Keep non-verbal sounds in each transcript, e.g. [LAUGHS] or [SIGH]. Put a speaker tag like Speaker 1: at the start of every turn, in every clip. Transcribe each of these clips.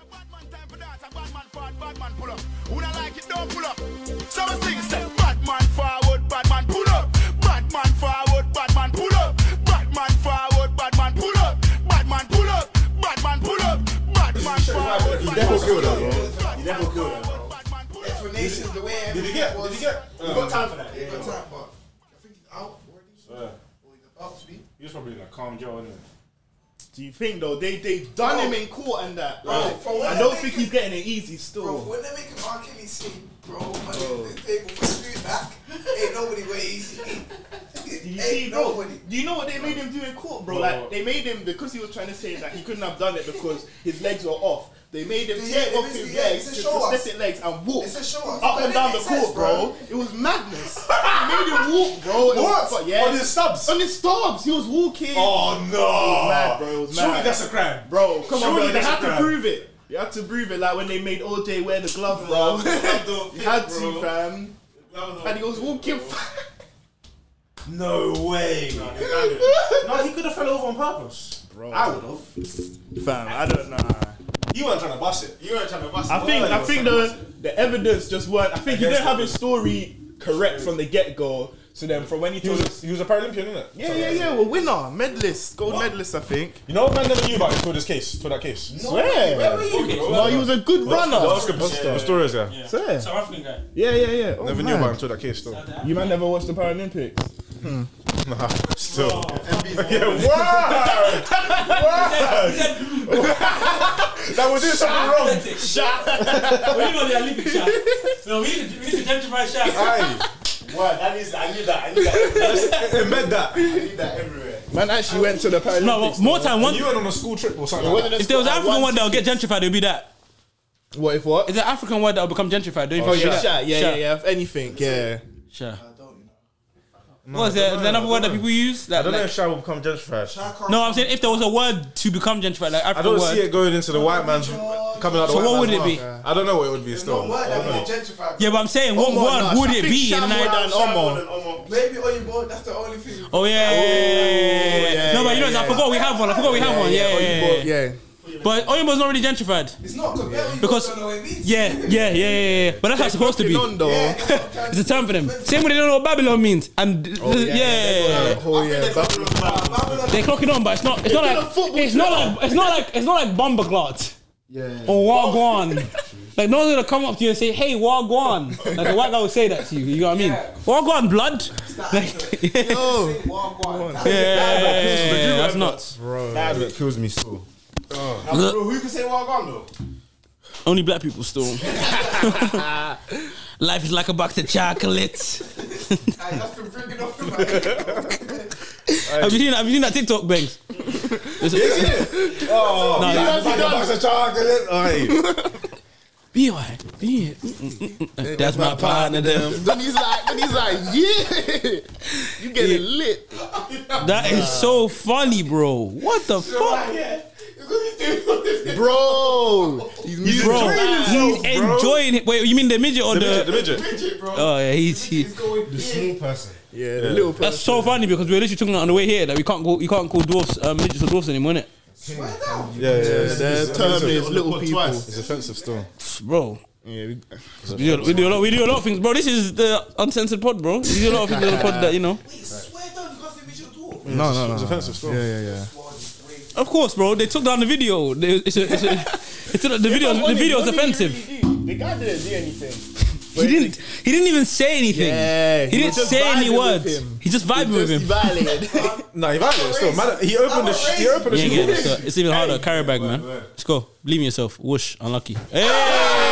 Speaker 1: Time for dance, a bad man forward, bad man pull up. Who not like it, don't pull up. So I sing, say, bad man forward, bad man pull up. Bad man forward, bad man pull up. Bad man forward, bad man pull up. Bad man pull up, bad man pull up. Bad man forward,
Speaker 2: He
Speaker 1: bad man
Speaker 2: definitely
Speaker 1: pull
Speaker 2: killed
Speaker 1: up.
Speaker 2: her, bro. He definitely killed her. bro.
Speaker 1: Bad man pull up.
Speaker 3: explanation the way
Speaker 2: Did you
Speaker 3: everything
Speaker 2: get?
Speaker 3: was.
Speaker 2: Did you get? We got time for that.
Speaker 3: Yeah,
Speaker 2: Yeah,
Speaker 3: good
Speaker 2: yeah.
Speaker 3: time, but I think he's out already.
Speaker 2: Yeah.
Speaker 3: Well, he's about to be.
Speaker 4: He was probably like calm Joe, innit?
Speaker 5: Do you think though they they done him in court and that?
Speaker 3: Bro,
Speaker 5: Like,
Speaker 3: for what
Speaker 5: I don't
Speaker 3: they
Speaker 5: think
Speaker 3: can-
Speaker 5: he's getting it easy
Speaker 3: Bro,
Speaker 5: still.
Speaker 3: when they make an R. Kelly scene, bro, money at the table for food back, [LAUGHS] ain't nobody way easy. [LAUGHS]
Speaker 5: Do you
Speaker 3: ain't
Speaker 5: see, bro?
Speaker 3: nobody.
Speaker 5: Do you know what they made him do in court, bro?
Speaker 4: Bro.
Speaker 5: Like they made him because he was trying to say that he couldn't have done it because his legs were off. They made him
Speaker 3: Yeah,
Speaker 5: tear
Speaker 3: they
Speaker 5: off
Speaker 3: basically-
Speaker 5: his
Speaker 3: yeah,
Speaker 5: legs,
Speaker 3: it's a
Speaker 5: his
Speaker 3: show-off.
Speaker 5: prosthetic legs, and walk
Speaker 3: It's a show-off.
Speaker 5: up
Speaker 3: But
Speaker 5: and
Speaker 3: it
Speaker 5: down the
Speaker 3: makes
Speaker 5: court,
Speaker 3: sense,
Speaker 5: bro.
Speaker 3: bro.
Speaker 5: It
Speaker 3: [LAUGHS]
Speaker 5: was madness. they made him walk, bro. It was-
Speaker 2: What?
Speaker 5: yeah.
Speaker 2: On his stubs?
Speaker 5: On his stubs. He was walking.
Speaker 2: Oh no!
Speaker 5: mad, bro, it was
Speaker 2: Surely
Speaker 5: mad.
Speaker 2: that's a crime,
Speaker 5: Bro, come on,
Speaker 2: Surely
Speaker 5: bro. They
Speaker 2: that's a
Speaker 5: had to
Speaker 2: crime.
Speaker 5: prove it. You had to prove it, like when they made OJ wear the glove, [LAUGHS] bro. you had to, fam. And he was walking. fa-
Speaker 2: No way.
Speaker 4: No, he could have fell over on purpose.
Speaker 5: Bro,
Speaker 2: I would have.
Speaker 5: fam, I don't know.
Speaker 2: You weren't trying to bust it.
Speaker 4: You were trying to bust
Speaker 5: I think I think the the evidence just weren't. I think he didn't have his story correct from the get go. So then, from when he
Speaker 4: He
Speaker 5: told us,
Speaker 4: was, he was a Paralympian, innit?
Speaker 5: yeah, yeah, yeah, we're winner, medalist, gold medalist, I think.
Speaker 4: You know what man never knew about until this case, until that case?
Speaker 5: Swear. No, he was a good runner.
Speaker 4: Pistorius guy.
Speaker 6: Yeah.
Speaker 5: Swear.
Speaker 6: So African guy.
Speaker 5: Yeah, yeah, yeah. Oh,
Speaker 4: Never knew
Speaker 5: man.
Speaker 4: about until that case, though.
Speaker 5: You might never watch the Paralympics.
Speaker 4: Nah, still.
Speaker 2: Yeah, wow!
Speaker 6: He said,
Speaker 2: that was doing something wrong.
Speaker 6: athletics. When you go to the Olympics, Sha. No, we need to, we need to gentrify Sha.
Speaker 2: Aye,
Speaker 7: Wow, that is, I need that, I need that,
Speaker 2: embed that.
Speaker 7: I need that everywhere.
Speaker 5: Man actually went to the Paralympics.
Speaker 6: No, well, more time. One,
Speaker 2: You went on a school trip or something.
Speaker 5: It
Speaker 2: Like
Speaker 5: wasn't
Speaker 2: that.
Speaker 5: a
Speaker 6: if there was an
Speaker 5: squad,
Speaker 6: African
Speaker 5: one
Speaker 6: word that would get gentrified, it would be that.
Speaker 5: team. What if what?
Speaker 6: It's an African word that will become gentrified. Don't you
Speaker 5: Oh
Speaker 6: think
Speaker 5: yeah,
Speaker 6: that?
Speaker 5: shot. Yeah,
Speaker 6: Sha.
Speaker 5: yeah, yeah. If anything, yeah.
Speaker 6: Sha.
Speaker 3: I don't, you know.
Speaker 6: What is there? Is there another word that people use? Like,
Speaker 4: I don't know
Speaker 6: like-
Speaker 4: if Shah will become gentrified.
Speaker 3: I can't
Speaker 6: no, I'm saying if there was a word to become gentrified, like
Speaker 4: I
Speaker 6: African
Speaker 4: don't
Speaker 6: word.
Speaker 4: see it going into the white man's coming out.
Speaker 6: So
Speaker 4: the white
Speaker 6: what would
Speaker 4: man's
Speaker 6: it be?
Speaker 4: mouth. I don't know what it would be
Speaker 3: There's no
Speaker 4: still.
Speaker 3: word
Speaker 4: I don't know.
Speaker 3: that would be gentrified.
Speaker 6: Yeah, but I'm saying what
Speaker 5: Omo,
Speaker 6: word
Speaker 5: no,
Speaker 6: would
Speaker 5: I
Speaker 6: it
Speaker 5: think
Speaker 6: be?
Speaker 5: Sha
Speaker 6: And
Speaker 5: more
Speaker 6: I,
Speaker 5: than Omo.
Speaker 3: Maybe Oyinbo, that's the only thing.
Speaker 6: oh yeah,
Speaker 5: yeah,
Speaker 6: No, but you know,
Speaker 5: yeah,
Speaker 6: I forgot we have one. I forgot we have one. Yeah, yeah, yeah.
Speaker 5: Oyibo, yeah.
Speaker 6: But Oyinbo's not really gentrified.
Speaker 3: It's not because yeah.
Speaker 6: Because-
Speaker 3: don't know what it means.
Speaker 6: Yeah, yeah, yeah, yeah, yeah. But that's how it's supposed to be.
Speaker 5: Non though.
Speaker 3: Yeah, that's what I'm
Speaker 6: It's a
Speaker 3: trying
Speaker 6: term for them. Same way they don't know what Babylon means. And yeah,
Speaker 5: Oh yeah. But
Speaker 3: to- Babylon-
Speaker 6: They clock it on, but it's not. It's not
Speaker 5: been a
Speaker 6: like.
Speaker 5: football
Speaker 6: It's not like. It's not like. It's not like Bomberglot
Speaker 5: yeah.
Speaker 6: or Wagwan. [LAUGHS] like no one's gonna come up to you and say, "Hey, Wagwan." Like a white guy would say that to you. You know what I mean?
Speaker 3: Yeah.
Speaker 6: Wagwan blood. Like,
Speaker 3: Exactly.
Speaker 6: [LAUGHS] yeah,
Speaker 5: Oh,
Speaker 3: Wagwan. That's-
Speaker 6: yeah, that's nuts.
Speaker 4: That bit kills me still.
Speaker 2: Bro, who can say Wagwan though?
Speaker 6: Only black people still. [LAUGHS] Life is like a box of chocolates.
Speaker 3: Aye, That's been [LAUGHS] bringing up in my head.
Speaker 6: Have you seen? Have you seen that TikTok,
Speaker 4: [LAUGHS]
Speaker 6: Bangs? There's a-
Speaker 2: Oh,
Speaker 6: No,
Speaker 2: yeah,
Speaker 6: no.
Speaker 2: it's like a box of chocolate. Aye.
Speaker 6: Be alright. Be it. That's my partner. Them.
Speaker 5: Then he's like, then he's like, yeah, you get it lit.
Speaker 6: That is so funny, bro. What the fuck?
Speaker 5: Bro, he's music.
Speaker 6: Bro, he's enjoying it. Wait, you mean the midget or the?
Speaker 4: The midget, the midget.
Speaker 6: oh yeah, he's he.
Speaker 4: The small person.
Speaker 5: Yeah, the little
Speaker 6: That's
Speaker 5: person.
Speaker 6: so funny because we were literally talking on the way here that we can't go, you can't call dwarfs um, midgets or dwarfs anymore, innit?
Speaker 3: Swear down.
Speaker 4: Yeah, yeah.
Speaker 5: The term is little people.
Speaker 4: It's offensive still.
Speaker 6: Bro,
Speaker 5: Yeah, we-
Speaker 6: we do, we do a lot. We do a lot of things, bro. This is the uncensored pod, bro. We do a lot of things on the pod that you know.
Speaker 3: Wait, swear down, you can't say Mitchell Dwarf.
Speaker 4: Mm.
Speaker 5: no, no,
Speaker 4: It's
Speaker 5: no.
Speaker 4: offensive still.
Speaker 5: Yeah, yeah, yeah.
Speaker 6: Of course, bro. They took down the video. They, it's a, it's a, [LAUGHS] it's a, the video. The video is offensive.
Speaker 5: The guy didn't do anything.
Speaker 6: He didn't. He didn't even say anything.
Speaker 5: Yeah,
Speaker 6: He didn't say any words. He just vibed with him.
Speaker 5: violated.
Speaker 4: Nah, he violated still. Man, he opened the. sh- He opened the.
Speaker 6: You ain't getting
Speaker 4: shoe.
Speaker 6: this. uh, It's even harder. Carry bag, man. Let's go. Believe in yourself. Whoosh. Unlucky. Hey.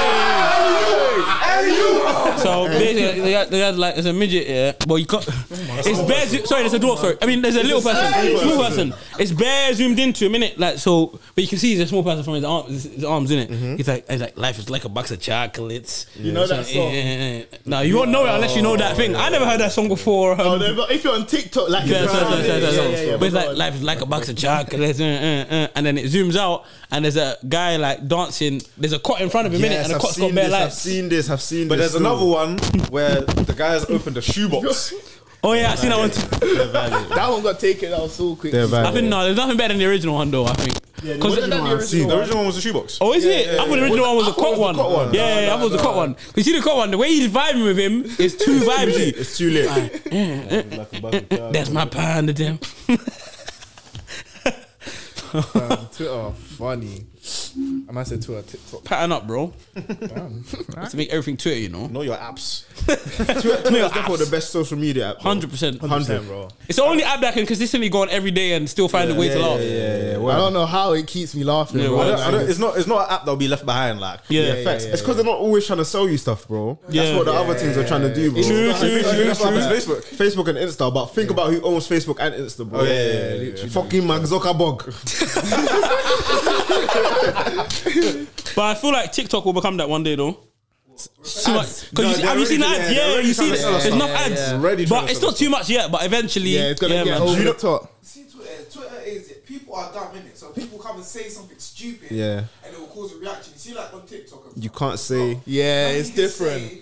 Speaker 6: So basically, the guy, the guy's like, there's a midget here. Well, you can't. It's bare. zo- Sorry, there's a dwarf. Sorry, I mean, there's a little person, small person. It's bare zoomed into a minute. Like so, but you can see he's a small person from his arms. His arms in it. He's like, he's like, life is like a box of chocolates. You
Speaker 5: know that song?
Speaker 6: No, you won't know it unless you know that thing. I never heard that song before. um,
Speaker 5: Oh, no, but if you're on TikTok, like,
Speaker 6: yeah, so- so- so- so- so- But it's
Speaker 5: but
Speaker 6: like life is like a box of chocolates, uh, uh, uh, and then it zooms out, and there's a guy like dancing. There's a cot in front of him, minute, and the cot's got bare lights.
Speaker 5: seen this. I've seen
Speaker 4: But there's another one where the guy has opened a shoebox. [LAUGHS]
Speaker 6: Oh yeah, I seen that one. Too.
Speaker 5: That one got taken out so quick.
Speaker 6: I think no, there's nothing better than the original one though. I think
Speaker 5: Yeah,
Speaker 6: Cause
Speaker 5: wasn't that the original
Speaker 4: The
Speaker 5: one?
Speaker 4: original one was the shoebox.
Speaker 6: Oh, is it? I thought the original one was the cock one.
Speaker 4: cock one.
Speaker 6: Yeah, yeah, I thought it was the cock one. You see the cock one, the way he's vibing with him is
Speaker 5: [LAUGHS]
Speaker 6: too vibesy.
Speaker 4: It's too late.
Speaker 6: That's my pie to them.
Speaker 5: Twitter funny. I might say Twitter, TikTok.
Speaker 6: Pattern up, bro. to make everything Twitter, you know.
Speaker 4: Know your apps. Twitter's definitely the best social media app. bro.
Speaker 6: 100%.
Speaker 4: 100, bro.
Speaker 6: It's the only app that can consistently go on every day and still find a way to laugh.
Speaker 4: yeah.
Speaker 5: I
Speaker 4: Well,
Speaker 5: don't know how it keeps me laughing.
Speaker 6: Yeah,
Speaker 5: bro.
Speaker 6: well,
Speaker 4: I don't, I don't, it's not. It's not an app that'll be left behind. Like,
Speaker 6: Yeah. Yeah,
Speaker 4: facts. it's because they're not always trying to sell you stuff, bro.
Speaker 6: Yeah.
Speaker 4: That's what the other things are trying to do, bro.
Speaker 6: True,
Speaker 4: That's-
Speaker 6: true,
Speaker 4: that's-
Speaker 6: true,
Speaker 4: that's what
Speaker 6: true.
Speaker 4: happens to Facebook, Facebook and Insta. But think about who owns Facebook and Insta, bro.
Speaker 1: Oh, yeah, yeah, yeah, literally.
Speaker 4: Fucking Mark Zuckerberg.
Speaker 6: [LAUGHS] But I feel like TikTok will become that one day, though. Too much. 'Cause
Speaker 4: No,
Speaker 6: you see,
Speaker 4: they're
Speaker 6: have you seen the
Speaker 4: already-
Speaker 6: ads?
Speaker 4: yeah,
Speaker 6: Yeah,
Speaker 4: they're already
Speaker 6: you see,
Speaker 4: trying
Speaker 6: the,
Speaker 4: to sell us
Speaker 6: there's enough
Speaker 4: stuff.
Speaker 6: ads,
Speaker 4: Already trying
Speaker 6: but
Speaker 4: to
Speaker 6: it's
Speaker 4: sell
Speaker 6: not too much yet. But eventually,
Speaker 5: Yeah, it's gonna get
Speaker 6: man.
Speaker 5: over the top.
Speaker 3: See, Twitter, Twitter is it. People are dumb in it, so people come and say something stupid,
Speaker 4: Yeah.
Speaker 3: and it will cause a reaction. You see, like on TikTok,
Speaker 4: You can't say.
Speaker 5: Yeah, it's different.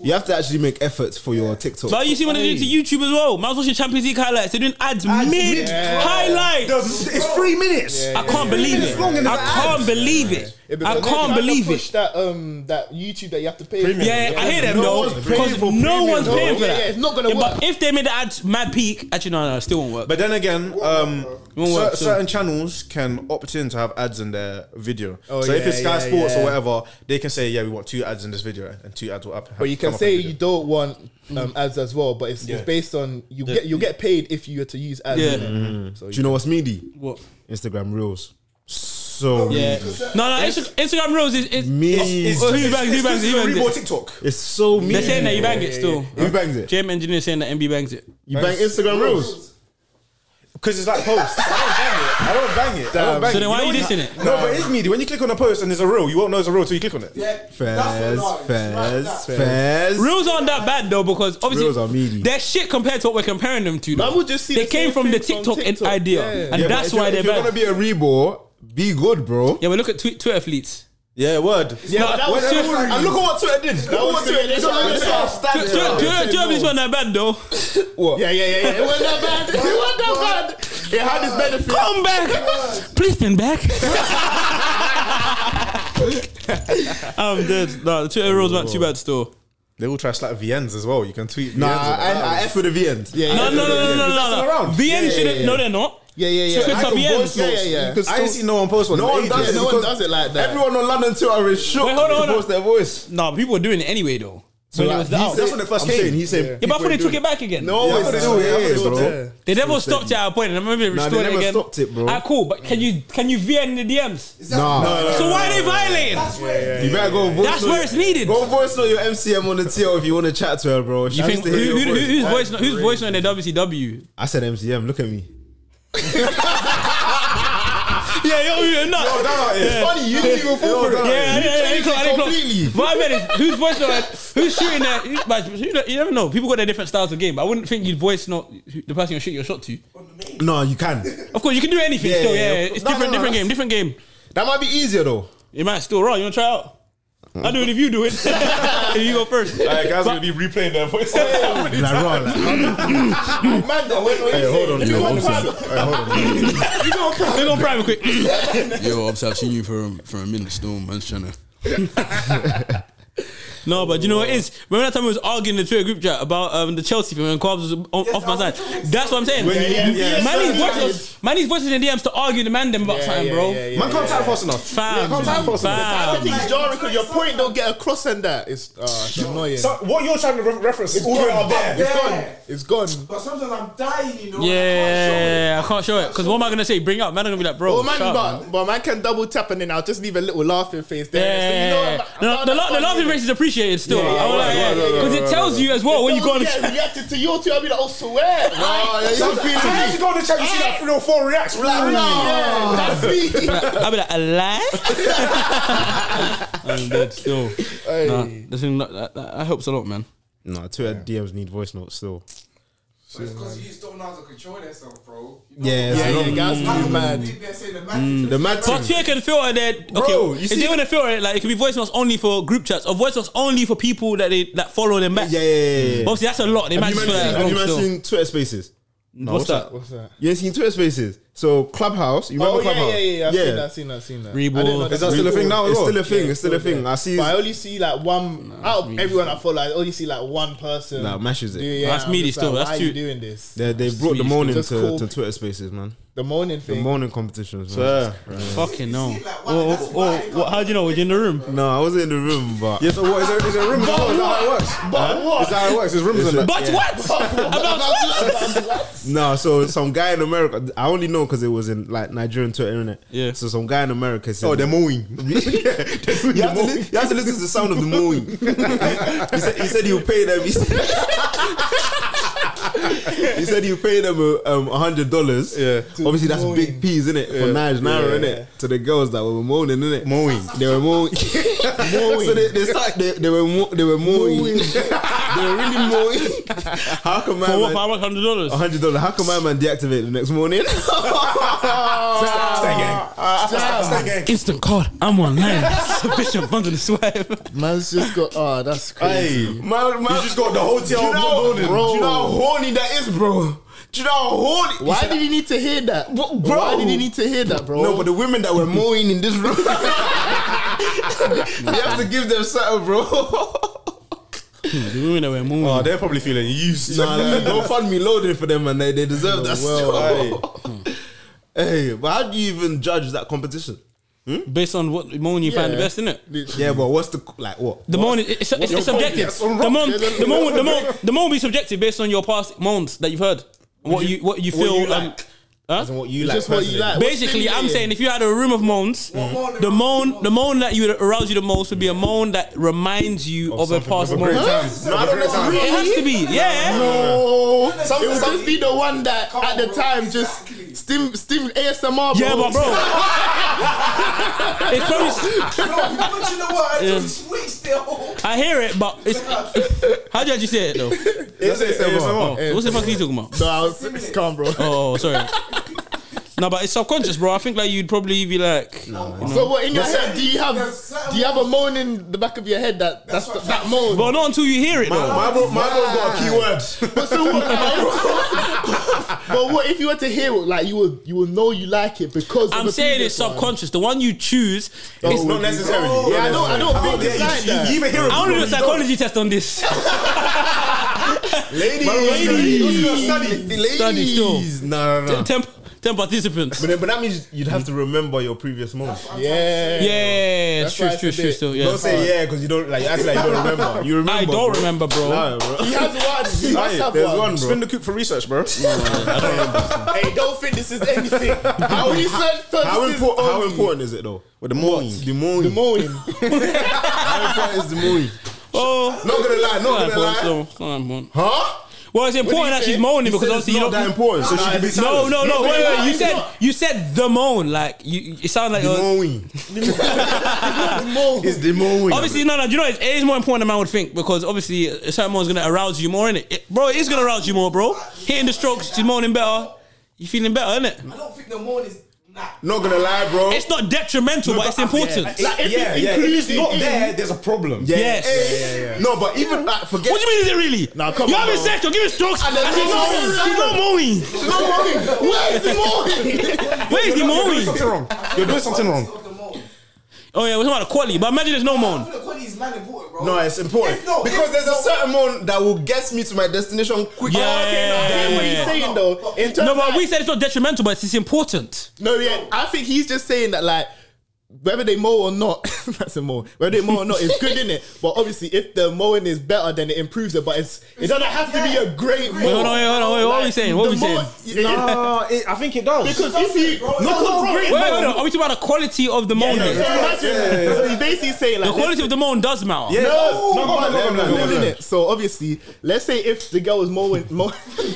Speaker 4: You have to actually make efforts for your TikTok.
Speaker 6: But you see what they do to YouTube as well. Man, I was watching Champions League highlights. They're doing ads, mid highlights.
Speaker 4: it's three minutes.
Speaker 6: I can't believe it.
Speaker 4: long and
Speaker 6: I
Speaker 4: it's
Speaker 6: can't believe it. I can't believe it.
Speaker 5: That um, that YouTube that you have to pay. for.
Speaker 6: Yeah, I hear them
Speaker 4: No
Speaker 6: though.
Speaker 4: one's paying
Speaker 6: Because
Speaker 4: for
Speaker 6: no
Speaker 4: premium,
Speaker 6: one's
Speaker 4: though.
Speaker 6: paying for
Speaker 5: Yeah,
Speaker 6: that.
Speaker 5: yeah, it's not gonna
Speaker 6: Yeah, But if they made the ads mad peak, actually no, no, it still won't work.
Speaker 4: But then again, um,
Speaker 6: Won't work,
Speaker 4: cer-
Speaker 6: so-
Speaker 4: certain channels can opt in to have ads in their video. so if
Speaker 5: yeah,
Speaker 4: it's Sky
Speaker 5: yeah,
Speaker 4: Sports
Speaker 5: yeah.
Speaker 4: or whatever, they can say, "Yeah, we want two ads in this video, and two ads will up."
Speaker 5: But you can say you don't want um, ads as well, but it's,
Speaker 4: Mm. Yeah. Mm.
Speaker 5: it's based on you get you get paid if you were to use ads. Mm.
Speaker 6: Yeah.
Speaker 5: in it. So
Speaker 4: Do you know what's meaty?
Speaker 6: What?
Speaker 4: Instagram Reels. So
Speaker 6: Yeah.
Speaker 4: meaty.
Speaker 6: No, no, Insta- Instagram Reels is. is
Speaker 4: Me-
Speaker 6: is, oh, who bangs, who bangs, who bangs
Speaker 4: Reebok
Speaker 6: it?
Speaker 4: TikTok.
Speaker 1: It's so mean.
Speaker 6: They're saying that you bang it still.
Speaker 4: Who bangs it?
Speaker 6: JM Engineer saying that MB bangs it.
Speaker 4: You bang Instagram Reels because it's like posts. I don't bang it. I don't bang it. I don't bang
Speaker 6: So
Speaker 4: it.
Speaker 6: then why
Speaker 4: know
Speaker 6: are you
Speaker 4: what-
Speaker 6: dissing it?
Speaker 4: No, but it's meaty. When you click on a post and there's a reel, you won't know it's a reel till you click on it.
Speaker 3: Yeah,
Speaker 1: Fairs,
Speaker 3: that's
Speaker 1: fairs,
Speaker 3: fair.
Speaker 1: fairs.
Speaker 6: Reels aren't that bad though because obviously
Speaker 1: Reels are meaty.
Speaker 6: they're shit compared to what we're comparing them to. Though.
Speaker 5: I would just see
Speaker 6: they
Speaker 5: the
Speaker 6: came
Speaker 5: same
Speaker 6: from the
Speaker 5: things on
Speaker 6: TikTok,
Speaker 5: TikTok.
Speaker 6: idea,
Speaker 5: Yeah.
Speaker 6: and
Speaker 4: Yeah, but
Speaker 6: that's
Speaker 4: if you're-
Speaker 6: why they're
Speaker 4: If you're
Speaker 6: bad.
Speaker 4: gonna be a Reebok, be good, bro.
Speaker 6: yeah, but look at tw- Twitter fleets.
Speaker 4: Yeah, word. Yeah,
Speaker 6: No, that was
Speaker 4: word,
Speaker 6: Twitter.
Speaker 4: And look at what Twitter did. Look at what Twitter did. Look at yourself.
Speaker 6: Do you know these weren't that bad though?
Speaker 5: yeah, yeah, yeah, yeah. It wasn't that bad. It wasn't that bad. It had its benefits.
Speaker 6: Come back, please been back. [LAUGHS] I'm dead. No, the Twitter rules weren't too bad still.
Speaker 4: They will try to slap VNs as well. You can tweet.
Speaker 1: Nah,
Speaker 4: VNs about
Speaker 1: I,
Speaker 4: that.
Speaker 1: I F with the VNs.
Speaker 5: Yeah, yeah,
Speaker 6: No,
Speaker 5: yeah,
Speaker 6: no, no, no, no,
Speaker 4: That's all
Speaker 6: no, no.
Speaker 4: around.
Speaker 6: VN shouldn't. No, they're not.
Speaker 5: yeah, yeah, yeah.
Speaker 6: Twitter
Speaker 5: I can
Speaker 6: VMs.
Speaker 5: voice notes.
Speaker 6: Yeah,
Speaker 5: You
Speaker 4: yeah.
Speaker 5: can
Speaker 4: I ain't
Speaker 5: still-
Speaker 4: seen no one post one.
Speaker 5: No
Speaker 4: in
Speaker 5: one does
Speaker 4: ages
Speaker 5: it. No one
Speaker 4: because
Speaker 5: does it like that.
Speaker 4: Everyone on London Twitter is shook
Speaker 6: Wait, hold on,
Speaker 4: to
Speaker 6: hold on.
Speaker 4: post their voice.
Speaker 6: No, people were doing it anyway though. So when it was
Speaker 4: He
Speaker 6: out.
Speaker 4: said- that's when it first came.
Speaker 1: He's saying
Speaker 6: Yeah, but I thought they took it back again.
Speaker 4: No,
Speaker 1: Yeah,
Speaker 4: it's
Speaker 1: that's what
Speaker 4: yeah,
Speaker 1: it is,
Speaker 4: yeah,
Speaker 1: bro.
Speaker 4: yeah.
Speaker 6: They never stopped it at a point, and I remember they
Speaker 4: Nah,
Speaker 6: restored
Speaker 4: they
Speaker 6: it
Speaker 4: never
Speaker 6: again.
Speaker 4: stopped it, bro.
Speaker 6: Ah, cool. But can you can you VN the DMs?
Speaker 1: nah.
Speaker 6: So why are they violating?
Speaker 3: That's where
Speaker 4: You better go voice.
Speaker 6: That's where it's needed.
Speaker 4: Go voice note your MCM on the TL if you want to chat to her, bro. She
Speaker 6: You
Speaker 4: needs
Speaker 6: think
Speaker 4: to
Speaker 6: who,
Speaker 4: hear your
Speaker 6: who, who,
Speaker 4: voice.
Speaker 6: who's voice who's voice on their WCW?
Speaker 4: I said MCM. Look at me.
Speaker 6: Yeah, yo, you're not.
Speaker 4: Oh, It's funny. You didn't even fall for
Speaker 6: Yeah, yeah, yeah, yeah, yeah, completely.
Speaker 4: completely.
Speaker 6: But I mean, it's- who's voice note? like, Who's shooting that? who- But you, don't- you never know. People got their different styles of game. But I wouldn't think you'd voice note who- the person you shoot your shot to.
Speaker 4: No, you can.
Speaker 6: Of course, you can do anything.
Speaker 4: Yeah,
Speaker 6: still,
Speaker 4: yeah,
Speaker 6: yeah,
Speaker 4: yeah.
Speaker 6: it's
Speaker 4: No,
Speaker 6: different,
Speaker 4: no, no,
Speaker 6: different game, different game.
Speaker 4: That might be easier though.
Speaker 6: It might still wrong. You want to try out? I do it if you do it. [LAUGHS] if you go first.
Speaker 4: Alright, guys, are gonna be replaying their voice.
Speaker 6: [LAUGHS]
Speaker 4: like, raw, like,
Speaker 5: Man, that went
Speaker 4: Hey, hold
Speaker 6: [LAUGHS]
Speaker 4: on, yo, one second. Hey, hold on.
Speaker 6: They're going private quick.
Speaker 8: Yo, obviously I've seen you for a, for a minute still, man's trying to.
Speaker 6: [LAUGHS] No, but you know what it is? Remember that time we was arguing in the Twitter group chat about um, the Chelsea thing when Cobbs was on, off my side? That's what I'm saying.
Speaker 4: yeah, yeah.
Speaker 6: Manny's voices, Manny's voices in DMs to argue the man them about something, bro.
Speaker 4: Man can't type fast enough. Man
Speaker 6: Fam,
Speaker 4: can't type fast enough.
Speaker 6: fam.
Speaker 5: It's jarring because your point don't get across and that. It's, uh, it's annoying.
Speaker 4: So what you're trying to re- reference is all the way up there.
Speaker 5: It's gone. It's gone.
Speaker 3: But sometimes I'm dying, you know. and I can't
Speaker 6: Yeah, I can't show it because what am I gonna say? Bring it up, man. I'm gonna be like, bro.
Speaker 5: But man,
Speaker 6: shut up,
Speaker 5: but, but man can double tap and then I'll just leave a little laughing face there. So you
Speaker 6: Yeah,
Speaker 5: know,
Speaker 6: No, no, the, la- the laughing face is appreciated still.
Speaker 5: Yeah, yeah,
Speaker 6: I will
Speaker 5: yeah,
Speaker 6: like,
Speaker 5: yeah, yeah,
Speaker 6: because it tells you as well when you go on. the
Speaker 5: Yeah, reacted to you two. I'll be like, oh,
Speaker 6: [LAUGHS]
Speaker 5: swear.
Speaker 4: Oh, yeah, you feel me. you go on the chat, you see that 304 reacts. We're like,
Speaker 5: Yeah, that's
Speaker 6: [LAUGHS]
Speaker 5: me.
Speaker 6: I'll be like, a lie. I'm dead still. Nah, this thing, that, that, that helps a lot, man.
Speaker 4: Nah, Twitter DMs need voice notes still.
Speaker 3: show it. It's because you just don't know how to control yourself, bro. You know,
Speaker 4: Yeah,
Speaker 5: Yeah, yeah, guys,
Speaker 3: how
Speaker 5: too
Speaker 3: people
Speaker 5: mad.
Speaker 3: think they're saying the man.
Speaker 4: The mad
Speaker 6: But Twitter can filter their okay.
Speaker 4: Bro, you
Speaker 6: if
Speaker 4: see-
Speaker 6: they want to filter it, like it can be voice notes only for group chats or voice notes only for people that they that follow them back.
Speaker 4: Yeah, yeah, yeah. yeah.
Speaker 6: Obviously, that's a lot. They might
Speaker 4: Have you
Speaker 6: just
Speaker 4: man
Speaker 6: feel
Speaker 4: seen-
Speaker 6: like oh,
Speaker 4: have you
Speaker 6: wrong
Speaker 4: man
Speaker 6: still.
Speaker 4: seen Twitter Spaces?
Speaker 6: what's, that?
Speaker 1: What's that?
Speaker 4: You ain't seen Twitter Spaces? So Clubhouse, you remember
Speaker 1: Oh yeah,
Speaker 4: Clubhouse?
Speaker 1: yeah, yeah. I've seen that. Seen that. Seen that.
Speaker 6: Reebok.
Speaker 1: I didn't know
Speaker 4: Is that still a thing now? as
Speaker 1: It's
Speaker 4: well?
Speaker 1: still a thing.
Speaker 4: Yeah,
Speaker 1: it's still a thing.
Speaker 4: I see.
Speaker 1: But I only see like one out of everyone I follow. I only see like one person.
Speaker 4: Nah, mashes it.
Speaker 1: do- yeah,
Speaker 6: That's
Speaker 1: I'm
Speaker 6: meaty
Speaker 1: just
Speaker 6: still,
Speaker 1: Like,
Speaker 6: that's
Speaker 1: why
Speaker 6: too-
Speaker 1: are you doing this?
Speaker 4: They they brought the
Speaker 6: Sweet.
Speaker 4: morning to,
Speaker 1: Just call-
Speaker 4: to Twitter Spaces, man.
Speaker 1: The morning thing.
Speaker 4: The
Speaker 5: [LAUGHS]
Speaker 4: morning competitions, man.
Speaker 1: Yeah.
Speaker 6: Fucking no.
Speaker 3: See, like, why-
Speaker 6: Oh,
Speaker 3: that's
Speaker 6: oh,
Speaker 3: why
Speaker 6: oh, what- how do you know? Were you in the room?
Speaker 4: No, I wasn't in the room, but
Speaker 9: Yeah, so what is there, is there rooms? as well? Is that how it works?
Speaker 4: But
Speaker 9: Huh? Is that how it works? There's rooms on that.
Speaker 4: [LAUGHS]
Speaker 6: But what? About what?
Speaker 4: no. So some guy in America, I only know because it was in like Nigerian Twitter, internet.
Speaker 6: Yeah.
Speaker 4: So some guy in America said,
Speaker 9: Oh, they're mowing.
Speaker 4: [LAUGHS] yeah, they're doing
Speaker 9: You
Speaker 4: the
Speaker 9: have to
Speaker 4: mowing.
Speaker 9: li-
Speaker 4: you have to listen to the sound of the [LAUGHS] mowing. he, said, he said he'll pay them. He said, [LAUGHS] he said he'll pay them uh, um hundred dollars.
Speaker 1: Yeah.
Speaker 4: Obviously that's
Speaker 1: Mowing.
Speaker 4: big peas in it for
Speaker 1: Yeah.
Speaker 4: Nige Naira
Speaker 1: Yeah.
Speaker 4: in it to the girls that were mowing in it. Mowing. They were mowing. [LAUGHS] so they they, start, they they were mo- they were mowing. [LAUGHS] they were really mowing. How come man?
Speaker 6: For what?
Speaker 4: man-
Speaker 6: Five hundred dollars.
Speaker 4: hundred dollars. How come my man deactivate the next morning? [LAUGHS]
Speaker 6: Instant card. I'm
Speaker 4: [LAUGHS]
Speaker 6: online. Sufficient funds and swipe.
Speaker 5: Man's just got. Oh,
Speaker 4: ah,
Speaker 5: that's crazy.
Speaker 1: Hey,
Speaker 4: man, man,
Speaker 1: just got the hotel
Speaker 4: do you know, how-
Speaker 1: building.
Speaker 4: bro. Do you know how horny that is, bro? Do you know how horny? He
Speaker 5: Why
Speaker 4: said-
Speaker 5: did he need to hear that?
Speaker 4: Bro.
Speaker 5: Why did he need to hear that, bro?
Speaker 4: No, but the women that were mowing in this room, we have to give them something, bro.
Speaker 6: The women that were moving.
Speaker 1: Oh, they're probably feeling used.
Speaker 4: nah, nah, go fund me loading for them, and they, they deserve that. Well, hey, but how do you even judge that competition?
Speaker 6: Based on what moan you find the best, innit?
Speaker 4: Yeah, but what's the like what?
Speaker 6: The moan is it's, it's, it's subjective. The moan, the moan, the moan, the moan be subjective based on your past moans that you've heard. What you, what you feel.
Speaker 4: you
Speaker 6: um,
Speaker 4: like.
Speaker 6: huh?
Speaker 4: And what you like?
Speaker 5: just what
Speaker 4: personally.
Speaker 5: you like. What's
Speaker 6: Basically, I'm
Speaker 5: stimulating?
Speaker 6: saying if you had a room of moans,
Speaker 3: moan
Speaker 6: the
Speaker 3: arouses
Speaker 6: moan, the moan that you arouse you the most would be a moan that reminds you of, a past moan.
Speaker 4: No, I don't
Speaker 6: It
Speaker 4: know.
Speaker 6: has to be, yeah.
Speaker 5: No, it would
Speaker 4: some-
Speaker 5: just be the one that
Speaker 3: Come
Speaker 5: at
Speaker 3: on,
Speaker 5: the
Speaker 3: bro.
Speaker 5: time just
Speaker 3: Exactly.
Speaker 5: stim stim ASMR. Bro.
Speaker 6: Yeah, but [LAUGHS] bro, it's probably,
Speaker 3: No, you mentioned the word
Speaker 6: Yeah.
Speaker 3: yeah. to switch their whole.
Speaker 6: I hear it, but it's how do you actually say it though?
Speaker 1: Is it ASMR?
Speaker 4: eh,
Speaker 6: Oh, what's the fuck are you talking about?
Speaker 5: No, I was, it's calm, bro.
Speaker 6: Oh,
Speaker 4: [LAUGHS]
Speaker 6: sorry. No, but it's subconscious, bro. I think like you'd probably be like,
Speaker 5: So what in your head?
Speaker 3: certain-
Speaker 5: Do you have
Speaker 3: there's certain
Speaker 5: do you have a moan in the back of your head that that's, the, that moan? [LAUGHS]
Speaker 6: but not until you hear it though.
Speaker 1: My bro, my bro got a keyword.
Speaker 5: But so what? but what if you were to hear it? Like you will you will know you like it because of
Speaker 6: I'm
Speaker 5: the
Speaker 6: saying it's
Speaker 5: previous one.
Speaker 6: subconscious. The one you choose, it's
Speaker 1: Not necessarily.
Speaker 5: Yeah, I don't I don't think it's like that.
Speaker 1: You even hear
Speaker 6: I
Speaker 1: it.
Speaker 6: want to do a psychology test on this.
Speaker 4: [LAUGHS] Ladies, ladies,
Speaker 6: Study still.
Speaker 4: No, no, no.
Speaker 6: Ten, ten participants.
Speaker 4: But, then- but that means you'd have to remember your previous moment.
Speaker 5: yeah.
Speaker 6: Yeah, it's true,
Speaker 5: why
Speaker 6: it's true,
Speaker 5: it's a
Speaker 6: true.
Speaker 5: bit-
Speaker 6: Still, yeah.
Speaker 4: Don't say yeah because you don't like. You act like you don't [LAUGHS] remember. You remember?
Speaker 6: I don't
Speaker 4: bro.
Speaker 6: remember, bro.
Speaker 4: Nah, bro.
Speaker 5: He has
Speaker 4: [LAUGHS]
Speaker 5: one. He must
Speaker 4: Aye,
Speaker 5: have
Speaker 4: there's
Speaker 5: one.
Speaker 4: one, bro.
Speaker 1: Spin the coop for research, bro.
Speaker 5: Hey, don't think this is anything. How research said
Speaker 4: How, impor-
Speaker 5: this is
Speaker 4: how
Speaker 5: only
Speaker 4: important is it though?
Speaker 1: With the morning.
Speaker 4: The moon.
Speaker 5: the moan?
Speaker 4: [LAUGHS] How important is the moon?
Speaker 6: Oh,
Speaker 4: Not gonna lie. Not gonna lie. Huh?
Speaker 6: Well, it's important that she's moaning because
Speaker 4: said
Speaker 6: obviously you
Speaker 4: it's not
Speaker 6: don't.
Speaker 4: that important. So she can be
Speaker 6: No,
Speaker 4: silent.
Speaker 6: no,
Speaker 5: No,
Speaker 6: no. Wait,
Speaker 5: no,
Speaker 6: wait. You
Speaker 5: it's
Speaker 6: said
Speaker 5: not.
Speaker 6: you said the moan. Like you, it sounds like
Speaker 4: The
Speaker 6: you're.
Speaker 4: moon. [LAUGHS] It's the moon.
Speaker 6: Obviously, no, no. You know, it is more important than man would think because obviously, a certain moan's gonna arouse you more, innit? It, bro, it is gonna arouse you more, bro. Hitting the strokes, she's moaning better. You feeling better, innit?
Speaker 3: I don't think the moan is nah.
Speaker 4: Not gonna lie, bro.
Speaker 6: It's not detrimental, but it's important.
Speaker 1: Like, if yeah, yeah. If it's not there, there's a problem. Yeah.
Speaker 6: Yes.
Speaker 4: No, but even like, forget.
Speaker 6: What do you mean? Is it really?
Speaker 5: Nah, come
Speaker 6: you
Speaker 5: on,
Speaker 6: having
Speaker 5: bro.
Speaker 6: sex? You're giving strokes. And
Speaker 5: then
Speaker 6: she's
Speaker 5: she's
Speaker 6: moaning.
Speaker 5: moaning.
Speaker 6: She's not moaning.
Speaker 5: No moaning. Where is the moaning?
Speaker 6: Where is the
Speaker 1: You're doing
Speaker 6: moaning?
Speaker 1: something wrong. You're doing something wrong.
Speaker 3: Of the moan.
Speaker 6: Oh yeah, we're talking about the quality, but imagine there's no
Speaker 3: I
Speaker 6: moan.
Speaker 3: feel the quality is man important, bro.
Speaker 4: No, it's important
Speaker 3: If no,
Speaker 4: because
Speaker 3: if
Speaker 4: there's
Speaker 3: no-
Speaker 4: a certain moon that will get me to my destination
Speaker 3: Oh,
Speaker 4: quicker.
Speaker 6: Yeah.
Speaker 5: I hear what
Speaker 6: Yeah.
Speaker 5: he's saying though. In terms
Speaker 6: No, but
Speaker 5: of-
Speaker 6: we said it's not detrimental, but it's important.
Speaker 5: No, yeah, I think he's just saying that like whether they mow or not,
Speaker 4: [LAUGHS]
Speaker 5: that's a mow. Whether they mow or not, it's good in it. But obviously, if the mowing is better, then it improves it. But it's it doesn't have to be a great mow.
Speaker 6: Wait, hold on, wait, hold on, wait, what are we saying? What are
Speaker 5: the
Speaker 6: we saying?
Speaker 5: mow-
Speaker 1: No,
Speaker 4: [LAUGHS]
Speaker 1: it, I think it does.
Speaker 5: Because if you look at great
Speaker 6: Wait, wait, hold on. Are we talking about the quality of the moan? then?
Speaker 5: he's basically saying like
Speaker 6: The quality of the moan does matter.
Speaker 1: no, no, no, no, no,
Speaker 5: it's
Speaker 1: no, no,
Speaker 5: good
Speaker 1: no,
Speaker 5: in it. So obviously, let's say if the girl was mowing, [LAUGHS] mow,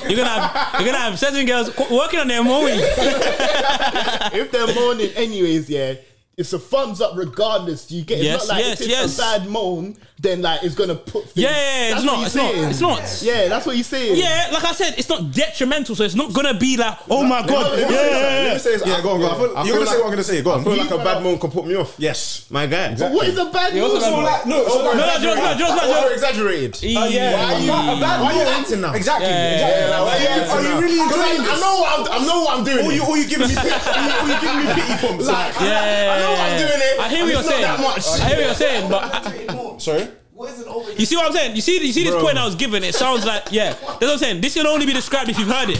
Speaker 6: You're gonna have you're gonna have certain girls qu- working on their moaning.
Speaker 5: if they're mowing anyways, yeah. It's a thumbs up regardless. Do you get it?
Speaker 6: Yes,
Speaker 5: it's not like
Speaker 6: yes,
Speaker 5: if it's
Speaker 6: yes.
Speaker 5: a bad moan, then like it's gonna put things.
Speaker 6: Yeah, yeah, yeah, it's
Speaker 5: That's what
Speaker 6: not,
Speaker 5: you're
Speaker 6: it's not,
Speaker 5: saying.
Speaker 6: it's not.
Speaker 5: Yeah, that's what you're saying.
Speaker 6: Yeah, like I said, it's not detrimental, so it's not gonna be like, oh my god, yeah,
Speaker 1: Let me say something.
Speaker 6: yeah,
Speaker 1: Let
Speaker 6: yeah.
Speaker 1: me say something. Ah, Go on, go on.
Speaker 4: I
Speaker 1: You're
Speaker 4: feel
Speaker 1: gonna say
Speaker 4: like-
Speaker 1: what I'm gonna say. Go on.
Speaker 4: I feel like a bad moan can put me off.
Speaker 1: Yes.
Speaker 4: My guy.
Speaker 5: But what is a bad moan?
Speaker 1: So like, no,
Speaker 3: Oh,
Speaker 1: so like-
Speaker 6: No, no, Jones, no, Jones, no,
Speaker 4: Over
Speaker 6: Jones.
Speaker 4: exaggerated.
Speaker 6: Yeah.
Speaker 4: Oh, Why are you, why are you acting now?
Speaker 1: Exactly.
Speaker 6: Yeah,
Speaker 1: exactly.
Speaker 6: yeah, yeah,
Speaker 1: Why
Speaker 4: yeah,
Speaker 1: you-
Speaker 4: yeah,
Speaker 1: Are
Speaker 4: yeah.
Speaker 1: you really
Speaker 4: Because I,
Speaker 1: enjoying
Speaker 4: I
Speaker 1: this?
Speaker 4: know what I'm, I know what I'm doing.
Speaker 1: All you,
Speaker 4: here.
Speaker 1: all you giving me, pity- all you giving me pity pumps.
Speaker 4: like,
Speaker 6: Yeah, yeah,
Speaker 4: I know what I'm
Speaker 6: yeah,
Speaker 4: doing
Speaker 6: yeah.
Speaker 4: here.
Speaker 6: I hear
Speaker 4: and
Speaker 6: what you're
Speaker 4: it's
Speaker 6: saying.
Speaker 4: Not that much.
Speaker 6: I hear what you're saying, but
Speaker 4: Sorry.
Speaker 3: What is an over?
Speaker 6: you see what I'm saying? You see, you see this point I was giving. It sounds like, yeah, that's what I'm saying. This can only be described if you've heard it.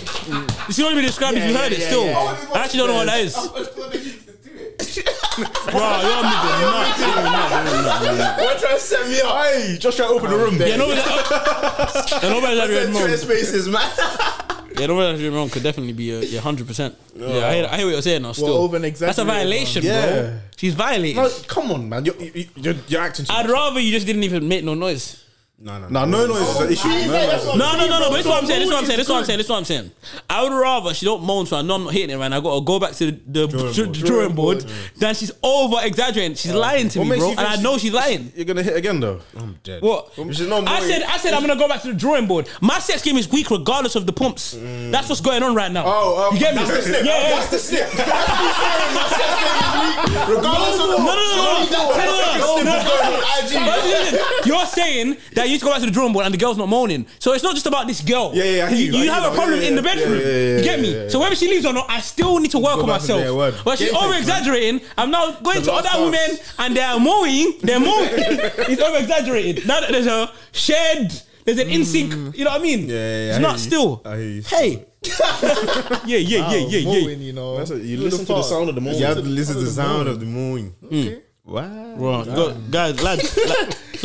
Speaker 6: This can only be described if you've heard it. Still, I actually don't know what that is.
Speaker 3: I just wanted you to do it.
Speaker 6: Bro, you're moving nuts. You're moving nuts.
Speaker 4: We're trying to set me up. Hey, just try to open the room.
Speaker 6: Yeah, [LAUGHS] nobody's yeah, nobody's ever been wrong.
Speaker 4: Twitter spaces, man.
Speaker 6: Yeah, nobody's ever wrong. Could definitely be a yeah, hundred percent. Yeah, I hear, I hear what you're saying. Now, still,
Speaker 5: over and
Speaker 6: that's a
Speaker 5: exaggerate,
Speaker 6: violation,
Speaker 4: Yeah.
Speaker 6: bro. She's violated.
Speaker 4: No, come on, man. You're, you- you're, you're acting too.
Speaker 6: I'd rather you just didn't even make no noise.
Speaker 4: No, no,
Speaker 1: Nah, no noise is an issue. No noise.
Speaker 6: No, no, no, no. But this is what I'm saying. This is what I'm saying. This is what I'm saying. This is what I'm saying. I would rather she don't moan to her. No, I'm not hitting it right. now. I gotta go back to the, the drawing, board. drawing board. Then she's over exaggerating. She's lying to
Speaker 4: What
Speaker 6: me,
Speaker 4: makes you
Speaker 6: bro, and
Speaker 4: think
Speaker 6: I
Speaker 4: she-
Speaker 6: know she's lying.
Speaker 4: You're gonna hit again though. I'm dead.
Speaker 6: What?
Speaker 4: Which is not
Speaker 6: I
Speaker 4: more-
Speaker 6: said, I said, I'm gonna go back to the drawing board. My sex game is weak regardless of the pumps. That's what's going on right now.
Speaker 4: Mm. Oh, um,
Speaker 6: you get me?
Speaker 4: that's the snip.
Speaker 6: Yeah, yeah.
Speaker 4: That's the snip. Regardless of the
Speaker 6: no, no, no, no, no, no, no, no, no, But listen, You're saying that you used to go back to the drawing board and the girl's not moaning. So it's not just about this girl.
Speaker 4: Yeah, yeah, I hear you,
Speaker 6: You,
Speaker 4: I hear
Speaker 6: have
Speaker 4: you.
Speaker 6: a problem
Speaker 4: Yeah,
Speaker 6: in the
Speaker 4: yeah,
Speaker 6: bedroom.
Speaker 4: yeah, yeah,
Speaker 6: you get me?
Speaker 4: yeah, yeah, yeah.
Speaker 6: So whether she leaves or not, I still need to work on
Speaker 4: back to their word.
Speaker 6: myself. But she's
Speaker 4: Game takes
Speaker 6: over exaggerating. I'm now going to
Speaker 4: last
Speaker 6: other women and they're moaning.
Speaker 4: [LAUGHS]
Speaker 6: They're moaning. it's over exaggerated. Now that there's a shared, there's an in sync. You know what I mean?
Speaker 4: Mm. yeah, yeah, I
Speaker 6: It's
Speaker 4: hear
Speaker 6: not
Speaker 4: you.
Speaker 6: still.
Speaker 4: [LAUGHS] I hear you. [LAUGHS]
Speaker 6: Hey. yeah, yeah, yeah, yeah, yeah.
Speaker 5: Moaning, you know.
Speaker 4: That's what, you
Speaker 5: Who
Speaker 4: listen to the
Speaker 5: fuck?
Speaker 4: sound of the moon. You have to listen to the sound of the moon. Wow.
Speaker 6: Bro, go- guys, lads, la-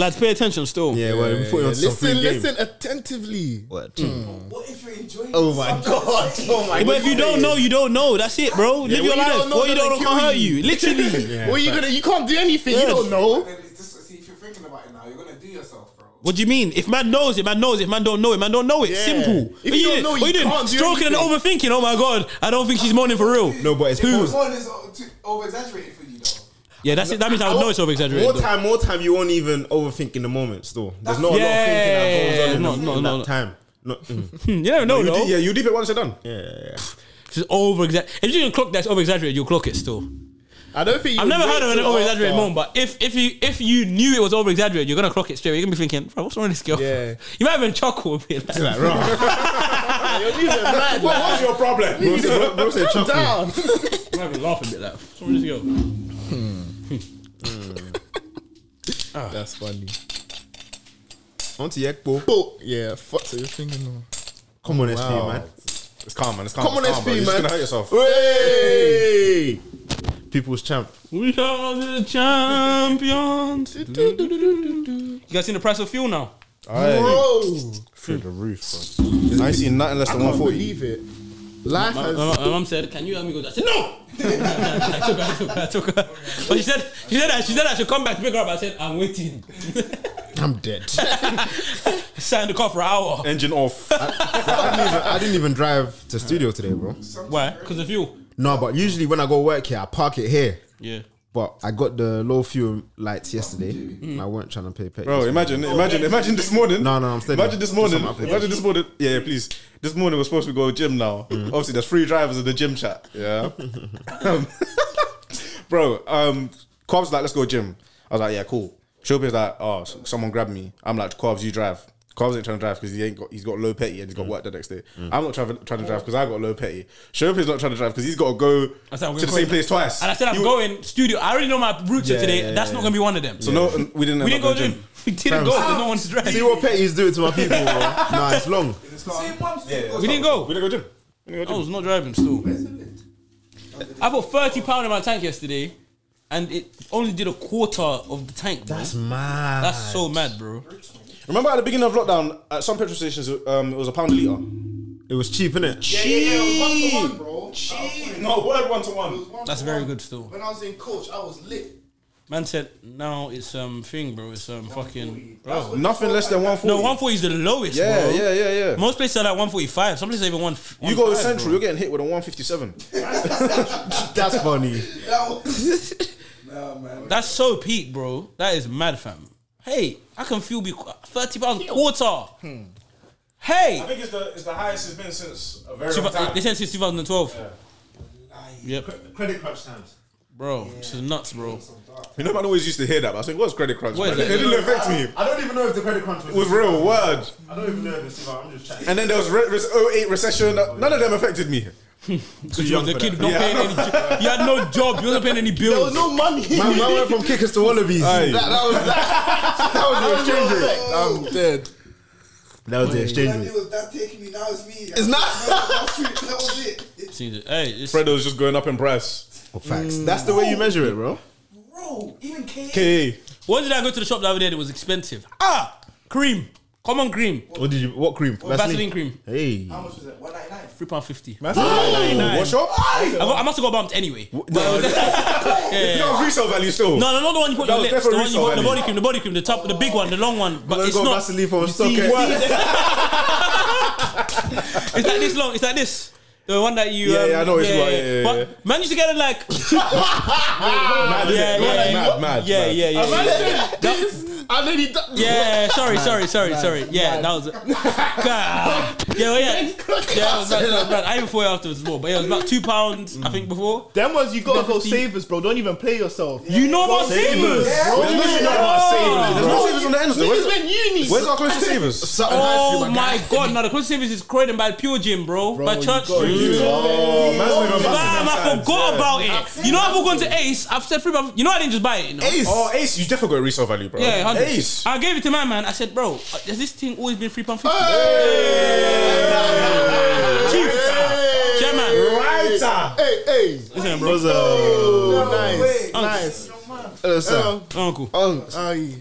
Speaker 6: lads, pay attention still.
Speaker 4: Yeah, well, we put you on some free
Speaker 5: Listen,
Speaker 4: game.
Speaker 5: listen attentively.
Speaker 4: What?
Speaker 3: What if you're enjoying?
Speaker 4: Oh my god! Oh my god!
Speaker 6: But if you don't know, you don't know. That's it, bro. Live your
Speaker 5: what you
Speaker 6: life.
Speaker 5: don't know
Speaker 6: What you don't know
Speaker 5: doesn't
Speaker 6: can't
Speaker 5: kill [LAUGHS]
Speaker 6: hurt you. Literally.
Speaker 5: Well, you gonna you can't do anything. You don't know.
Speaker 3: Then it's just see if you're thinking about it now, you're gonna do yourself, bro.
Speaker 6: What do you mean? If man knows it, man knows it. If man don't know it, man don't know it. Simple.
Speaker 5: If
Speaker 6: What
Speaker 5: you don't
Speaker 6: doing?
Speaker 5: know,
Speaker 6: what
Speaker 5: you
Speaker 6: doing?
Speaker 5: can't do
Speaker 6: Stroking and overthinking. Oh my god, I don't think she's moaning for real.
Speaker 4: No, but it's
Speaker 3: Who's
Speaker 4: who?
Speaker 3: one is over exaggerating for you though?
Speaker 6: Yeah, that's it. That means I would know it's over exaggerated.
Speaker 4: More time, more time. You won't even overthink in the moment. Still, there's not a lot of thinking
Speaker 6: Yeah,
Speaker 4: that goes on in,
Speaker 6: no,
Speaker 4: the,
Speaker 6: no,
Speaker 4: in
Speaker 6: no,
Speaker 4: that
Speaker 6: no.
Speaker 4: time. No, [LAUGHS] mm.
Speaker 6: Hmm, You never know,
Speaker 4: you
Speaker 6: though.
Speaker 4: deep, yeah, you deep it once you're done. Yeah, yeah, yeah.
Speaker 6: She's over exaggerated. If you can clock that's over exaggerated, you'll clock it still.
Speaker 5: I don't think you
Speaker 6: I've never heard of an over exaggerated
Speaker 5: moment.
Speaker 6: moan, but if if you if you knew it was over exaggerated, you're gonna clock it straight. away. You're gonna be thinking, bro, what's wrong with this girl?
Speaker 5: Yeah.
Speaker 6: [LAUGHS] You might even chuckle a bit. Like,
Speaker 4: Like, right.
Speaker 5: Mad,
Speaker 4: what was your problem? Bro said- bro- bro said [LAUGHS] chuckle.
Speaker 5: down. [LAUGHS]
Speaker 6: you might even laugh a bit. Like, what's wrong with this girl?
Speaker 5: That's funny.
Speaker 4: Onto Yekbo.
Speaker 5: But Oh, yeah, fuck. So you're thinking. now.
Speaker 4: Come on, SP,
Speaker 5: Wow.
Speaker 4: man. It's calm, man. It's calm.
Speaker 5: Come on,
Speaker 4: it's calm, Ah,
Speaker 5: SP,
Speaker 4: bro. You're just
Speaker 5: man.
Speaker 4: gonna hurt yourself.
Speaker 5: Hey.
Speaker 4: People's champ.
Speaker 6: We are the champions. you guys seen the price of fuel now?
Speaker 4: Aye.
Speaker 5: Bro,
Speaker 4: Through the roof, bro. I ain't seen nothing less
Speaker 5: I
Speaker 4: than
Speaker 5: can't
Speaker 4: 140.
Speaker 5: believe it. Life
Speaker 6: My,
Speaker 5: has.
Speaker 6: Uh, my, my mom said, "Can you help me go?" I said, "No." [LAUGHS] I took her. I took her. I took her. But she said, she said that she said I should come back to pick her up. I said, "I'm waiting."
Speaker 4: I'm
Speaker 6: [LAUGHS]
Speaker 4: dead. Eh,
Speaker 6: Sat in the car for an hour.
Speaker 4: Engine off. I, I didn't even, I didn't even drive to studio today, bro.
Speaker 6: Why? Because of fuel.
Speaker 4: No, but usually when I go work here, I park it here.
Speaker 6: Yeah.
Speaker 4: But I got the low fuel lights yesterday, and I weren't trying to pay petrol.
Speaker 1: Bro, imagine, imagine, imagine this morning.
Speaker 4: No, no, I'm steady.
Speaker 1: Imagine this morning.
Speaker 4: Just on my
Speaker 1: Imagine this morning. Yeah, yeah, please. This morning we're supposed to go gym now.
Speaker 4: Mm.
Speaker 1: Obviously, there's three drivers in the gym chat.
Speaker 4: [LAUGHS]
Speaker 1: Yeah. Um, [LAUGHS] bro, um, Cobb's like, let's go gym. I was like, yeah, cool. Showbiz like, oh, s- someone grabbed me. I'm like, Cobbs, you drive. Cobbs ain't trying to drive because he ain't got he's got low petty and he's
Speaker 4: Mm.
Speaker 1: got work the next day. I'm not trying, trying to drive because I got low petty. Showbiz not trying to drive because he's got to go
Speaker 6: I said, I'm
Speaker 1: to
Speaker 6: going
Speaker 1: the same
Speaker 6: Croydon.
Speaker 1: place twice.
Speaker 6: And I said, "I'm
Speaker 1: He-
Speaker 6: going studio. I already know my route for
Speaker 4: Yeah,
Speaker 6: today.
Speaker 4: yeah,
Speaker 6: That's
Speaker 4: yeah.
Speaker 6: not gonna be one of them."
Speaker 1: So no, n- we didn't.
Speaker 6: we
Speaker 1: end
Speaker 6: didn't go
Speaker 1: up
Speaker 6: to
Speaker 1: going
Speaker 6: gym. [LAUGHS] We didn't go.
Speaker 4: Fams.
Speaker 6: There's no one to drive.
Speaker 4: See what Petty's doing to my people, bro. Nah, it's long.
Speaker 3: Same ones. Yeah.
Speaker 6: We didn't go.
Speaker 1: We didn't go to gym. We didn't go to
Speaker 6: I
Speaker 1: gym.
Speaker 6: was not Oh, driving still. I put thirty pound in my tank yesterday, and it only did a quarter of the tank. Bro. That's
Speaker 4: Mad.
Speaker 6: that's so mad, bro.
Speaker 1: Remember at the beginning of lockdown, at some petrol stations, um, it was a pound a liter.
Speaker 4: It was cheap, innit?
Speaker 3: Yeah, yeah, yeah. It was one to one, bro.
Speaker 1: No word one to one.
Speaker 6: That's very good still.
Speaker 3: When I was in coach, I was lit.
Speaker 6: Man said now it's um thing, bro. It's um fucking bro.
Speaker 1: Nothing less than one forty.
Speaker 6: No, one forty is the lowest,
Speaker 1: Yeah,
Speaker 6: bro.
Speaker 1: yeah, yeah, yeah.
Speaker 6: Most places are like one forty five. Some places are even one.
Speaker 1: you go to
Speaker 6: 1.5,
Speaker 1: Central,
Speaker 7: [LAUGHS]
Speaker 6: bro.
Speaker 1: you're getting hit with a one fifty seven.
Speaker 4: That's funny.
Speaker 3: That was. Nah, man.
Speaker 6: That's so peak, bro. That is mad, fam. Hey, I can feel be thirty pounds quarter.
Speaker 1: I
Speaker 6: Hey,
Speaker 1: think it's the it's the highest it's been since a very
Speaker 6: Two-
Speaker 1: long time.
Speaker 6: they said since 2012. Yep,
Speaker 7: Credit crunch times.
Speaker 6: bro. This is nuts, bro.
Speaker 4: You know, man always used to hear that, but I think, what's credit crunch?
Speaker 6: What
Speaker 4: man?
Speaker 6: is
Speaker 4: it?
Speaker 6: it?
Speaker 4: didn't affect me.
Speaker 7: I don't even know if the credit crunch was.
Speaker 4: It was real, word.
Speaker 7: I don't even know if it's. I'm just chatting.
Speaker 4: And then there was re- re- 08 recession. uh, None of them affected me.
Speaker 6: You was a kid, not
Speaker 4: Yeah,
Speaker 6: paying
Speaker 4: I
Speaker 6: any. You had no job. You wasn't paying any bills.
Speaker 5: no money. [LAUGHS]
Speaker 1: Man, man went from kickers to wallabies.
Speaker 4: Aye.
Speaker 1: That, that was that, that was the exchange rate.
Speaker 10: I'm dead.
Speaker 1: That was the
Speaker 3: That
Speaker 1: exchange
Speaker 3: day
Speaker 1: rate.
Speaker 3: was that taking me, now it's me.
Speaker 1: It's not-
Speaker 3: [LAUGHS] That was it. It's,
Speaker 6: Hey, it's,
Speaker 4: Fredo was just going up in price.
Speaker 1: Oh, Facts. That's the way you measure it, bro.
Speaker 3: bro, even K.
Speaker 4: KA.
Speaker 6: what did I go to the shop the other day that was expensive? Ah, cream. Common cream.
Speaker 1: What did you? What cream?
Speaker 6: Vaseline cream.
Speaker 1: Hey.
Speaker 3: How much was that? 199.
Speaker 6: Three pound fifty. I,
Speaker 4: What's your?
Speaker 6: got- I must have got bumped anyway. But it was- Yeah.
Speaker 4: No, resale value still.
Speaker 6: No, no, not the one you put
Speaker 4: That
Speaker 6: on
Speaker 4: was
Speaker 6: your lips. The one
Speaker 4: definitely
Speaker 6: you put the
Speaker 4: Reebok,
Speaker 6: body cream, the body cream, the top, the big one, the long one. But
Speaker 1: I
Speaker 6: it's
Speaker 1: got
Speaker 6: not.
Speaker 1: Vaseline from
Speaker 6: see,
Speaker 1: Stockx.
Speaker 6: you see-
Speaker 4: [LAUGHS]
Speaker 6: it's like this long. It's like this. The one that you.
Speaker 4: Yeah,
Speaker 6: um,
Speaker 4: yeah, I know it's what- yeah, yeah,
Speaker 6: But
Speaker 4: yeah.
Speaker 6: man used to get
Speaker 4: [LAUGHS]
Speaker 6: it like.
Speaker 4: Mad,
Speaker 6: Yeah,
Speaker 4: yeah, mad,
Speaker 6: yeah,
Speaker 4: mad, mad.
Speaker 6: Yeah, yeah, yeah. yeah.
Speaker 5: I nearly d- [LAUGHS]
Speaker 6: Yeah, sorry, sorry, sorry, sorry. Yeah, that was. [LAUGHS] God. Yeah,
Speaker 4: [LAUGHS]
Speaker 6: well, yeah. Yeah, it was, bad, it was bad. I even thought afterwards more, but yeah, it was about two pounds, I think, before.
Speaker 5: Them ones you gotta go
Speaker 6: 50.
Speaker 5: savers, bro. Don't even play yourself.
Speaker 6: You know about savers?
Speaker 4: There's no savers There's no savers on the ends. though.
Speaker 5: Niggas
Speaker 4: Where's-
Speaker 5: went uni.
Speaker 4: Where's our closest savers?
Speaker 6: Oh my god, now the closest savers is Croydon by Pure Gym, bro. by Church Street.
Speaker 4: Oh, man's been busting
Speaker 6: Fam,
Speaker 4: them
Speaker 6: I
Speaker 4: sides.
Speaker 6: forgot about it. You know, I've all gone to Ace. I've said free, but you know, I didn't just buy it. You know?
Speaker 1: Ace.
Speaker 4: Oh, Ace, you definitely got resale value, bro.
Speaker 6: Yeah, 100.
Speaker 4: Ace.
Speaker 6: I gave it to my man. I said, bro, uh, has this thing always been three pound fifty? Chief, chairman,
Speaker 4: Writer.
Speaker 5: Hey, hey.
Speaker 6: listen, bro,
Speaker 1: What's up?
Speaker 5: Nice.
Speaker 6: Unc,
Speaker 5: Nice.
Speaker 1: Listen.
Speaker 6: uncle.
Speaker 5: Oh, aye.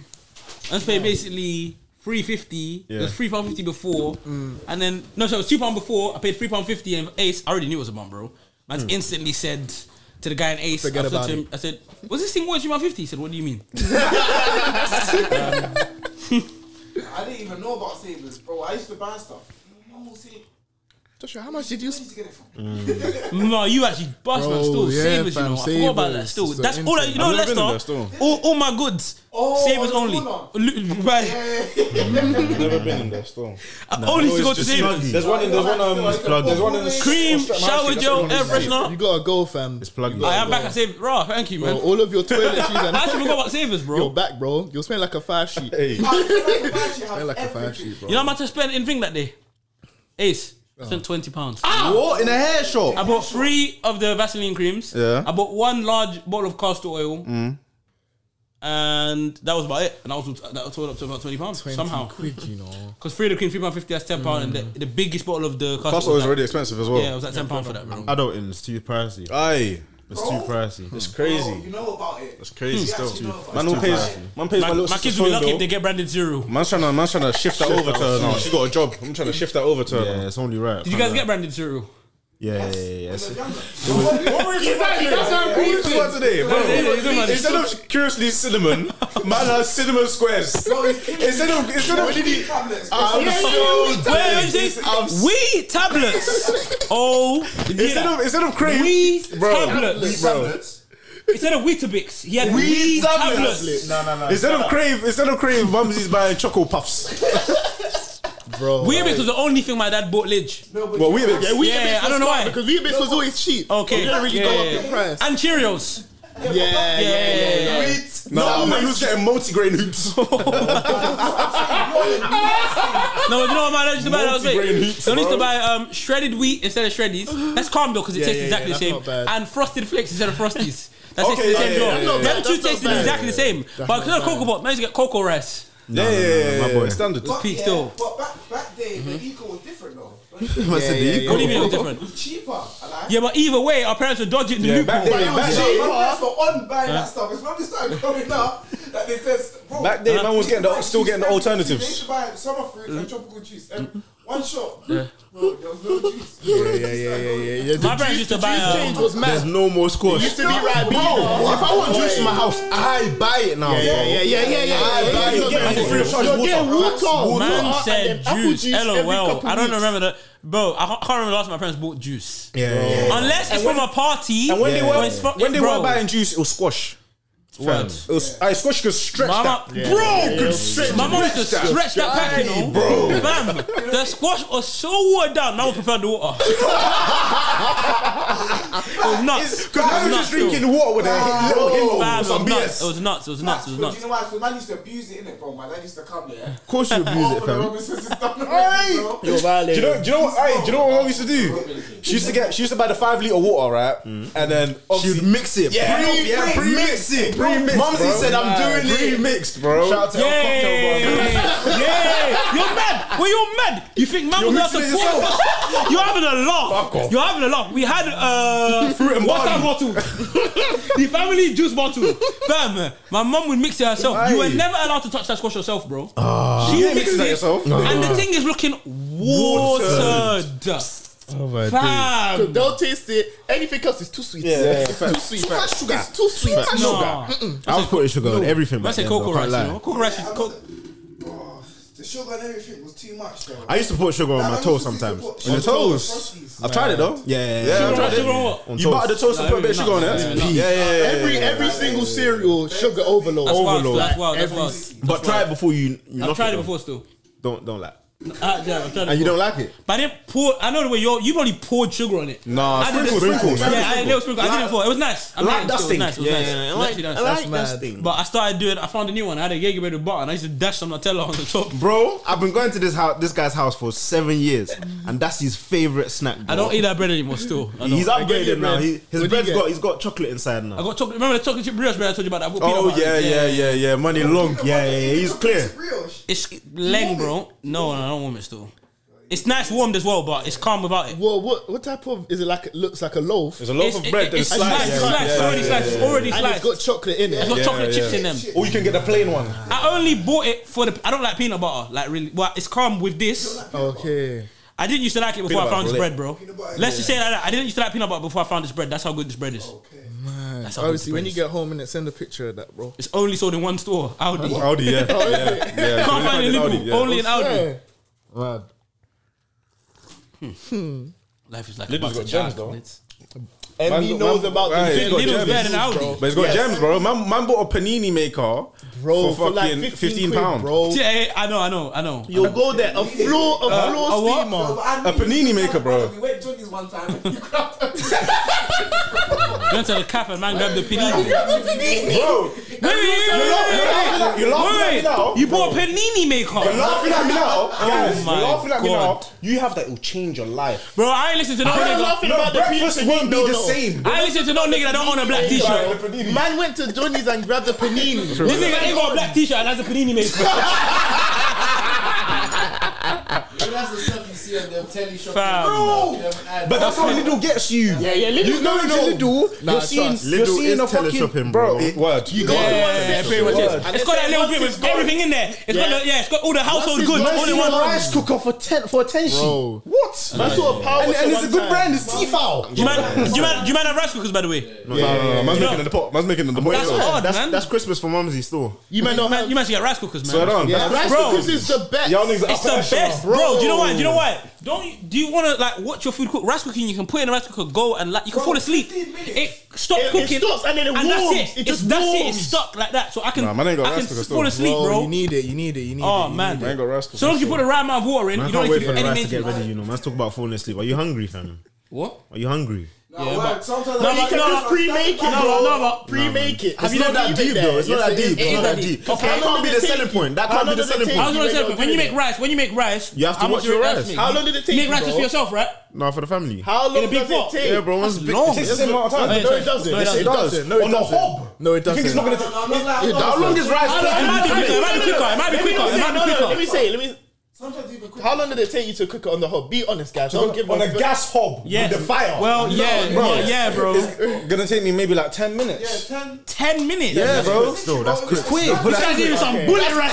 Speaker 6: Let's pay basically three fifty.
Speaker 4: Yeah.
Speaker 6: It was three pound fifty before, and then no, so it was two pound before. I paid three pound fifty, and Ace, I already knew it was a bomb, bro. Man instantly said to the guy in Ace,
Speaker 5: Forget
Speaker 6: I said
Speaker 5: about
Speaker 6: to him, I said, "Was this thing worth three pound 50? He said, "What do you mean?"
Speaker 3: I didn't even know about savers, bro. I used to buy stuff. No one will say,
Speaker 5: Joshua, how much did you Mm.
Speaker 3: where did you get it from?
Speaker 6: No, Mm, you actually bust man.
Speaker 5: Bro,
Speaker 6: Still
Speaker 5: yeah,
Speaker 6: savers, you
Speaker 5: fam,
Speaker 6: know. I forgot about
Speaker 5: savers.
Speaker 6: that. Still,
Speaker 5: So
Speaker 6: that's all. That, you know,
Speaker 4: I've never been in there,
Speaker 6: Leicester.
Speaker 4: still.
Speaker 6: All, all my goods.
Speaker 3: Oh,
Speaker 6: savers
Speaker 3: on
Speaker 6: only.
Speaker 3: the
Speaker 6: Lu- Right.
Speaker 4: Never been in there still.
Speaker 6: I only used to go to
Speaker 4: just
Speaker 6: savers.
Speaker 4: There's one in there's one um there's one in
Speaker 6: Cream, shower gel, air
Speaker 5: You
Speaker 6: freshener.
Speaker 5: gotta go, fam. It's
Speaker 1: plugged
Speaker 6: I am back at savers, bro. Thank you,
Speaker 5: Bro,
Speaker 6: man.
Speaker 5: all of your [LAUGHS] toiletries and
Speaker 6: I actually forgot about savers, bro.
Speaker 5: your back, bro. You'll smell like a five sheet.
Speaker 4: Hey,
Speaker 3: I
Speaker 5: Smell
Speaker 3: have
Speaker 5: like a five
Speaker 3: everything.
Speaker 5: sheet, bro.
Speaker 6: You know how much I spent in thing that day? Ace. I spent twenty pounds.
Speaker 1: What in a hair shop?
Speaker 6: I bought three of the Vaseline creams.
Speaker 4: Yeah.
Speaker 6: I bought one large bottle of castor oil. And that was about it. And that was that was all up to about twenty pounds somehow.
Speaker 5: Quid, you know.
Speaker 6: Because three of the cream, three pound fifty, that's ten pound, and the, the biggest bottle of the
Speaker 4: cost
Speaker 6: castor
Speaker 4: was
Speaker 6: was like,
Speaker 4: already expensive as
Speaker 6: yeah, it
Speaker 4: well.
Speaker 6: was like ten pound for that, bro.
Speaker 1: Adulting is too pricey.
Speaker 4: Aye,
Speaker 1: It's too pricey.
Speaker 4: it's
Speaker 3: Bro, you
Speaker 4: crazy.
Speaker 3: know about it.
Speaker 4: It's
Speaker 6: Hmm.
Speaker 4: crazy
Speaker 3: actually
Speaker 4: still.
Speaker 3: know about
Speaker 4: Man
Speaker 3: it.
Speaker 4: who pays man pays my
Speaker 6: My,
Speaker 4: little
Speaker 6: my
Speaker 4: sister's
Speaker 6: kids will
Speaker 4: phone
Speaker 6: be lucky if
Speaker 4: bill.
Speaker 6: they get branded zero.
Speaker 4: Man's trying to man's trying to shift that over to her now. She's got a job. I'm trying to shift that over to her.
Speaker 1: Yeah,
Speaker 4: now.
Speaker 1: it's only right.
Speaker 6: Did you guys get branded zero?
Speaker 1: Yeah, yeah, yeah. yeah. So-
Speaker 4: Exactly, that's how I'm going to today,
Speaker 6: Yeah, yeah,
Speaker 4: bro.
Speaker 6: yeah.
Speaker 4: Instead of curiously cinnamon, man has cinnamon
Speaker 6: [LAUGHS]
Speaker 4: squares. Instead of instead of
Speaker 3: Tablets.
Speaker 5: Ah,
Speaker 4: I'm so
Speaker 6: Wait,
Speaker 4: dead.
Speaker 6: wait, wait,
Speaker 4: I'm
Speaker 6: wait. we tablets. Oh,
Speaker 4: Instead of instead of cream,
Speaker 6: we
Speaker 4: bro,
Speaker 6: tablets.
Speaker 4: bro.
Speaker 6: Instead of Weetabix, he had we tablets.
Speaker 7: No, no, no.
Speaker 4: Instead of crave, instead of crave, mumsy's buying choco puffs.
Speaker 5: Bro.
Speaker 6: Weetabix was the only thing my dad bought Lidge.
Speaker 4: Well, we yeah,
Speaker 5: we
Speaker 6: Yeah, I don't know why.
Speaker 5: Because we was always cheap.
Speaker 4: Oh.
Speaker 6: Okay,
Speaker 5: We didn't really
Speaker 6: yeah,
Speaker 5: go
Speaker 6: yeah,
Speaker 5: up in
Speaker 6: yeah.
Speaker 5: price.
Speaker 6: And Cheerios.
Speaker 5: Yeah, yeah, yeah. yeah, yeah.
Speaker 4: no, man, he was getting multi-grain [LAUGHS] hoops.
Speaker 6: No, but you know what my dad used to buy? That was
Speaker 4: Multi-grain
Speaker 6: it.
Speaker 4: hoops,
Speaker 6: So he used to
Speaker 4: bro.
Speaker 6: buy um, shredded wheat instead of
Speaker 5: [LAUGHS]
Speaker 6: shreddies. That's calm though, because it tastes
Speaker 5: yeah,
Speaker 6: exactly
Speaker 5: yeah,
Speaker 6: the
Speaker 5: that's
Speaker 6: same.
Speaker 5: not bad.
Speaker 6: And frosted flakes instead of frosties. That's
Speaker 4: Okay,
Speaker 6: tastes the
Speaker 4: yeah,
Speaker 6: same
Speaker 4: yeah,
Speaker 6: though.
Speaker 4: yeah, yeah,
Speaker 5: yeah.
Speaker 6: Them two
Speaker 5: That's not
Speaker 6: tasted
Speaker 5: bad.
Speaker 6: exactly the same. but because of Cocoa Pop, man, used to get cocoa rice.
Speaker 4: yeah, yeah,
Speaker 1: my
Speaker 4: yeah,
Speaker 1: boy.
Speaker 4: yeah, standard.
Speaker 3: But,
Speaker 6: peak
Speaker 3: yeah,
Speaker 6: though.
Speaker 3: But back back day, the eco was different though.
Speaker 1: What's the deal?
Speaker 6: What do you mean it was
Speaker 3: It
Speaker 6: different?
Speaker 3: was cheaper. I like.
Speaker 6: Yeah, but either way, our parents were dodging the
Speaker 4: Yeah, back
Speaker 6: loophole.
Speaker 4: then,
Speaker 3: My
Speaker 4: back then,
Speaker 3: parents were on buying that stuff. It's when they started growing up that they said, bro,
Speaker 4: back then, man was getting the,
Speaker 3: buy
Speaker 4: still
Speaker 3: juice
Speaker 4: getting the
Speaker 3: every- They used
Speaker 4: alternatives.
Speaker 3: to buy summer fruit and tropical juice. And one shot. Bro, there was no
Speaker 4: [LAUGHS]
Speaker 3: juice.
Speaker 1: Yeah, yeah, yeah, yeah, yeah.
Speaker 6: My parents used to buy.
Speaker 5: It
Speaker 6: Um,
Speaker 5: was mad.
Speaker 1: There's no more squash.
Speaker 5: Used to be right
Speaker 1: Bro, if I want juice in my house, I buy it now.
Speaker 5: Yeah,
Speaker 1: bro.
Speaker 5: yeah, yeah, yeah, yeah, yeah.
Speaker 1: I buy
Speaker 5: yeah,
Speaker 1: it.
Speaker 5: yeah,
Speaker 6: That's
Speaker 5: yeah.
Speaker 6: a free of charge
Speaker 5: You're
Speaker 6: water.
Speaker 5: getting water.
Speaker 6: man
Speaker 5: water
Speaker 6: said
Speaker 5: and then apple
Speaker 6: juice.
Speaker 5: every
Speaker 6: LOL.
Speaker 5: couple
Speaker 6: I don't
Speaker 5: weeks.
Speaker 6: remember that. Bro, I can't I can't remember the last time my parents bought juice.
Speaker 1: Yeah, yeah, yeah.
Speaker 6: Unless it's from a party.
Speaker 4: And when they
Speaker 6: or
Speaker 4: were
Speaker 6: it's fu-
Speaker 4: when they
Speaker 6: bro.
Speaker 4: were buying juice, it was squash. Fam. It was, I Squash could stretch
Speaker 6: Mama-
Speaker 4: that. Bro, could stretch
Speaker 6: My mum used to
Speaker 4: that.
Speaker 6: stretch that pack, you know. Bro. Fam, the squash was so watered down, now I prefer the water. it was nuts.
Speaker 4: Because I was
Speaker 6: It was
Speaker 4: just
Speaker 6: nuts,
Speaker 4: drinking water with a little
Speaker 6: though.
Speaker 4: hint of
Speaker 6: Fam, it was
Speaker 4: some
Speaker 6: nuts. It
Speaker 4: BS.
Speaker 6: was nuts. It was nuts. It was
Speaker 3: But do
Speaker 6: nuts.
Speaker 3: you know why? Because man used to abuse it, innit, bro? Man, man used to come there.
Speaker 1: Of course you abuse
Speaker 3: All
Speaker 1: it,
Speaker 3: for the
Speaker 1: fam.
Speaker 3: Robinsons and stuff. [LAUGHS] bro.
Speaker 4: Hey!
Speaker 5: You're
Speaker 4: Do you
Speaker 5: violating.
Speaker 4: know? Do you know what? Hey, do you know what mum used to do? She used to get. She used to buy the five liter water, right? And then
Speaker 1: Mm. She would
Speaker 4: obviously,
Speaker 1: mix it.
Speaker 4: yeah,
Speaker 1: Pre-
Speaker 4: yeah,
Speaker 1: pre-
Speaker 4: pre-mix it. Pre-mix,
Speaker 1: Mumsy
Speaker 4: bro.
Speaker 1: said, I'm doing it.
Speaker 4: Pre-mixed, bro.
Speaker 1: Shout out to El
Speaker 6: Yay!
Speaker 1: Cocktail Bar.
Speaker 6: Yay! You're mad. Well, you're mad. You think man was after
Speaker 4: mixing it
Speaker 6: four?
Speaker 4: yourself.
Speaker 6: You're having a laugh.
Speaker 4: Fuck off.
Speaker 6: You're having a laugh. We had uh,
Speaker 4: Fruit and
Speaker 6: water
Speaker 4: barley.
Speaker 6: bottle, the family juice bottle. Fam, my mum would mix it herself. You were
Speaker 4: Aye.
Speaker 6: never allowed to touch that squash yourself, bro. she would
Speaker 4: ain't
Speaker 6: mix
Speaker 4: mixing
Speaker 6: it
Speaker 4: that yourself.
Speaker 6: and the thing is looking watered.
Speaker 1: Oh my days.
Speaker 6: Fam,
Speaker 5: Don't taste it. Anything else is too sweet.
Speaker 1: Yeah.
Speaker 5: Too sweet. It's too sweet.
Speaker 6: no.
Speaker 1: I was putting sugar on everything
Speaker 6: I
Speaker 1: back
Speaker 6: say
Speaker 1: then.
Speaker 6: cocoa
Speaker 1: though,
Speaker 6: rice.
Speaker 1: can't
Speaker 6: You
Speaker 1: lie.
Speaker 6: know, cocoa rice is co-
Speaker 3: Oh, the sugar and everything was too much, though.
Speaker 1: I used to put sugar on my
Speaker 3: I
Speaker 1: toast
Speaker 3: used to
Speaker 1: sometimes.
Speaker 3: put-
Speaker 4: On your toes.
Speaker 3: Frosties.
Speaker 4: I've tried it though.
Speaker 1: Yeah,
Speaker 4: Yeah, I
Speaker 1: yeah,
Speaker 4: tried
Speaker 1: yeah.
Speaker 4: it.
Speaker 6: Sugar on what?
Speaker 1: On
Speaker 4: You butter the
Speaker 1: toast.
Speaker 4: toast and
Speaker 6: Nah,
Speaker 4: put a bit of
Speaker 6: maybe
Speaker 4: sugar on
Speaker 6: not.
Speaker 4: it.
Speaker 6: Maybe
Speaker 4: Yeah, yeah,
Speaker 6: not.
Speaker 4: yeah.
Speaker 5: Every
Speaker 4: yeah.
Speaker 5: every single cereal, sugar overload.
Speaker 6: That's wild.
Speaker 1: Overload.
Speaker 6: That's wild. That's
Speaker 5: Every-
Speaker 6: wild.
Speaker 1: But try it before you. you
Speaker 6: I've
Speaker 1: knock
Speaker 6: tried
Speaker 1: though.
Speaker 6: it before still.
Speaker 1: Don't don't lie.
Speaker 6: Ah, yeah, I've tried it
Speaker 1: And you
Speaker 6: before.
Speaker 1: don't like it.
Speaker 6: But I didn't pour. I know the way you you probably poured sugar on it.
Speaker 4: Nah,
Speaker 6: I did
Speaker 4: sprinkles,
Speaker 6: the-
Speaker 4: sprinkles, man.
Speaker 6: Yeah, I did a little sprinkle. I didn't pour. It was nice. I'm
Speaker 1: Like
Speaker 6: not
Speaker 1: dusting.
Speaker 6: It was nice. It was nice. It was actually nice.
Speaker 1: like
Speaker 5: mad.
Speaker 1: thing.
Speaker 6: But I started doing. I found a new one. I had a Jaeger with a button. I used to dash some Nutella on the top.
Speaker 1: Bro, I've been going to this house, this guy's house for seven years, and that's his favorite snack. Bro.
Speaker 6: I don't eat that bread anymore. Still, I don't.
Speaker 1: He's
Speaker 6: I get your
Speaker 1: upgraded now.
Speaker 6: bread.
Speaker 1: He, his
Speaker 5: you
Speaker 1: bread's
Speaker 5: get?
Speaker 1: got he's got chocolate inside now.
Speaker 6: I got chocolate. Remember the chocolate chip brioche bread I told you about? that? I put peanut
Speaker 4: Oh
Speaker 6: butter.
Speaker 4: yeah, yeah, yeah, yeah. Money long.
Speaker 1: yeah, yeah, yeah, he's clear.
Speaker 3: Brioche.
Speaker 6: It's leng, bro. No, no, I don't warm it still. It's nice warmed as well, but it's calm without it.
Speaker 5: Well, what what type of is it? Like it looks like a loaf,
Speaker 4: There's a
Speaker 5: and
Speaker 4: loaf
Speaker 6: It's-
Speaker 4: of
Speaker 6: it-
Speaker 4: bread and
Speaker 6: It's sliced.
Speaker 4: slice.
Speaker 6: It's sliced. Already sliced. It's already
Speaker 5: it's
Speaker 6: sliced.
Speaker 5: got chocolate in
Speaker 6: It's
Speaker 5: it.
Speaker 6: got chocolate
Speaker 4: yeah.
Speaker 6: chips in them.
Speaker 4: Or you can get the plain one.
Speaker 6: I only bought it for the. I don't like peanut butter. Like really, well, it's calm with this.
Speaker 5: Okay,
Speaker 6: I didn't used to like it before
Speaker 4: Peanut
Speaker 6: I found this
Speaker 4: butter
Speaker 6: bread, bro.
Speaker 3: butter,
Speaker 6: Let's just say that I didn't used to like peanut butter before I found this bread. That's how good this bread is. That's how good this
Speaker 5: obviously
Speaker 6: bread
Speaker 5: when you
Speaker 6: is.
Speaker 5: get home and it, send a picture of that, bro.
Speaker 6: It's only sold in one store, Aldi. Can't
Speaker 4: Audi, yeah. [LAUGHS] yeah, yeah.
Speaker 6: find it in Liverpool. Only in Aldi.
Speaker 5: Yeah. Mad.
Speaker 6: Life is like
Speaker 4: Lidl's
Speaker 6: a box
Speaker 4: got
Speaker 6: of
Speaker 4: gems,
Speaker 6: chocolates.
Speaker 5: And
Speaker 4: Man
Speaker 5: he
Speaker 4: got-
Speaker 5: knows
Speaker 4: man-
Speaker 5: about
Speaker 4: right.
Speaker 5: the
Speaker 4: He's got
Speaker 5: vendors,
Speaker 6: Lidl's better than Aldi.
Speaker 5: bro.
Speaker 4: But it's got
Speaker 5: Yes.
Speaker 4: gems, bro. Man, man bought a panini maker
Speaker 5: Bro,
Speaker 4: for
Speaker 5: for like
Speaker 4: fucking
Speaker 5: 15
Speaker 4: fifteen
Speaker 5: quid,
Speaker 4: pound.
Speaker 5: bro.
Speaker 6: Yeah, yeah, I know, I know, I know.
Speaker 5: You'll go there, a floor, a
Speaker 6: a
Speaker 5: floor
Speaker 6: what?
Speaker 5: steamer.
Speaker 4: Uh, A panini maker, bro.
Speaker 3: We went Johnny's one time [LAUGHS] and you grabbed a
Speaker 6: Went to the cap and man grabbed the panini. Wait,
Speaker 3: panini.
Speaker 6: wait, wait, wait, wait,
Speaker 4: You're laughing at me
Speaker 6: wait,
Speaker 4: now.
Speaker 6: wait. You bought a panini maker,
Speaker 4: laughing at me now, guys.
Speaker 6: my
Speaker 4: you're laughing at me now.
Speaker 6: God.
Speaker 4: You have that. It will change your life.
Speaker 6: bro. I ain't listen to no
Speaker 5: I'm
Speaker 6: nigga.
Speaker 5: laughing about the
Speaker 4: breakfast
Speaker 5: panini.
Speaker 4: won't be
Speaker 5: No,
Speaker 4: the
Speaker 5: no.
Speaker 4: same.
Speaker 6: I ain't listen to no nigga that don't own a black t-shirt.
Speaker 4: The panini.
Speaker 5: Man went to Johnny's and grabbed the panini.
Speaker 6: This nigga ain't got a black t-shirt and has a panini maker.
Speaker 3: That's the stuff you see on them telly shops.
Speaker 6: Fam.
Speaker 3: Bro. They have an ad.
Speaker 4: But that's how Lidl gets you.
Speaker 5: Yeah, yeah, Lidl
Speaker 4: You know
Speaker 5: don't
Speaker 4: it's
Speaker 5: know.
Speaker 4: Lidl.
Speaker 5: Nah,
Speaker 4: You're seeing,
Speaker 5: trust.
Speaker 4: you're
Speaker 1: Lidl
Speaker 4: seeing
Speaker 1: is
Speaker 4: a fucking
Speaker 1: teleshopping, bro.
Speaker 4: It, word. You go.
Speaker 6: Yeah,
Speaker 5: It's
Speaker 6: pretty much it.
Speaker 5: And
Speaker 6: It's
Speaker 5: they
Speaker 6: got
Speaker 5: say
Speaker 6: that little
Speaker 5: once
Speaker 6: bit
Speaker 5: it's
Speaker 6: with
Speaker 5: gone-
Speaker 6: everything in there. It's
Speaker 5: Yeah.
Speaker 6: got the, yeah, it's got all the household
Speaker 5: it's
Speaker 6: goods
Speaker 5: gone,
Speaker 6: all in
Speaker 5: it's
Speaker 6: one
Speaker 5: gone.
Speaker 6: room.
Speaker 4: rice cooker for ten for a ten
Speaker 5: Bro.
Speaker 4: sheet. What?
Speaker 5: I saw a power
Speaker 4: And, and it's
Speaker 5: to
Speaker 4: a
Speaker 5: one
Speaker 4: good
Speaker 5: time.
Speaker 4: brand. It's Tefal.
Speaker 6: Do you mind? Do you mind? Do you mind have rice cookers? By the way,
Speaker 4: No, no, no, no. Man's making it in the pot. Man's making it in the pot.
Speaker 6: that's hard,
Speaker 1: That's
Speaker 6: man.
Speaker 1: that's Christmas for Mumsy still.
Speaker 5: You might not
Speaker 6: man,
Speaker 5: have.
Speaker 6: you managed to get rice cookers, man.
Speaker 4: So I don't.
Speaker 5: Yeah,
Speaker 4: That's-
Speaker 5: rice
Speaker 6: Bro.
Speaker 5: cookers is the best.
Speaker 4: Y'all niggas are
Speaker 6: It's
Speaker 4: up
Speaker 6: the
Speaker 4: that shit.
Speaker 6: best, bro. Do you know why? Do you know why? Don't you, do you want to like watch your food cook? Rice cooking, you can put it in a rice cooker, go and like you can fall asleep. It stops
Speaker 5: It- it
Speaker 6: cooking,
Speaker 5: stops and then it warms.
Speaker 6: that's it.
Speaker 5: It
Speaker 6: It's,
Speaker 5: just
Speaker 6: that's it.
Speaker 5: warms.
Speaker 6: It's stuck like that. So I can,
Speaker 4: Nah, man ain't got
Speaker 6: I can
Speaker 4: rice cooker
Speaker 6: s-
Speaker 4: still.
Speaker 6: fall asleep,
Speaker 1: Bro,
Speaker 6: bro.
Speaker 1: you need it. You need it. You need
Speaker 6: Oh
Speaker 1: it. you
Speaker 6: man,
Speaker 4: Man ain't got rice cooker
Speaker 6: so long as you
Speaker 4: still.
Speaker 6: put the right amount of water in,
Speaker 1: I
Speaker 6: you
Speaker 1: can't
Speaker 6: don't
Speaker 1: wait
Speaker 6: need
Speaker 1: for the
Speaker 6: to do
Speaker 1: rice to
Speaker 6: anything.
Speaker 1: get ready. You know, man's talk about falling asleep. Are you hungry, fam?
Speaker 6: What?
Speaker 1: Are you hungry?
Speaker 3: Nah, word. Sometimes I
Speaker 5: You
Speaker 6: No, but-
Speaker 3: like
Speaker 5: can
Speaker 6: no,
Speaker 5: just
Speaker 6: no,
Speaker 5: pre-make it,
Speaker 6: no, no,
Speaker 5: bro.
Speaker 6: no, but-
Speaker 5: pre-make it.
Speaker 1: It's not that deep, though. It's not that deep. It's
Speaker 6: It
Speaker 1: not
Speaker 6: is
Speaker 1: that
Speaker 6: that
Speaker 1: deep.
Speaker 6: deep.
Speaker 1: That
Speaker 5: Okay, how
Speaker 1: can't
Speaker 5: long
Speaker 1: be
Speaker 5: did
Speaker 1: the
Speaker 5: it
Speaker 1: selling
Speaker 5: take?
Speaker 1: point. That
Speaker 5: How
Speaker 1: can't be
Speaker 5: long
Speaker 1: the
Speaker 5: did it
Speaker 1: selling
Speaker 5: take?
Speaker 6: I was
Speaker 1: point.
Speaker 6: gonna
Speaker 5: You
Speaker 6: say,
Speaker 5: don't
Speaker 6: when
Speaker 5: do
Speaker 6: you
Speaker 5: it.
Speaker 6: make rice, when you make rice,
Speaker 1: You have to
Speaker 6: how
Speaker 1: watch
Speaker 6: much
Speaker 1: your
Speaker 6: rice
Speaker 1: rice.
Speaker 6: make?
Speaker 5: How long did it take?
Speaker 6: You make rice
Speaker 5: bro?
Speaker 6: just for yourself, right?
Speaker 1: No, for the family.
Speaker 5: How long
Speaker 6: In a big
Speaker 5: does
Speaker 6: pot?
Speaker 5: it take?
Speaker 1: Yeah, bro. It's big.
Speaker 6: Long.
Speaker 4: It takes the same amount of time.
Speaker 6: Oh, yeah,
Speaker 5: No, it
Speaker 6: sorry.
Speaker 5: doesn't.
Speaker 6: No, it
Speaker 5: Yes,
Speaker 6: doesn't.
Speaker 5: it doesn't. No, it
Speaker 4: On the
Speaker 5: doesn't.
Speaker 4: hob.
Speaker 5: No, it
Speaker 4: You think it's not
Speaker 5: doesn't.
Speaker 3: No,
Speaker 4: gonna take?
Speaker 3: no, I'm not lying. I'm
Speaker 1: How
Speaker 3: not
Speaker 1: long
Speaker 3: lying.
Speaker 1: is rice?
Speaker 6: I don't- It might be quicker. It might be quicker. It might be quicker.
Speaker 5: No, no,
Speaker 6: It
Speaker 5: no.
Speaker 6: might
Speaker 5: Let me
Speaker 6: be quicker.
Speaker 5: say. Let me.
Speaker 3: Sometimes even quick.
Speaker 5: How long did it take you to cook it on the hob? Be honest, guys. Don't give
Speaker 4: on
Speaker 5: us-
Speaker 4: a gas hob
Speaker 6: Yeah.
Speaker 4: with the fire.
Speaker 6: Well, yeah,
Speaker 4: bro.
Speaker 6: bro. Yeah, bro.
Speaker 4: it's gonna take me maybe like ten minutes.
Speaker 3: Yeah, 10.
Speaker 6: Ten minutes.
Speaker 4: Yeah, bro.
Speaker 1: Still, that's quick.
Speaker 4: Quick.
Speaker 6: This guy's even some
Speaker 5: [LAUGHS]
Speaker 6: bullet rice.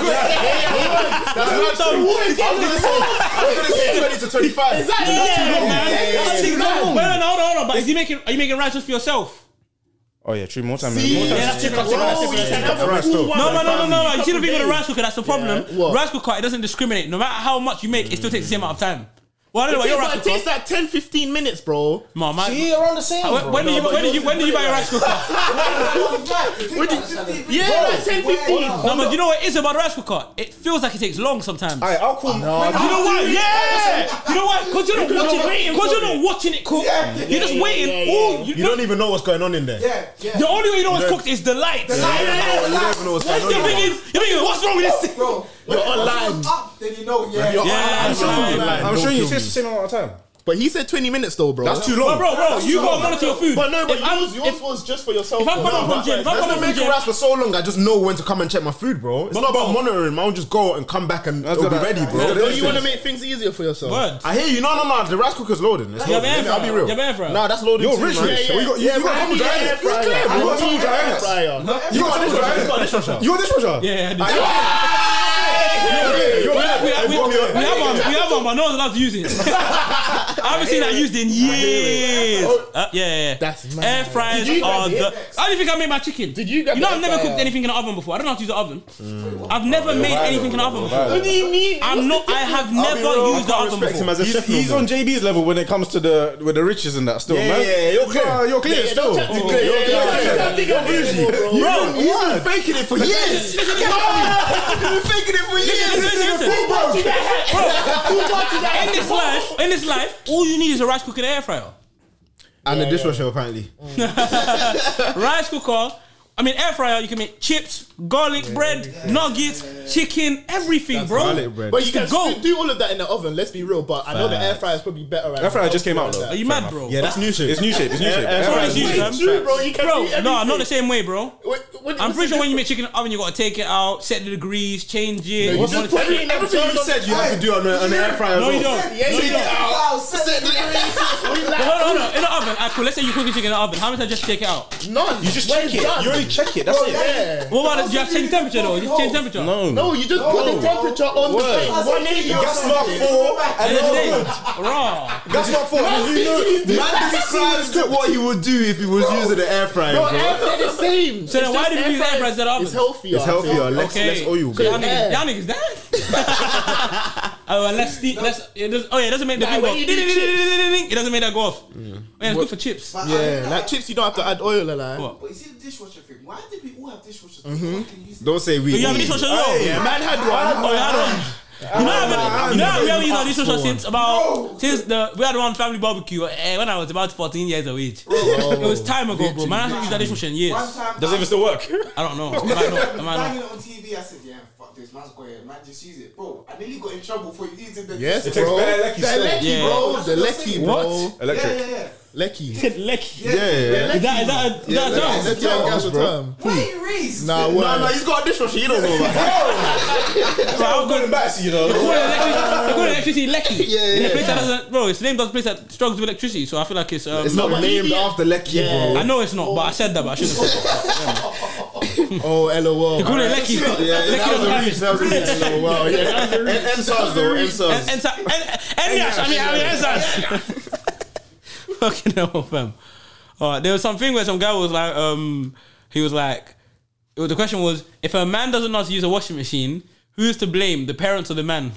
Speaker 1: Twenty to twenty-five.
Speaker 6: Exactly. Yeah, man.
Speaker 4: Yeah, yeah,
Speaker 6: That's too
Speaker 4: yeah.
Speaker 6: long. Wait, no, hold on, hold on. But is he making? Are you making rice just for yourself?
Speaker 4: Oh yeah, three more time.
Speaker 5: See?
Speaker 4: More time.
Speaker 6: Yeah, that's too much.
Speaker 1: Rice still.
Speaker 6: No, no, no, no, no, no. You see the
Speaker 5: Couple
Speaker 6: thing with the
Speaker 5: days.
Speaker 6: rice cooker? That's the problem.
Speaker 5: Yeah, what?
Speaker 6: Rice cooker, it doesn't discriminate. No matter how much you make, it still takes the same amount of time. Well, I don't know
Speaker 5: It
Speaker 6: what your
Speaker 5: takes, like,
Speaker 6: rice
Speaker 5: it
Speaker 6: cooker.
Speaker 5: takes like 10, 15 minutes, bro.
Speaker 6: Mom,
Speaker 1: See, around the same.
Speaker 6: when, when, did you, when, did you, when did you buy your rice cooker? [LAUGHS]
Speaker 5: Yeah, like 10, 15.
Speaker 6: no, but you know what it is about the rice cooker? It feels like it takes long sometimes.
Speaker 4: Alright, I'll call.
Speaker 6: You know why? Yeah. You know why? Because you're not watching. Because you're not watching it cook. You're just waiting. Oh, you,
Speaker 1: You don't even know what's going on in there.
Speaker 3: Yeah, yeah.
Speaker 6: The only way you know it's cooked is the light.
Speaker 3: light.
Speaker 6: Yeah.
Speaker 3: You don't even know
Speaker 6: What's
Speaker 3: what's
Speaker 6: the
Speaker 3: going on.
Speaker 6: thinking? You're thinking, what's wrong with this? thing?
Speaker 3: Bro,
Speaker 5: You're
Speaker 3: when the
Speaker 5: online.
Speaker 3: phone's Up, then you know, yeah.
Speaker 5: You're
Speaker 6: Yeah,
Speaker 5: online.
Speaker 6: it's online.
Speaker 4: I'm
Speaker 1: Don't
Speaker 4: showing you.
Speaker 1: kill
Speaker 4: It takes the same amount of time.
Speaker 5: But he said 20 minutes though, bro.
Speaker 4: That's too long.
Speaker 6: But bro, bro, you gotta monitor your food.
Speaker 5: But no, but
Speaker 6: If I'm-
Speaker 5: yours, yours
Speaker 6: if-
Speaker 5: was just for yourself.
Speaker 6: if I'm
Speaker 5: bro.
Speaker 6: coming from gym, if I'm coming from
Speaker 1: making
Speaker 6: gym,
Speaker 1: rice for so long, I just know when to come and check my food, bro. It's not about monitoring. I will just go and come back and it'll be
Speaker 4: gotta-
Speaker 1: ready,
Speaker 4: Yeah,
Speaker 1: bro.
Speaker 5: Bro, you want to make things easier for yourself.
Speaker 6: word.
Speaker 1: I hear you. No, no, no. The rice cooker's loading. It's
Speaker 6: You have
Speaker 1: loading.
Speaker 6: air
Speaker 1: Let me- I'll be
Speaker 6: fryer?
Speaker 1: real.
Speaker 6: You have air fryer?
Speaker 1: Nah, that's loading.
Speaker 4: You're
Speaker 1: too,
Speaker 4: rich,
Speaker 1: man.
Speaker 4: rich. You got you you got
Speaker 5: I
Speaker 4: double
Speaker 5: need an
Speaker 4: dry
Speaker 5: air
Speaker 4: it. You
Speaker 5: fryer. I
Speaker 4: got
Speaker 5: need
Speaker 4: double
Speaker 5: an
Speaker 4: dry
Speaker 5: air
Speaker 4: it.
Speaker 5: fryer.
Speaker 4: You got double dry it. You got dishwasher.
Speaker 6: Yeah, yeah,
Speaker 4: You're
Speaker 6: We have, we, have, we,
Speaker 4: You're
Speaker 6: have, we have one, we have one, but no one's allowed to use it. I haven't seen that used in years. Uh, yeah, yeah, yeah.
Speaker 5: That's mad.
Speaker 6: Air fryers
Speaker 5: Did you
Speaker 6: are
Speaker 5: grab the
Speaker 6: the.
Speaker 5: air fryers?
Speaker 6: I don't think I made my chicken.
Speaker 5: Did you grab
Speaker 6: You know,
Speaker 5: the
Speaker 6: I've
Speaker 5: air
Speaker 6: never
Speaker 5: fryer?
Speaker 6: cooked anything in the oven before. I don't know how to use the oven. I've never made anything in the oven before.
Speaker 5: What do you mean?
Speaker 6: I'm not. I have never used the oven
Speaker 1: respect him
Speaker 6: before.
Speaker 1: as a
Speaker 4: He's,
Speaker 1: chef. no
Speaker 4: he's
Speaker 1: more.
Speaker 4: on JB's level when it comes to the with the riches and that. Still,
Speaker 1: Yeah,
Speaker 4: man.
Speaker 1: yeah, yeah, you're clear.
Speaker 4: Nah, You're clear.
Speaker 5: Yeah,
Speaker 4: still.
Speaker 5: don't
Speaker 4: You're
Speaker 5: chat- yeah,
Speaker 4: clear.
Speaker 5: yeah, yeah, yeah, yeah.
Speaker 4: You're bougie.
Speaker 5: Bro.
Speaker 4: You
Speaker 6: Bro,
Speaker 4: don't- he's been faking it for years.
Speaker 6: Listen, listen,
Speaker 4: He's been faking it for
Speaker 6: listen, listen,
Speaker 4: years.
Speaker 6: listen.
Speaker 4: Bro,
Speaker 6: In this life, in this life, all you need is a rice cooker and an air fryer.
Speaker 1: And the dishwasher apparently.
Speaker 6: rice cooker. I mean, air fryer. You can make chips, garlic bread, nuggets, chicken, everything, bro.
Speaker 1: garlic bread.
Speaker 5: But you
Speaker 6: Just
Speaker 5: can
Speaker 6: to go.
Speaker 5: still do all of that in the oven. Let's be real, but I know the air fryer is probably better. Right
Speaker 4: Air fryer
Speaker 5: now.
Speaker 4: just came out,
Speaker 6: Are
Speaker 4: though.
Speaker 6: you mad, bro?
Speaker 1: Yeah, that's new shape.
Speaker 4: It's new shape. It's new shape.
Speaker 1: Air
Speaker 4: Air
Speaker 1: fryer
Speaker 4: fryer
Speaker 6: It's
Speaker 4: is
Speaker 6: new
Speaker 4: new
Speaker 6: shape.
Speaker 4: shape.
Speaker 5: It's true, bro. You can
Speaker 6: Bro,
Speaker 5: do
Speaker 6: no, not the
Speaker 5: everything.
Speaker 6: same way, bro.
Speaker 5: What- what-
Speaker 6: I'm
Speaker 5: what's
Speaker 6: pretty
Speaker 5: the
Speaker 6: sure when
Speaker 5: difference?
Speaker 6: you make chicken in the oven, you gotta take it out, set the degrees, change it.
Speaker 5: You
Speaker 6: What's
Speaker 5: just
Speaker 6: one-
Speaker 5: put it in
Speaker 1: Everything you said you have to do on a- on an air fryer. as
Speaker 6: No,
Speaker 1: well.
Speaker 6: you don't.
Speaker 3: Yeah,
Speaker 6: No, you
Speaker 3: yeah,
Speaker 6: don't.
Speaker 3: wow, seven degrees.
Speaker 6: But Hold on, hold on. In the oven, alright, cool. Let's say you cook the chicken in the oven. How much time just take it out?
Speaker 5: None. You
Speaker 4: Just check it. You only check it. That's
Speaker 3: Bro,
Speaker 4: it.
Speaker 5: yeah.
Speaker 6: What about the, you have to change temperature though? You have to change temperature.
Speaker 4: No.
Speaker 5: No, Oh, you just put the temperature on the
Speaker 4: Word.
Speaker 5: thing.
Speaker 3: That's
Speaker 5: One
Speaker 3: a
Speaker 5: eighty.
Speaker 3: video.
Speaker 4: Gas mark four and
Speaker 6: And
Speaker 4: no
Speaker 6: it's dead.
Speaker 4: good.
Speaker 6: Raw.
Speaker 4: Gas mark four. You know,
Speaker 1: Man describes what he would do if he was using the air fryer.
Speaker 5: Bro,
Speaker 1: bro.
Speaker 5: air fryer the same.
Speaker 6: So then why do we use air fryers instead of ovens?
Speaker 5: It's healthier.
Speaker 1: It's healthier. Less,
Speaker 6: Okay.
Speaker 1: less oil.
Speaker 6: Y'all
Speaker 1: Bro.
Speaker 6: niggas, y'all niggas dead. [LAUGHS] oh, well, let's see. Let's. It does, oh yeah, it doesn't make the
Speaker 5: Nah,
Speaker 6: thing go
Speaker 5: when
Speaker 6: off.
Speaker 5: you do
Speaker 6: It doesn't make that go off. Oh, yeah, it's good for chips.
Speaker 3: But I
Speaker 5: Yeah,
Speaker 3: think
Speaker 5: like
Speaker 3: I-
Speaker 5: chips, you don't have to add oil, like.
Speaker 6: What?
Speaker 3: But you see the dishwasher thing? Why do people all have dishwashers? Why can you use
Speaker 1: Don't say we.
Speaker 6: You have a dishwasher as well?
Speaker 1: Yeah, man had one.
Speaker 6: Oh, you had one. You know, I've been, you know, we haven't used our dishwasher since about since the we had one family barbecue eh, when I was about 14 years of age. It was time ago, bro. Man, I haven't used our dishwasher in years.
Speaker 3: One time,
Speaker 4: Does it
Speaker 3: I-
Speaker 4: even still work?
Speaker 6: I don't know. I might not. I
Speaker 3: [LAUGHS]
Speaker 6: might
Speaker 3: Banging
Speaker 6: not.
Speaker 3: it on TV, I said, yeah, fuck this, man's got it, man, just use it. Bro, I nearly got in trouble for using the
Speaker 5: Yes,
Speaker 4: takes
Speaker 5: bro.
Speaker 4: bare lecky
Speaker 5: the
Speaker 4: still.
Speaker 5: lecky,
Speaker 6: Yeah.
Speaker 5: bro. The lecky, bro.
Speaker 4: What? Electric.
Speaker 3: Yeah, yeah, yeah.
Speaker 5: Lecky.
Speaker 6: Lecky.
Speaker 1: Yeah, yeah.
Speaker 6: Is that is that a, is that a term?
Speaker 5: Lecky on gas with term.
Speaker 3: Wait, Reese!
Speaker 5: Nah, what?
Speaker 1: No, no, he's got a dishwasher. You don't know about. [LAUGHS]
Speaker 6: Bro, I'm going
Speaker 4: Going back to you
Speaker 6: They
Speaker 4: know.
Speaker 6: call it electricity- they call it electricity Lecky.
Speaker 1: Yeah, yeah,
Speaker 6: In a place that
Speaker 1: yeah.
Speaker 6: doesn't, bro, it's named after a place that struggles with electricity, so I feel like it's. Um,
Speaker 1: It's not
Speaker 5: But
Speaker 1: named
Speaker 5: idiot.
Speaker 1: after Lecky,
Speaker 5: Yeah.
Speaker 6: I
Speaker 1: bro.
Speaker 6: know it's not, but I said that, but I shouldn't have said that.
Speaker 5: Oh, lol.
Speaker 6: They call it Lecky.
Speaker 1: Yeah,
Speaker 6: Lecky
Speaker 1: that was
Speaker 6: doesn't
Speaker 1: a
Speaker 6: have
Speaker 1: reach.
Speaker 6: it.
Speaker 1: That was a reach. Oh, Wow, yeah. And M SARS though. M SARS.
Speaker 6: And so, and, and yes, I mean, I mean, yes, [LAUGHS] that's- Fucking hell, fam. All right, there was something where some guy was like, um, he was like, it was- the question was, if a man doesn't know how to use a washing machine, who's to blame, the parents or the man?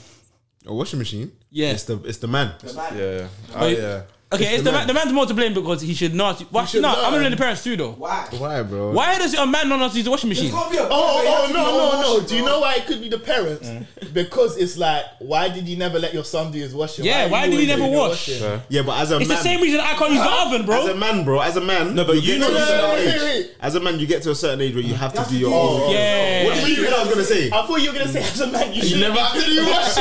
Speaker 1: A washing machine.
Speaker 6: Yeah.
Speaker 1: It's the it's the man.
Speaker 4: Yeah.
Speaker 6: Oh,
Speaker 4: Oh, yeah.
Speaker 6: Okay, it's, the, man. the man's more to blame because he should not. Well,
Speaker 5: should
Speaker 6: no, I'm gonna
Speaker 5: learn.
Speaker 6: blame the parents too, though.
Speaker 3: Why?
Speaker 1: Why, bro?
Speaker 6: Why does a man not know how to use a washing machine?
Speaker 3: Can't be a-
Speaker 5: Oh, oh,
Speaker 3: You have to be
Speaker 5: no, no, no.
Speaker 3: overwashed,
Speaker 5: Do you
Speaker 3: bro.
Speaker 5: know why it could be the parents? Because it's like, why did you never let your son do his washing?
Speaker 6: Yeah,
Speaker 5: are
Speaker 6: why
Speaker 5: you
Speaker 6: did he
Speaker 5: always
Speaker 6: never
Speaker 5: doing your
Speaker 6: wash?
Speaker 5: washing?
Speaker 1: Yeah, but as a
Speaker 6: It's
Speaker 1: man.
Speaker 6: the same reason I can't use the oven, bro.
Speaker 1: As a man, bro, as a man, no,
Speaker 4: but you-
Speaker 1: get to
Speaker 4: No,
Speaker 1: a
Speaker 4: no,
Speaker 5: no,
Speaker 1: certain
Speaker 5: wait,
Speaker 1: age.
Speaker 5: wait.
Speaker 1: As a man, you get to a certain age where you have to
Speaker 3: have
Speaker 1: do
Speaker 3: to
Speaker 1: your
Speaker 3: do
Speaker 1: own.
Speaker 3: it.
Speaker 6: yeah.
Speaker 1: What do you think I was gonna say?
Speaker 5: [LAUGHS] I thought you were gonna say as a man you,
Speaker 1: You
Speaker 5: should
Speaker 1: never have to do what?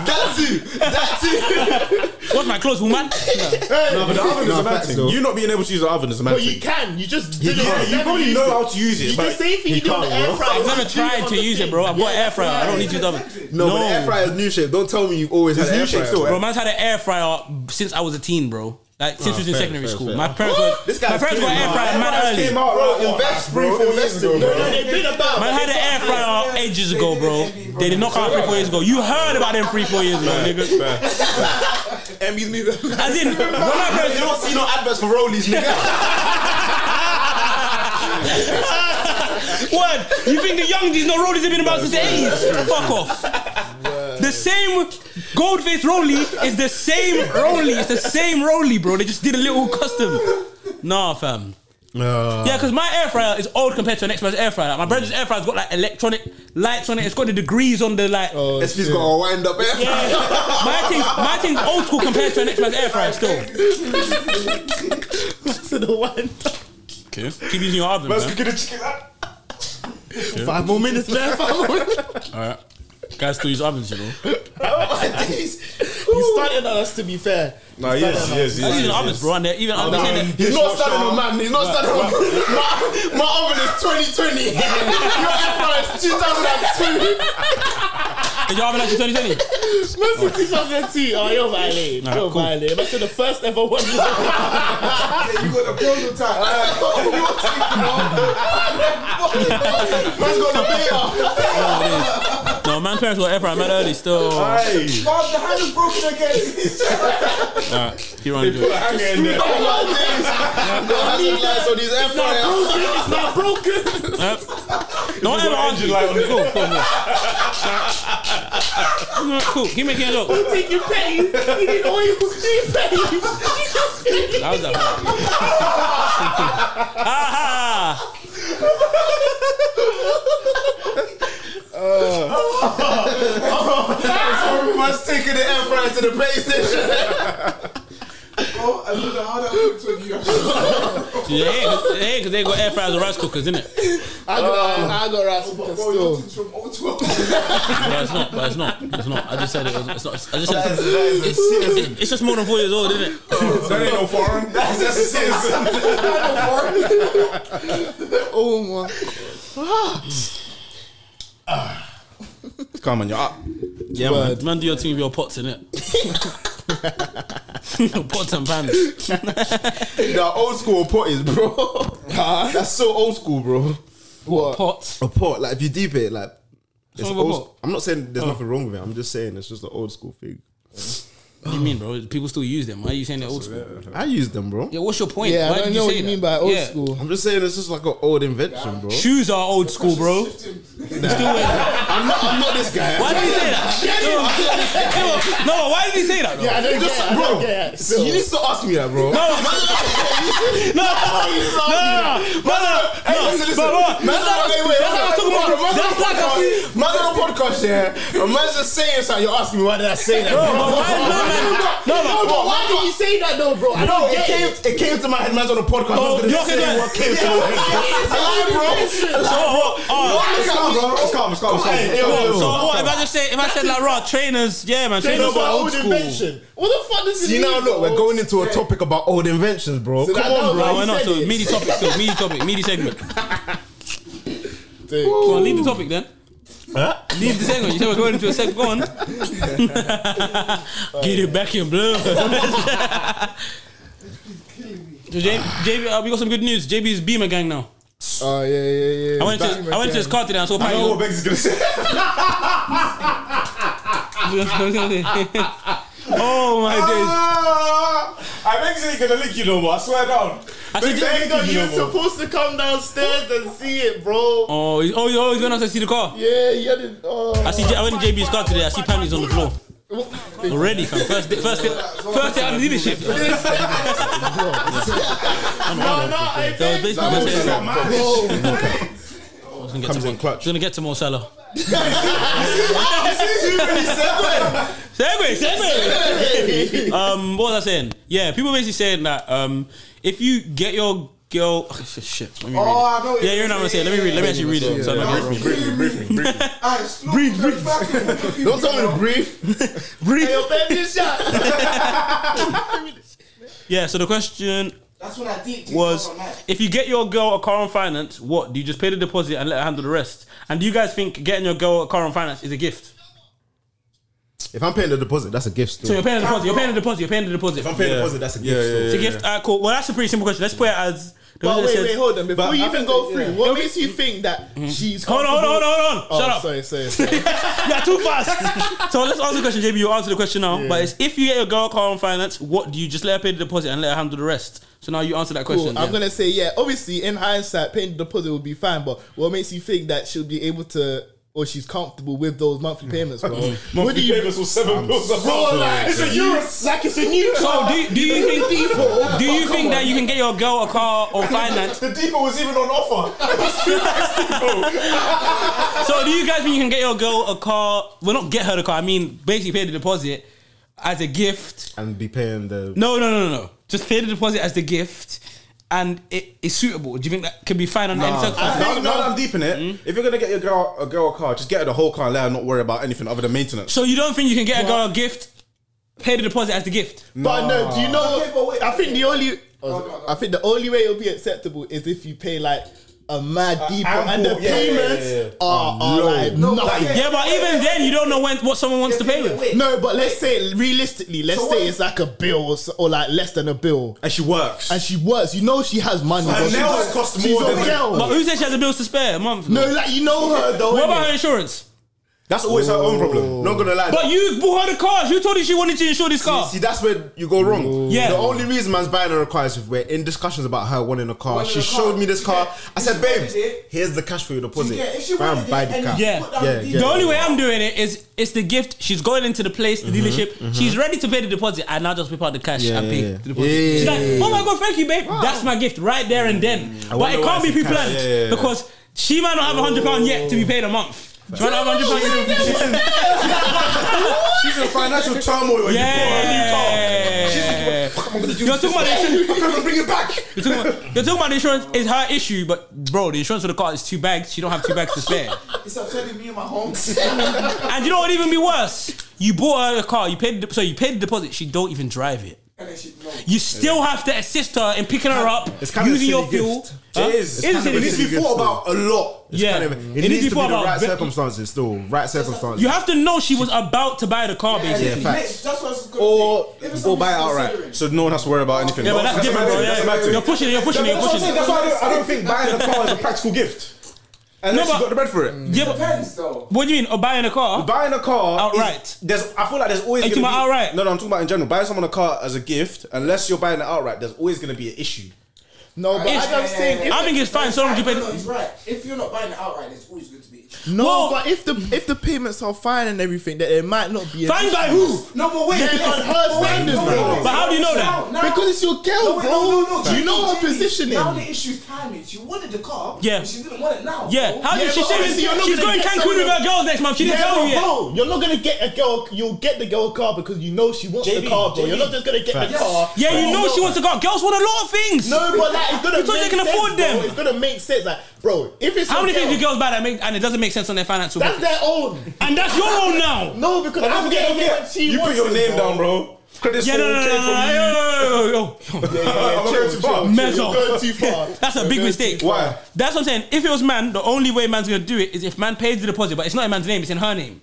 Speaker 1: that too. That too.
Speaker 6: Wash my clothes, woman.
Speaker 1: [LAUGHS]
Speaker 4: No, but the oven is
Speaker 1: No,
Speaker 4: a man
Speaker 1: facts though.
Speaker 4: thing. You not being able to use the oven is a man
Speaker 5: But you
Speaker 4: thing.
Speaker 5: can. You just
Speaker 1: You
Speaker 5: did it.
Speaker 1: can't. You
Speaker 5: never
Speaker 1: probably
Speaker 5: used
Speaker 1: know
Speaker 5: it.
Speaker 1: how
Speaker 4: to use
Speaker 5: You
Speaker 4: but-
Speaker 5: just say if you
Speaker 1: You
Speaker 5: do on the
Speaker 1: can't, bro.
Speaker 5: air fryer.
Speaker 6: I've
Speaker 5: you
Speaker 6: never
Speaker 5: do on
Speaker 6: tried to
Speaker 5: the
Speaker 6: use it,
Speaker 5: thing.
Speaker 6: bro. I've got
Speaker 5: Yeah,
Speaker 6: air fryer. I don't
Speaker 5: yeah.
Speaker 6: need to use the oven.
Speaker 1: No, but the air fryer is new shape. Don't tell me you've always had
Speaker 4: new
Speaker 1: air
Speaker 4: shape
Speaker 1: fryer.
Speaker 4: still,
Speaker 6: Bro, man's had an air fryer since I was a teen, bro. Like since we was in
Speaker 1: Ah, fair,
Speaker 6: secondary
Speaker 1: fair,
Speaker 6: school.
Speaker 1: fair.
Speaker 6: My parents, were,
Speaker 1: This guy's
Speaker 6: my parents got
Speaker 1: killing
Speaker 6: an air
Speaker 1: me.
Speaker 6: fryer man early.
Speaker 4: Came out,
Speaker 1: Bro,
Speaker 4: bro.
Speaker 1: invest three, four years ago,
Speaker 5: No, no,
Speaker 1: bro.
Speaker 5: they've been about. [LAUGHS]
Speaker 6: Man had an air fryer ages ago, bro. They did not come out three, four years ago. You heard about them three, four years ago, nigga.
Speaker 1: Emmys need You
Speaker 6: As in, when my parents,
Speaker 1: don't see no adverts for Rollies, nigga.
Speaker 6: What? You think the young G's no roadies have been about since the 80s? Fuck off. The same Goldface Rolly is the same Rolly. It's the same Rolly, bro. They just did a little custom. Nah, fam. Yeah, because my air fryer is old compared to an next man's air fryer. Like, my brother's air fryer's got like electronic lights on it. It's got the degrees on the like.
Speaker 1: Oh,
Speaker 4: SP's got a wind
Speaker 1: eh?
Speaker 4: up air.
Speaker 1: [LAUGHS]
Speaker 6: Yeah, my thing, my thing's old school compared to an next man's air fryer. Still,
Speaker 5: to the one.
Speaker 10: Okay.
Speaker 6: keep using your oven. Man.
Speaker 4: Get a chicken up.
Speaker 5: [LAUGHS] Five more minutes left.
Speaker 10: All right. Guys still use ovens, you know.
Speaker 5: Oh you started on us, to be fair.
Speaker 4: Nah, yes, yes,
Speaker 6: He's
Speaker 4: yes.
Speaker 6: using ovens, bro, and they're even I'm saying that-
Speaker 5: He's not standing on man. He's not standing on [LAUGHS] my, my oven is 2020. Your air fryer is 2002.
Speaker 6: Is your oven actually 2020?
Speaker 5: Most of 2002. Oh, you're violating. you're violating. That's the first ever one. That's
Speaker 3: Yeah, you got the prototype.
Speaker 5: got the beer.
Speaker 6: No, my parents were ever. I met early still.
Speaker 4: Hey,
Speaker 3: Mom, the hand is broken again.
Speaker 6: Keep on doing it.
Speaker 4: hang in there. [LAUGHS]
Speaker 1: lights on these air fryer.
Speaker 5: It's not broken.
Speaker 6: Yep. Don't ever argue.
Speaker 4: engine light on the
Speaker 6: Cool, cool, cool. Cool, keep making it look.
Speaker 5: Take your petty. You need oil. She's petty.
Speaker 6: That was that. Ah, Aha!
Speaker 1: Everyone's taking the air fryer to the PlayStation.
Speaker 3: Bro, Oh, I don't know how that works with
Speaker 6: [LAUGHS]
Speaker 3: you.
Speaker 6: Yeah, because they got air fryers and rice cookers, innit?
Speaker 5: I got, I got rice cooker
Speaker 3: Bro, you're
Speaker 5: still.
Speaker 3: teaching Oh, from
Speaker 6: [LAUGHS]
Speaker 3: 012.
Speaker 6: But it's not. But it's not. It's not. I just said it. Was, it's not. I just said
Speaker 1: That is a citizen.
Speaker 6: it's, it's just more than four years old, isn't it?
Speaker 4: [LAUGHS] That ain't
Speaker 1: [LAUGHS]
Speaker 4: no foreign.
Speaker 1: That is a
Speaker 4: [LAUGHS]
Speaker 1: citizen.
Speaker 5: Oh my.
Speaker 4: Come on, you're up.
Speaker 6: Yeah, man. Man, do your thing with your
Speaker 1: [LAUGHS]
Speaker 6: pots, innit? [LAUGHS] your pots and pans.
Speaker 1: The old school potties, bro. [LAUGHS] That's so old school, bro.
Speaker 5: What?
Speaker 6: Pots.
Speaker 1: A pot, like if you deep it, like it's
Speaker 6: wrong with
Speaker 1: old.
Speaker 6: a pot?
Speaker 1: sc- I'm not saying there's nothing wrong with it. I'm just saying it's just an old school thing.
Speaker 6: What do you mean, bro? People still use them. Why are you saying they're old school?
Speaker 1: I use them, bro.
Speaker 6: Yeah, what's your point?
Speaker 5: Yeah,
Speaker 6: Why
Speaker 5: I don't
Speaker 6: did
Speaker 5: know what you
Speaker 6: say that?
Speaker 5: mean by old
Speaker 6: Yeah.
Speaker 5: school.
Speaker 1: I'm just saying it's just like an old invention, bro.
Speaker 6: Shoes are old
Speaker 3: [LAUGHS]
Speaker 6: school, bro.
Speaker 1: I'm not. I'm not this guy.
Speaker 6: Why did he say that? No, no, why did he say that? Bro?
Speaker 5: I don't
Speaker 1: Just,
Speaker 5: get it, I
Speaker 1: bro,
Speaker 5: don't get it.
Speaker 1: you need to ask me that, bro.
Speaker 6: No, no, no, no, no, no,
Speaker 1: Hey, listen, listen.
Speaker 6: But what?
Speaker 1: Man's
Speaker 6: That's
Speaker 1: like,
Speaker 6: like-
Speaker 1: wait, wait,
Speaker 6: that's
Speaker 1: hold
Speaker 6: like
Speaker 1: on,
Speaker 6: I was talking about-
Speaker 1: hold on,
Speaker 6: that's like I-
Speaker 1: man's on a podcast, yeah. And man's just saying something. You're asking me why did I say that, bro?
Speaker 6: but why is that man- No, but-
Speaker 1: but why
Speaker 5: Why did you say that though, bro? I
Speaker 1: No,
Speaker 5: don't
Speaker 1: it
Speaker 5: get it.
Speaker 1: came, it came to my head. Man's on a podcast. I
Speaker 6: Oh,
Speaker 1: was
Speaker 6: you're
Speaker 1: gonna say
Speaker 6: gonna-
Speaker 1: what came to my head. I lied, bro.
Speaker 6: Oh, oh, oh.
Speaker 4: It's calm, bro. It's calm. It's calm. It's calm.
Speaker 1: Hey, yo, yo,
Speaker 6: So
Speaker 1: yo.
Speaker 6: what if I just say if I said like raw trainers? Yeah, man,
Speaker 5: That's
Speaker 6: trainers.
Speaker 1: about
Speaker 5: an
Speaker 1: old
Speaker 5: old
Speaker 1: school.
Speaker 5: invention. What the fuck does it
Speaker 1: See
Speaker 5: mean?
Speaker 1: now, look, we're going into a topic about old inventions, bro.
Speaker 5: So
Speaker 1: Come
Speaker 5: that-
Speaker 1: on,
Speaker 5: that-
Speaker 6: No,
Speaker 1: bro.
Speaker 6: we're not.
Speaker 5: said
Speaker 6: So
Speaker 5: it.
Speaker 6: meaty topic, still meaty topic, meaty segment. Come
Speaker 5: Dude.
Speaker 6: on, leave the topic then. Leave the segment. You said we're going into a segment. Go on. Get it back in blue. [LAUGHS] So J- JB, uh, we got some good news. JB is Beamer gang now.
Speaker 5: Oh yeah, yeah, yeah.
Speaker 6: I went to I went to his car today and I saw
Speaker 4: I
Speaker 6: [LAUGHS]
Speaker 4: know what
Speaker 6: Patty.
Speaker 4: Bex is gonna
Speaker 1: [LAUGHS]
Speaker 4: say.
Speaker 6: oh my days!
Speaker 4: Ah, I Bex ain't gonna lick you no more. I swear down.
Speaker 6: I said,
Speaker 4: Bex ain't gonna lick you
Speaker 5: You're
Speaker 4: no more.
Speaker 5: supposed to come downstairs and see it, bro.
Speaker 6: Oh, he's, oh, he's always going out to see the car.
Speaker 5: Yeah, you had it. Oh.
Speaker 6: I see. J- I went to JB's car today. I see Pammy's on the floor already. Fam. First day, first day, first day under leadership.
Speaker 5: No, no, I
Speaker 6: That was
Speaker 5: think.
Speaker 6: basically my day. I
Speaker 4: Bro,
Speaker 6: was gonna get to
Speaker 1: in
Speaker 6: more- I was
Speaker 1: clutch.
Speaker 6: gonna get to more
Speaker 3: [LAUGHS]
Speaker 6: Salah. Segway, segway. um, what was I saying? Yeah, people basically saying that um, if you get your girl, [LAUGHS] shit. Let me read
Speaker 3: Oh, I
Speaker 6: it.
Speaker 3: know what
Speaker 6: Yeah,
Speaker 3: you're
Speaker 6: you're not gonna say. it.
Speaker 3: saying.
Speaker 6: Let me read. Let me actually read it. So I'm not gonna-
Speaker 4: Briefly, briefly, briefly.
Speaker 3: [LAUGHS] Alright, slow down back
Speaker 6: [LAUGHS]
Speaker 3: and forth.
Speaker 1: Don't tell me to breathe.
Speaker 5: Yo, baby, shot.
Speaker 6: Yeah. So the question
Speaker 3: That's what I did.
Speaker 6: was
Speaker 3: Mad.
Speaker 6: if you get your girl a car on finance, what do you just pay the deposit and let her handle the rest? And do you guys think getting your girl a car on finance is a gift?
Speaker 1: If I'm paying the deposit, that's a gift.
Speaker 6: So
Speaker 1: Still.
Speaker 6: you're paying the deposit. You're paying the deposit. You're paying the deposit.
Speaker 1: I'm paying the deposit, that's a gift. still.
Speaker 6: It's a gift. Alright, cool. Well, that's a pretty simple question. Let's put it as. the
Speaker 5: But
Speaker 6: one that
Speaker 5: wait,
Speaker 6: says-
Speaker 5: wait, hold on. Before
Speaker 4: But
Speaker 5: you
Speaker 4: I
Speaker 5: even
Speaker 4: think
Speaker 5: go
Speaker 4: that-
Speaker 5: through,
Speaker 4: yeah.
Speaker 5: what makes you think that she's?
Speaker 6: Hold on, hold on, hold on, hold on.
Speaker 5: Oh,
Speaker 6: Shut up.
Speaker 5: Sorry, sorry, sorry.
Speaker 6: [LAUGHS] You're too fast. [LAUGHS] so let's answer the question, JB. You answer the question now. But it's if you get your girl a car on finance, what do you just let her pay the deposit and let her handle the rest? So now you answer that
Speaker 5: Cool.
Speaker 6: question.
Speaker 5: I'm
Speaker 6: yeah.
Speaker 5: gonna say yeah. Obviously, in hindsight, paying the deposit would be fine, but what makes you think that she'll be able to or she's comfortable with those monthly payments, bro. what do
Speaker 4: Mm-hmm. Monthly
Speaker 5: you
Speaker 4: payments was seven bills. a
Speaker 5: bro,
Speaker 4: month.
Speaker 5: like, it's a euro, like it's a new
Speaker 6: So do, do
Speaker 5: [LAUGHS]
Speaker 6: you think do you think that you can get your girl a car on finance?
Speaker 4: The depot was even on offer.
Speaker 6: So do you guys think you can get your girl a car? Well, not get her the car. I mean, basically pay the deposit as a gift.
Speaker 1: and be paying the.
Speaker 6: No, no, no, no, no. Just pay the deposit as the gift, and it is suitable. Do you think that can be fine under any circumstances?
Speaker 4: Now, now that I'm deep in it, if you're gonna get your girl a girl a car, just get her the whole car and let her not worry about anything other than maintenance.
Speaker 6: So you don't think you can get a girl a gift? Pay the deposit as the gift.
Speaker 5: But no, do you know?
Speaker 3: Okay, but wait,
Speaker 5: I think the only,
Speaker 3: Oh, no, no.
Speaker 5: I think the only way it'll be acceptable is if you pay like a mad deep and the
Speaker 4: ample, yeah, yeah,
Speaker 5: payments
Speaker 4: yeah, yeah.
Speaker 5: are, are like nothing.
Speaker 6: Yeah, but even then, you don't know when what someone wants to pay with.
Speaker 3: Wait,
Speaker 5: No, but let's say realistically, let's
Speaker 3: So
Speaker 5: say
Speaker 3: what-
Speaker 5: it's like a bill or, so, or like less than a bill,
Speaker 4: And she works.
Speaker 5: and she works. You know she has money.
Speaker 4: Her
Speaker 5: bro. She
Speaker 4: nails
Speaker 5: works.
Speaker 4: cost
Speaker 5: She's
Speaker 4: more
Speaker 5: a
Speaker 4: than-
Speaker 5: girl.
Speaker 6: But who said she has the bills to spare a month?
Speaker 5: No, like you know her though.
Speaker 6: What
Speaker 5: innit?
Speaker 6: about her insurance?
Speaker 4: That's always her own problem. Not gonna lie.
Speaker 6: But you bought her the car. You told her she wanted to insure this car.
Speaker 1: See, that's where you go wrong.
Speaker 6: Yeah.
Speaker 1: The only reason man's buying her a car is if we're in discussions about her wanting a car.
Speaker 3: Wanting
Speaker 1: she
Speaker 3: a car.
Speaker 1: showed me this
Speaker 3: She
Speaker 1: car.
Speaker 3: get-
Speaker 1: I
Speaker 3: she
Speaker 1: said,
Speaker 3: wanted
Speaker 1: babe,
Speaker 3: it.
Speaker 1: here's the cash for your deposit.
Speaker 3: Yeah, if she
Speaker 1: Bam,
Speaker 3: wanted
Speaker 1: buy
Speaker 3: it
Speaker 1: the
Speaker 3: and
Speaker 1: car.
Speaker 3: you
Speaker 6: Yeah.
Speaker 3: put down
Speaker 1: Yeah,
Speaker 3: the
Speaker 1: yeah.
Speaker 6: The
Speaker 3: details.
Speaker 6: only way I'm doing it is it's the gift. She's going into the place,
Speaker 1: Mm-hmm.
Speaker 6: the dealership. She's ready to pay the deposit, and I'll just whip out the cash
Speaker 1: Yeah,
Speaker 6: and
Speaker 1: yeah,
Speaker 6: pay
Speaker 1: yeah.
Speaker 6: the deposit.
Speaker 1: Yeah,
Speaker 6: She's like,
Speaker 1: yeah, yeah,
Speaker 6: "Oh my god, thank you, babe. That's my gift right there and then." but
Speaker 1: wonder
Speaker 6: it
Speaker 1: why
Speaker 6: can't be
Speaker 1: it's in cash.
Speaker 6: pre-planned
Speaker 1: Yeah, yeah, yeah.
Speaker 6: because she might not have a hundred pound yet to be paid a month. She might not have a hundred pound. yet.
Speaker 4: she's in financial
Speaker 1: [LAUGHS]
Speaker 4: turmoil. when you
Speaker 6: Yeah. You're talking about the insurance.
Speaker 4: I'm gonna bring it back.
Speaker 6: You're talking about, you're talking about the insurance is her issue, but bro, the insurance for the car is two bags. She don't have two bags to spare.
Speaker 3: It's upsetting me [LAUGHS] and my
Speaker 6: [LAUGHS]
Speaker 3: homes.
Speaker 6: And you know what would even be worse? You bought her a car, you paid the, so you paid the deposit, she don't even drive it. You still have to assist her in picking her up
Speaker 1: It's kind of a
Speaker 6: using your
Speaker 1: silly
Speaker 6: fuel.
Speaker 1: gift.
Speaker 6: Huh?
Speaker 1: It is.
Speaker 6: It is a silly
Speaker 1: It
Speaker 6: gift.
Speaker 1: needs to be thought about a lot. It's
Speaker 6: Yeah.
Speaker 1: kind of-
Speaker 6: It
Speaker 1: it,
Speaker 6: needs
Speaker 1: needs
Speaker 6: to be
Speaker 1: to be
Speaker 6: thought
Speaker 1: the
Speaker 6: about
Speaker 1: right
Speaker 6: ve-
Speaker 1: circumstances. Still, right circumstances.
Speaker 6: You have to know she was about to buy the car, basically.
Speaker 1: Yeah, facts.
Speaker 3: That's what I was gonna
Speaker 4: Or
Speaker 3: say. If it's
Speaker 4: or buy it
Speaker 3: something you're
Speaker 4: outright,
Speaker 3: considering.
Speaker 4: so no one has to worry about anything.
Speaker 6: Yeah, but that's different, bro.
Speaker 4: a
Speaker 6: Yeah,
Speaker 4: matter.
Speaker 6: yeah. You're pushing it, you're pushing it, you're
Speaker 4: That's what I'm
Speaker 6: pushing
Speaker 4: saying.
Speaker 6: it.
Speaker 4: That's why I don't, I don't think buying a car is a practical gift. Unless
Speaker 6: No,
Speaker 4: you
Speaker 6: but-
Speaker 4: got the bread for it.
Speaker 6: Yeah, but
Speaker 3: Depends though.
Speaker 6: what do you mean? Or buying a car?
Speaker 4: Buying a car is-
Speaker 6: Outright.
Speaker 4: there's, I feel like there's always.
Speaker 6: Are you
Speaker 4: gonna
Speaker 6: talking about
Speaker 4: be-
Speaker 6: outright?
Speaker 4: No, no, I'm talking about in general. Buying someone a car as a gift, unless you're buying it outright, there's always going to be an issue.
Speaker 5: No, but
Speaker 6: It's-
Speaker 5: I don't think.
Speaker 3: yeah,
Speaker 5: if-
Speaker 6: I think it's fine, so long as you
Speaker 3: No,
Speaker 6: pay.
Speaker 3: no, he's right. If you're not buying it outright, it's always good to be.
Speaker 5: No,
Speaker 6: Well-
Speaker 5: but if the if the payments are fine and everything, that it might not be. an
Speaker 6: Fine
Speaker 5: issue.
Speaker 6: by who?
Speaker 3: No, but wait.
Speaker 5: Then
Speaker 3: yes.
Speaker 5: on her
Speaker 3: But wait,
Speaker 5: standards,
Speaker 3: no, wait,
Speaker 5: bro.
Speaker 3: wait,
Speaker 6: But how do you know
Speaker 3: now-
Speaker 6: that?
Speaker 3: now-
Speaker 5: Because it's your girl,
Speaker 3: No, wait,
Speaker 5: bro.
Speaker 3: no, no, no.
Speaker 5: You know her
Speaker 3: Jamie,
Speaker 5: positioning.
Speaker 3: Now the issue's timing. She wanted the car.
Speaker 6: Yeah.
Speaker 3: but She didn't want it now.
Speaker 6: Yeah,
Speaker 3: bro.
Speaker 6: how did
Speaker 5: Yeah,
Speaker 6: she
Speaker 5: but
Speaker 6: say
Speaker 5: obviously you're not
Speaker 6: She's
Speaker 5: gonna
Speaker 6: going
Speaker 5: get
Speaker 6: Cancun
Speaker 5: someone-
Speaker 6: with her girls next month. She didn't
Speaker 5: Yeah,
Speaker 6: tell
Speaker 5: but
Speaker 6: you yet.
Speaker 5: bro, you're not gonna get a girl. You'll get the girl a car because you know she wants the
Speaker 4: JB,
Speaker 5: car, bro. You're not just gonna get the car.
Speaker 6: Yeah, you
Speaker 5: Oh,
Speaker 6: know
Speaker 5: no.
Speaker 6: she wants a car. Girls want a lot of things.
Speaker 5: No, but like it's gonna
Speaker 6: You thought they
Speaker 5: make
Speaker 6: can
Speaker 5: sense,
Speaker 6: afford them?
Speaker 5: Bro. It's gonna make sense, like bro. If it's
Speaker 6: How
Speaker 5: your
Speaker 6: many
Speaker 5: girl,
Speaker 6: things do girls buy that make and it doesn't make sense on their financial?
Speaker 5: That's
Speaker 6: record?
Speaker 5: their own.
Speaker 6: And that's your own now.
Speaker 5: No, because I'm getting it when she
Speaker 4: You
Speaker 5: wants
Speaker 4: put your
Speaker 5: it,
Speaker 4: name
Speaker 5: bro.
Speaker 4: down, bro. Credit
Speaker 6: Yeah,
Speaker 4: score
Speaker 6: no, no, no,
Speaker 4: came from you. [LAUGHS]
Speaker 6: no, no, yo, yo, yo, yo.
Speaker 4: I'm not going too far.
Speaker 6: Mess
Speaker 5: You're
Speaker 6: up.
Speaker 5: going too far.
Speaker 6: [LAUGHS] That's a big mistake.
Speaker 4: Why?
Speaker 6: That's what I'm saying. If it was man, the only way man's gonna do it is if man pays the deposit, but it's not in man's name, it's in her name.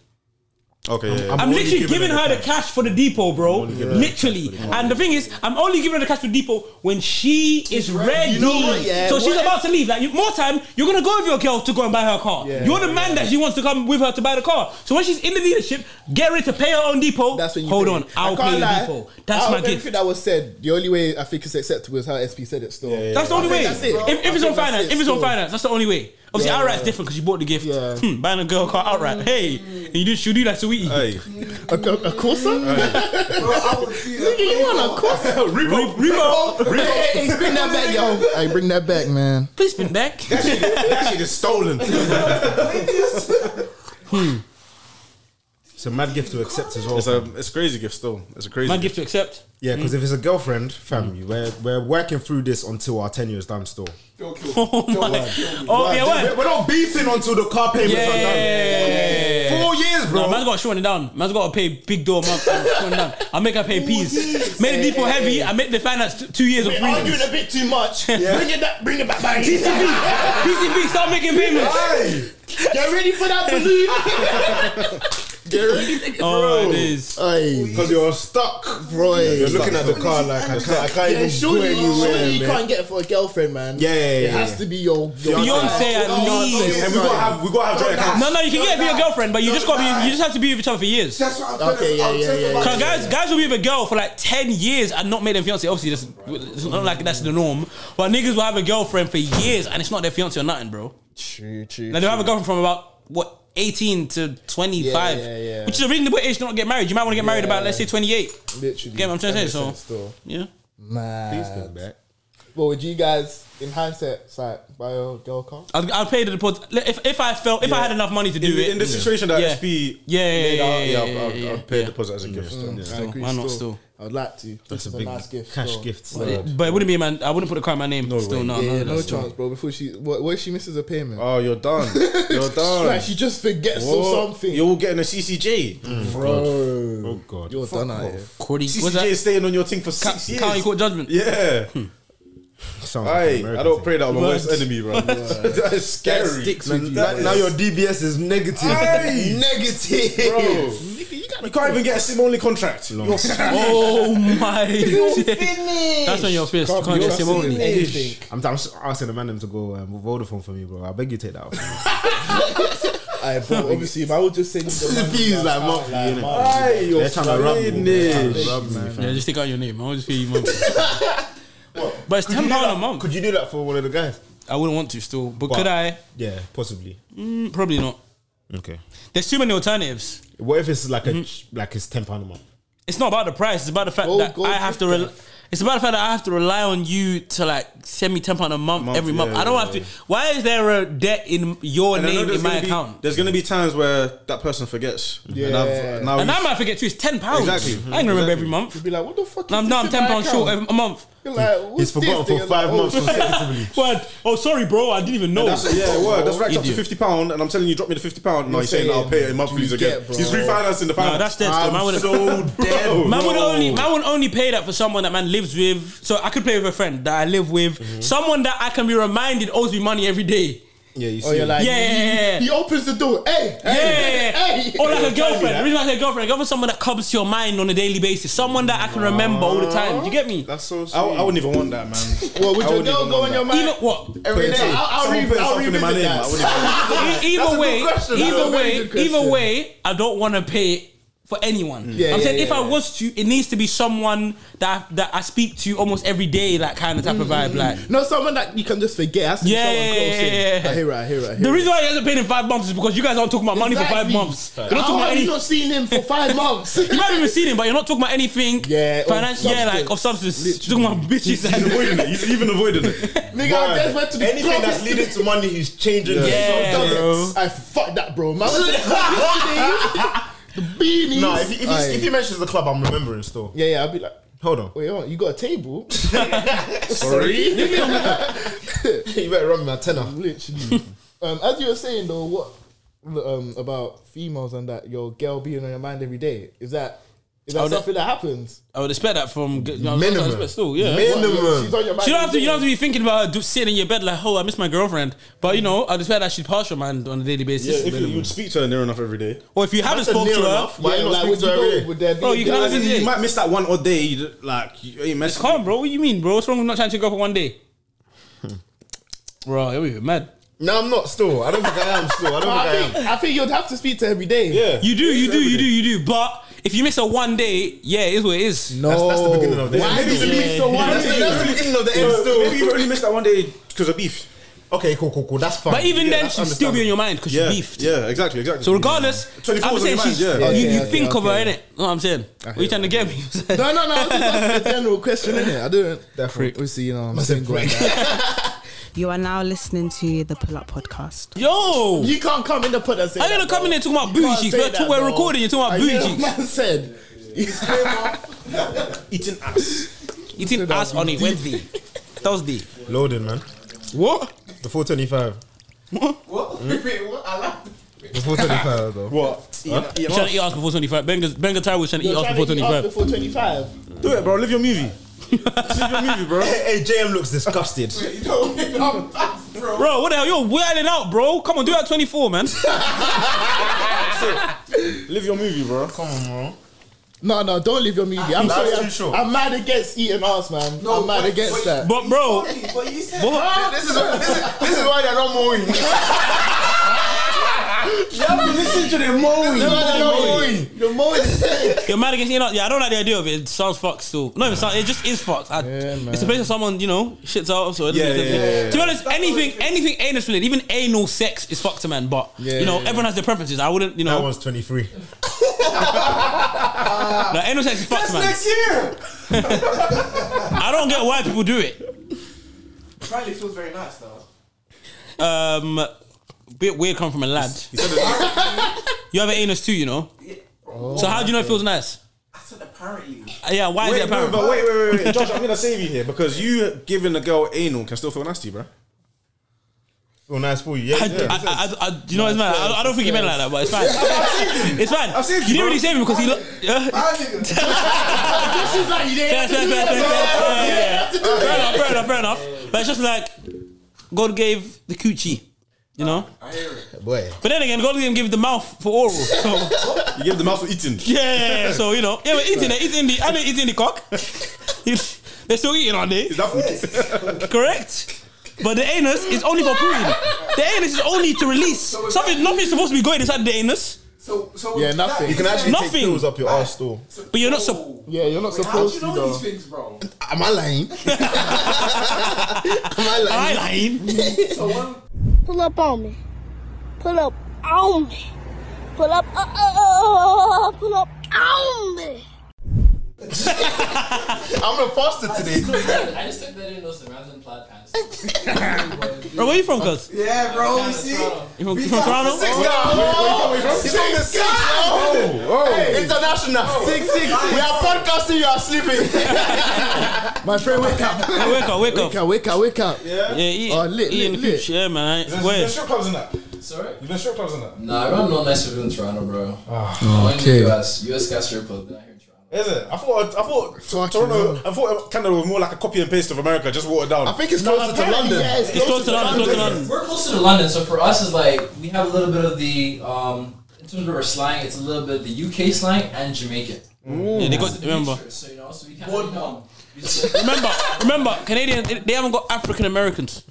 Speaker 4: Okay, yeah, yeah.
Speaker 6: I'm, literally giving her the cash for the depot, bro. Literally. And the thing is, I'm only giving her the cash for the depot when she is ready.
Speaker 5: You know what, yeah,
Speaker 6: So she's
Speaker 5: what
Speaker 6: about to leave. Like you, more time, you're gonna go with your girl to go and buy her car.
Speaker 5: Yeah.
Speaker 6: you're the man that she wants to come with her to buy the car. So when she's in the dealership, get ready to pay her own depot.
Speaker 5: That's when you
Speaker 6: hold
Speaker 5: pay.
Speaker 6: on.
Speaker 5: I
Speaker 6: I'll
Speaker 5: can't
Speaker 6: pay the
Speaker 5: lie.
Speaker 6: depot. That's
Speaker 5: Out
Speaker 6: my
Speaker 5: of
Speaker 6: gift.
Speaker 5: Everything that was said, the only way I think it's acceptable is how SP said it. Still,
Speaker 6: That's the only
Speaker 5: I think
Speaker 6: way.
Speaker 5: that's it.
Speaker 6: If,
Speaker 5: I
Speaker 6: if it's
Speaker 5: think
Speaker 6: on
Speaker 5: that's
Speaker 6: finance,
Speaker 5: it
Speaker 6: if it's on
Speaker 5: still.
Speaker 6: finance, that's the only way. Obviously, outright's different because you bought the gift.
Speaker 5: Yeah.
Speaker 6: Hmm, buying a girl car
Speaker 5: Mm.
Speaker 6: outright. Hey, and you do, she'll do that to Wheatie.
Speaker 4: Hey,
Speaker 5: A, a, a Corsa?
Speaker 3: Bro, I would see
Speaker 5: Nigga, you want a Corsa?
Speaker 4: Repo,
Speaker 6: Rebo,
Speaker 5: Hey, hey, hey, bring that back, yo. Hey, bring that back, man.
Speaker 6: please spin back.
Speaker 4: that shit is stolen. It's
Speaker 1: It's a mad gift to accept as well.
Speaker 4: a, it's a crazy gift still. It's a crazy.
Speaker 6: My
Speaker 4: gift.
Speaker 6: gift to accept.
Speaker 1: yeah, because if it's a girlfriend, family, we're we're working through this until our tenure is done. Still,
Speaker 6: Oh my. Oh yeah,
Speaker 1: We're,
Speaker 6: what?
Speaker 1: we're not beefing until the car payments
Speaker 6: Yeah,
Speaker 1: are done.
Speaker 6: yeah,
Speaker 1: Four years, bro.
Speaker 6: No, man's got shorten it down. Man's got to pay big door a month. and shorten it down. I make her pay peas. Make the depot heavy. I make the finance t- two years of free.
Speaker 5: Arguing a bit too much. Bring it back, bring it back, man.
Speaker 6: PCB, start making payments.
Speaker 1: Hey,
Speaker 5: Get ready for that balloon. Get ready,
Speaker 6: [LAUGHS] Oh, it is.
Speaker 5: Hey,
Speaker 1: because you're stuck.
Speaker 5: bro.
Speaker 1: You're looking at the car like I can't, I can't
Speaker 5: Yeah,
Speaker 1: even go
Speaker 5: surely, surely you
Speaker 1: anywhere, man.
Speaker 5: can't get it for a girlfriend, man.
Speaker 1: Yeah, yeah, yeah,
Speaker 5: It has
Speaker 1: yeah.
Speaker 5: to be your, your Oh,
Speaker 6: Beyonce at least.
Speaker 4: And we gotta have we gotta have joint accounts.
Speaker 6: No, no, you can get it for your girlfriend, but you just got to be. You just have to be with each other for years.
Speaker 3: That's what I'm
Speaker 5: Okay,
Speaker 3: telling
Speaker 5: yeah,
Speaker 3: I'm
Speaker 5: yeah,
Speaker 3: telling
Speaker 5: yeah,
Speaker 3: you about
Speaker 6: So
Speaker 3: it.
Speaker 6: guys, guys will be with a girl for like ten years and not made them fiance. Obviously, that's it's not like that's the norm. But niggas will have a girlfriend for years and it's not their fiance or nothing, bro.
Speaker 5: True, true.
Speaker 6: Like they'll have a girlfriend from about what 18 to 25,
Speaker 5: Yeah, yeah, yeah.
Speaker 6: which is a reasonable age to not get married. You might want to get married about, let's say, 28.
Speaker 5: Literally.
Speaker 6: Get what I'm trying to say? So-
Speaker 5: Still.
Speaker 6: Yeah.
Speaker 5: Man.
Speaker 1: Please go back.
Speaker 5: What would you guys, in hindsight, it's like, buy your girl car?
Speaker 6: I'd, I'd pay the deposit. If, if I felt, if I had enough money to do
Speaker 4: In,
Speaker 6: it.
Speaker 4: in this situation that
Speaker 6: Yeah.
Speaker 4: SP
Speaker 6: yeah, yeah,
Speaker 4: laid
Speaker 6: yeah,
Speaker 4: out,
Speaker 6: yeah, yeah,
Speaker 4: I'll-
Speaker 6: yeah,
Speaker 4: I'll,
Speaker 6: yeah,
Speaker 4: I'll
Speaker 6: yeah.
Speaker 4: pay a deposit as a gift. still,
Speaker 1: Mm-hmm.
Speaker 4: yeah.
Speaker 5: I agree,
Speaker 6: why not still?
Speaker 5: I would like to. That's
Speaker 1: a
Speaker 5: a,
Speaker 1: big
Speaker 5: nice gift.
Speaker 1: cash
Speaker 5: still.
Speaker 1: gift.
Speaker 6: But, it- but it wouldn't be in my, I wouldn't put a car in my name. still, no,
Speaker 5: Yeah,
Speaker 6: no,
Speaker 5: yeah,
Speaker 6: no,
Speaker 5: no chance, bro. Before she, what, what if she misses a payment?
Speaker 4: Oh, you're done.
Speaker 1: [LAUGHS]
Speaker 4: You're
Speaker 5: like
Speaker 4: done.
Speaker 5: she just forgets
Speaker 4: Whoa,
Speaker 5: or something,
Speaker 4: You're all getting a CCJ.
Speaker 6: Mm. Oh,
Speaker 5: bro.
Speaker 1: Oh God.
Speaker 5: You're done out here.
Speaker 6: Cordy, what's
Speaker 4: CCJ
Speaker 6: that?
Speaker 4: is staying on your thing for
Speaker 6: Ca-
Speaker 4: six
Speaker 6: County
Speaker 4: years.
Speaker 5: [LAUGHS]
Speaker 6: court judgment.
Speaker 4: Yeah.
Speaker 1: Sounds like an
Speaker 4: Aye, I
Speaker 1: American
Speaker 4: don't
Speaker 1: thing.
Speaker 4: pray that on my
Speaker 6: Words.
Speaker 4: worst enemy, bro. [LAUGHS] that is scary.
Speaker 6: sticks
Speaker 4: Man,
Speaker 6: with you.
Speaker 4: that
Speaker 1: Now
Speaker 4: is-
Speaker 1: your DBS is negative.
Speaker 4: Aye.
Speaker 1: negative.
Speaker 4: Bro, you, can't even get a sim only contract. You're
Speaker 6: Oh my! [LAUGHS] That's on your fist. You can't get him only.
Speaker 5: Anything.
Speaker 1: I'm, I'm just asking the man them to go um, with Vodafone for me, bro. I beg you take that [LAUGHS] off.
Speaker 5: [LAUGHS] Aye, bro, obviously, if I would just send you the money,
Speaker 1: fees
Speaker 5: bro,
Speaker 1: like
Speaker 5: I
Speaker 1: monthly,
Speaker 5: can't
Speaker 1: innit?
Speaker 5: lie, man.
Speaker 4: Aye, you're
Speaker 1: They're trying to rub me. They're trying to
Speaker 4: finished.
Speaker 1: rub me, fam.
Speaker 6: Yeah, just take out your name. I'll just pay you monthly. But it's ten pound a month.
Speaker 1: Could you do that for one of the guys?
Speaker 6: I wouldn't want to still, but,
Speaker 1: But-
Speaker 6: could I?
Speaker 1: Yeah, possibly.
Speaker 6: Mm, Probably not.
Speaker 1: Okay.
Speaker 6: There's too many alternatives.
Speaker 1: What if it's like a ch- like it's ten pound a month?
Speaker 6: It's not about the price. It's about the fact
Speaker 5: Go-
Speaker 6: that
Speaker 5: go
Speaker 6: I have
Speaker 5: with
Speaker 6: to. Re-
Speaker 5: that.
Speaker 6: it's about the fact that I have to rely on you to like send me ten pound a month,
Speaker 4: Month,
Speaker 6: every month.
Speaker 4: yeah,
Speaker 6: I don't
Speaker 4: yeah,
Speaker 6: have to. Why is there a debt in your
Speaker 4: And I know
Speaker 6: name
Speaker 4: there's
Speaker 6: in my
Speaker 4: gonna be-
Speaker 6: account?
Speaker 4: There's gonna be times where that person forgets. Yeah. And
Speaker 5: Yeah.
Speaker 4: I've now
Speaker 6: And I
Speaker 4: you've-
Speaker 6: might forget too. It's ten pounds.
Speaker 4: Oh, Exactly.
Speaker 6: I ain't gonna remember every month.
Speaker 5: You'd be like, what the fuck?
Speaker 6: No,
Speaker 5: is
Speaker 6: I'm, no,
Speaker 5: this
Speaker 6: I'm
Speaker 5: in
Speaker 6: ten
Speaker 5: my
Speaker 6: pounds short
Speaker 5: account?
Speaker 6: every- a month.
Speaker 5: You're like, what's
Speaker 1: He's forgotten
Speaker 5: this?
Speaker 1: for
Speaker 5: You're like,
Speaker 1: five
Speaker 5: oh,
Speaker 1: months consecutively.
Speaker 6: Word. Oh, sorry, bro. I didn't even know.
Speaker 4: that's, yeah, word. That's racked up to
Speaker 6: Idiot.
Speaker 4: fifty pound, and I'm telling you, drop me the fifty pound. No,
Speaker 5: You're
Speaker 4: he's saying I'll
Speaker 5: saying,
Speaker 4: pay it in monthlies
Speaker 5: you get,
Speaker 4: again.
Speaker 5: bro.
Speaker 4: He's refinancing the finance.
Speaker 6: that's dead still. Man
Speaker 4: I'm
Speaker 6: [LAUGHS] would've-
Speaker 4: so dead.
Speaker 6: Man would
Speaker 4: bro.
Speaker 6: only man would only pay that for someone that man lives with. So I could play with a friend that I live with,
Speaker 5: Mhm.
Speaker 6: someone that I can be reminded owes me money every day.
Speaker 1: Yeah, you see.
Speaker 5: Oh, you're like,
Speaker 6: Yeah, yeah, yeah.
Speaker 5: He opens the door. Hey,
Speaker 6: Yeah,
Speaker 5: hey,
Speaker 6: yeah, yeah.
Speaker 5: hey.
Speaker 6: or like a
Speaker 1: me
Speaker 6: girlfriend.
Speaker 1: that.
Speaker 6: The reason I say girlfriend, girlfriend, is someone that comes to your mind on a daily basis, someone that I can remember all the time. Do you get me?
Speaker 1: that's so. Sweet.
Speaker 4: I, I wouldn't even want that, man.
Speaker 5: Well, would
Speaker 4: I
Speaker 5: your
Speaker 4: wouldn't
Speaker 5: girl
Speaker 4: even
Speaker 5: go
Speaker 4: want
Speaker 5: on
Speaker 4: that.
Speaker 5: your mind?
Speaker 6: Even what?
Speaker 5: Every day. I'll, I'll,
Speaker 4: Someone
Speaker 5: re-
Speaker 4: put
Speaker 5: I'll
Speaker 4: something in my
Speaker 5: revisit
Speaker 4: name. I
Speaker 5: that.
Speaker 4: wouldn't even want
Speaker 6: E- either way,
Speaker 5: question, that's
Speaker 6: either
Speaker 5: a very
Speaker 6: way,
Speaker 5: good question. Mm.
Speaker 6: either way, I don't want to pay it for anyone.
Speaker 5: Yeah,
Speaker 6: I'm
Speaker 5: yeah,
Speaker 6: saying if
Speaker 5: yeah,
Speaker 6: I
Speaker 5: yeah.
Speaker 6: was to, it needs to be someone that that I speak to almost every day, that kind of type of vibe. Like
Speaker 5: No, someone that you can just forget. Has to
Speaker 6: Yeah,
Speaker 5: be someone
Speaker 6: yeah,
Speaker 5: close
Speaker 6: yeah,
Speaker 5: in.
Speaker 6: yeah.
Speaker 5: I hear it, I hear it. I hear
Speaker 6: the
Speaker 5: it.
Speaker 6: reason why he hasn't paid in five months is because you guys aren't talking about money for five
Speaker 5: Exactly.
Speaker 6: months. You're not
Speaker 5: How
Speaker 6: talking about
Speaker 5: have
Speaker 6: any.
Speaker 5: you not seen him for five months? [LAUGHS]
Speaker 6: You might have even seen him, but you're not talking about anything.
Speaker 5: Yeah, of
Speaker 6: finance, yeah,
Speaker 5: substance.
Speaker 6: like of substance. You're Talking about bitches.
Speaker 4: that. He's avoiding it. He's even avoiding it.
Speaker 5: Nigga, I just went to the
Speaker 1: Anything
Speaker 5: club
Speaker 1: that's
Speaker 5: yesterday.
Speaker 1: leading to money, he's changing.
Speaker 4: Yeah.
Speaker 6: Yeah,
Speaker 5: Done it.
Speaker 6: bro.
Speaker 5: I fuck that, bro. Man, I went to the club
Speaker 1: [LAUGHS]
Speaker 5: yesterday. the beanies.
Speaker 1: No, if, he- if, he-
Speaker 5: Aye.
Speaker 1: if he mentions the club, I'm remembering still.
Speaker 5: yeah, yeah, I'll be like,
Speaker 1: Hold on.
Speaker 5: wait, hold on, you got a table? [LAUGHS]
Speaker 4: Sorry.
Speaker 1: [LAUGHS] you better run me a tenner.
Speaker 5: Literally. um, as you were saying though, what um about females and that your girl being on your mind every day is that is that
Speaker 6: Oh, that-
Speaker 5: something that happens?
Speaker 6: I would expect that from you know,
Speaker 1: Minimum.
Speaker 6: Minimum. Still, yeah.
Speaker 5: What,
Speaker 1: Minimum.
Speaker 5: she's on your mind.
Speaker 6: You don't have to.
Speaker 5: every
Speaker 6: You don't have to
Speaker 5: day?
Speaker 6: be thinking about her do, sitting in your bed like, oh, I miss my girlfriend. But you know, I just expect that she'd pass your mind on a daily
Speaker 4: Yeah,
Speaker 6: basis.
Speaker 4: if you, you'd speak to her near enough every day,
Speaker 6: or if you haven't
Speaker 1: That's a
Speaker 6: spoken to
Speaker 1: near
Speaker 6: her,
Speaker 1: enough. Why
Speaker 5: yeah,
Speaker 1: you not
Speaker 5: like,
Speaker 1: speak
Speaker 5: would
Speaker 1: to
Speaker 5: you
Speaker 1: her every
Speaker 5: go,
Speaker 1: day?
Speaker 5: Would there be
Speaker 6: Bro,
Speaker 5: a
Speaker 6: you can
Speaker 5: girl-
Speaker 6: have-
Speaker 4: And you might miss that one odd day. you- Like you ain't messing.
Speaker 6: come on, bro. What do you mean, bro? What's wrong with not trying to go for one [LAUGHS] day? bro, you're even mad.
Speaker 1: No, I'm not still. I don't think I am still. I
Speaker 5: No,
Speaker 1: don't
Speaker 5: I
Speaker 1: think I am.
Speaker 5: think I think you'd have to speak to her every day.
Speaker 4: Yeah.
Speaker 6: You do, you do, you do, you do. But if you miss a one day, yeah, it is what it is.
Speaker 5: No,
Speaker 1: That's the beginning of the
Speaker 5: Why
Speaker 1: end.
Speaker 5: do you
Speaker 6: Yeah.
Speaker 5: mean so why
Speaker 1: That's
Speaker 5: do
Speaker 1: the,
Speaker 5: you-
Speaker 1: that's the beginning of the end
Speaker 4: So
Speaker 1: still.
Speaker 4: maybe you only missed that one day because of beef.
Speaker 1: Okay, cool, cool, cool. That's fine.
Speaker 6: But even
Speaker 1: Yeah,
Speaker 6: then,
Speaker 1: that's
Speaker 6: she'd still be
Speaker 1: understandable.
Speaker 6: on your mind because
Speaker 4: Yeah,
Speaker 6: you beefed.
Speaker 4: yeah, exactly, exactly.
Speaker 6: So regardless,
Speaker 4: 24
Speaker 6: I'm
Speaker 4: was
Speaker 6: saying
Speaker 4: on your
Speaker 6: she's,
Speaker 4: mind, yeah.
Speaker 6: you,
Speaker 5: Okay,
Speaker 6: you
Speaker 5: okay,
Speaker 6: think of her,
Speaker 5: okay.
Speaker 6: innit? Know what I'm saying? What are you trying to get me? [LAUGHS]
Speaker 5: No, no, no. I was just asking a general question, innit? I didn't.
Speaker 1: Definitely.
Speaker 5: Obviously, you know, I'm single. like that.
Speaker 11: You are now listening to the Pull Up Podcast.
Speaker 6: Yo!
Speaker 5: You can't come in the put and say.
Speaker 6: I'm gonna
Speaker 5: that, bro.
Speaker 6: come in there talking about
Speaker 5: You
Speaker 6: booty
Speaker 5: can't
Speaker 6: cheeks.
Speaker 5: say
Speaker 6: We're,
Speaker 5: that,
Speaker 6: we're
Speaker 5: bro.
Speaker 6: recording, you're talking
Speaker 5: I
Speaker 6: about booty
Speaker 5: hear what
Speaker 6: cheeks.
Speaker 5: Man said.
Speaker 4: eating ass.
Speaker 6: Eating ass on a Wednesday, Thursday.
Speaker 1: Loading, man.
Speaker 6: What?
Speaker 1: The 425.
Speaker 3: What? Wait, what? I like
Speaker 1: The 425, though.
Speaker 4: What?
Speaker 6: I'm trying to eat ass before 25. Benga, Benga Tyro was trying to eat
Speaker 5: You're trying
Speaker 6: ass before
Speaker 5: to eat off
Speaker 6: 25.
Speaker 5: Before 25.
Speaker 4: Do it, bro. Live your movie. Live your movie, bro.
Speaker 1: Hey, hey, JM looks disgusted.
Speaker 3: You know, I'm fast,
Speaker 5: Hmm?
Speaker 3: bro.
Speaker 6: Bro, what the hell? You're wailing out, bro. Come on, do that at 24, man. [LAUGHS]
Speaker 4: Live your movie, bro.
Speaker 1: Come on, bro.
Speaker 5: No, no, don't leave your media. I'm
Speaker 1: That's
Speaker 5: sorry.
Speaker 1: too
Speaker 5: I'm,
Speaker 1: short.
Speaker 5: I'm mad against eating ass, man.
Speaker 3: No,
Speaker 5: I'm mad
Speaker 3: wait,
Speaker 5: against
Speaker 3: wait.
Speaker 5: that.
Speaker 6: But, bro,
Speaker 5: [LAUGHS]
Speaker 3: But you said
Speaker 6: what-
Speaker 1: This is, this, is, this is why they're not mowing.
Speaker 4: Listen to the movie.
Speaker 1: Why they're not mowing. [LAUGHS]
Speaker 5: The moment
Speaker 6: You're mad against you know. Yeah, I don't like the idea of it. It sounds fucked still. No, it, sounds, it just is fucked. I, it's a place where someone you know shits out. So it
Speaker 4: Yeah,
Speaker 6: doesn't-
Speaker 4: yeah, yeah, yeah.
Speaker 6: to be honest, anything anything anus related, even anal sex is fucked to man. But
Speaker 1: Yeah,
Speaker 6: you know,
Speaker 1: yeah, yeah.
Speaker 6: everyone has their preferences. I wouldn't you
Speaker 1: That
Speaker 6: know.
Speaker 1: one's 23.
Speaker 6: Like, anal sex is fucked to man.
Speaker 3: Next year.
Speaker 6: [LAUGHS] I don't get why people do it.
Speaker 3: Apparently, it feels very nice though.
Speaker 6: Um, bit weird come from a lad. you have an anus too, you know. so how do you know it feels nice?
Speaker 3: I said apparently.
Speaker 6: Uh, Yeah, why is
Speaker 4: Wait,
Speaker 6: it
Speaker 4: no,
Speaker 6: apparent?
Speaker 4: but wait, wait, wait, wait. Josh, I'm gonna save you here because you giving a girl anal can still feel nasty, bro.
Speaker 1: Well, nice for you. Yeah,
Speaker 6: I,
Speaker 1: yeah.
Speaker 6: I, I, I, you know, it's mad. I, I don't think he meant it like that, but it's fine. it's fine.
Speaker 4: I've seen you,
Speaker 6: you didn't
Speaker 4: bro.
Speaker 6: really save him because he. Lo- yeah.
Speaker 3: My nigga.
Speaker 6: fair, fair, fair, fair, fair, fair, yeah. Fair enough, fair enough, fair enough. But it's just like God gave the coochie, you know.
Speaker 3: I hear it.
Speaker 1: Boy.
Speaker 6: But then again, God didn't give the mouth for oral. So [LAUGHS]
Speaker 4: You give the mouth for eating.
Speaker 6: yeah, so you know, yeah, we're eating, they're eating the, are they eating the cock? [LAUGHS] they're still eating, aren't they?
Speaker 4: Is that food?
Speaker 6: Correct. But the anus is only for pooing. The anus is only to release. Something, nothing's supposed to be going inside the anus.
Speaker 3: So, so
Speaker 5: Yeah, nothing.
Speaker 1: You can actually
Speaker 6: Nothing.
Speaker 1: take pills up your ass still.
Speaker 6: But you're not sup-
Speaker 3: supposed.
Speaker 5: Yeah, you're not
Speaker 3: Oh. How do
Speaker 5: supposed
Speaker 3: you
Speaker 5: to.
Speaker 3: know
Speaker 5: Though.
Speaker 3: these things, bro?
Speaker 1: Am I lying? Am I lying?
Speaker 6: I lying.
Speaker 3: So one
Speaker 12: Pull up on me. Pull up on me. Pull up. Uh, uh, uh, uh, pull up on me.
Speaker 1: I'm a pastor today.
Speaker 13: I just took that in those Samaritan plaid pants.
Speaker 6: Bro, where you from, cuz? You
Speaker 3: Yeah, bro. You see.
Speaker 6: from, you from Toronto?
Speaker 1: Six, six, six. Oh, Hey, international. Six, six, six. We are podcasting, you are sleeping.
Speaker 5: My friend, wake up.
Speaker 6: Hey, wake up, wake up.
Speaker 5: Wake up, wake up, wake up.
Speaker 6: Yeah, eat,
Speaker 5: Oh, lit,
Speaker 6: eat in the
Speaker 5: lit, lit.
Speaker 6: cooch. Yeah, man. I- Where?
Speaker 4: strip clubs in that.
Speaker 13: Sorry?
Speaker 4: You've been strip clubs in that.
Speaker 13: Nah, I run no nicer in Toronto, bro. Oh,
Speaker 5: okay.
Speaker 13: the US. US got strip club, not here in Toronto.
Speaker 4: Is it? I thought I thought
Speaker 5: Fucking
Speaker 4: Toronto.
Speaker 5: hell.
Speaker 4: I thought Canada was more like a copy and paste of America, just watered down.
Speaker 1: I think it's closer to London.
Speaker 5: Yeah,
Speaker 6: It's close to London, it's close to London.
Speaker 13: We're closer to London, so for us, it's like we have a little bit of the, um, in terms of our slang, it's a little bit of the UK slang and Jamaican.
Speaker 6: Yeah, they
Speaker 13: It's
Speaker 6: got,
Speaker 13: the
Speaker 6: remember.
Speaker 13: mixture, So, you know, so we kind of know. We just like-
Speaker 6: Remember, remember, Canadians, they- they haven't got African Americans.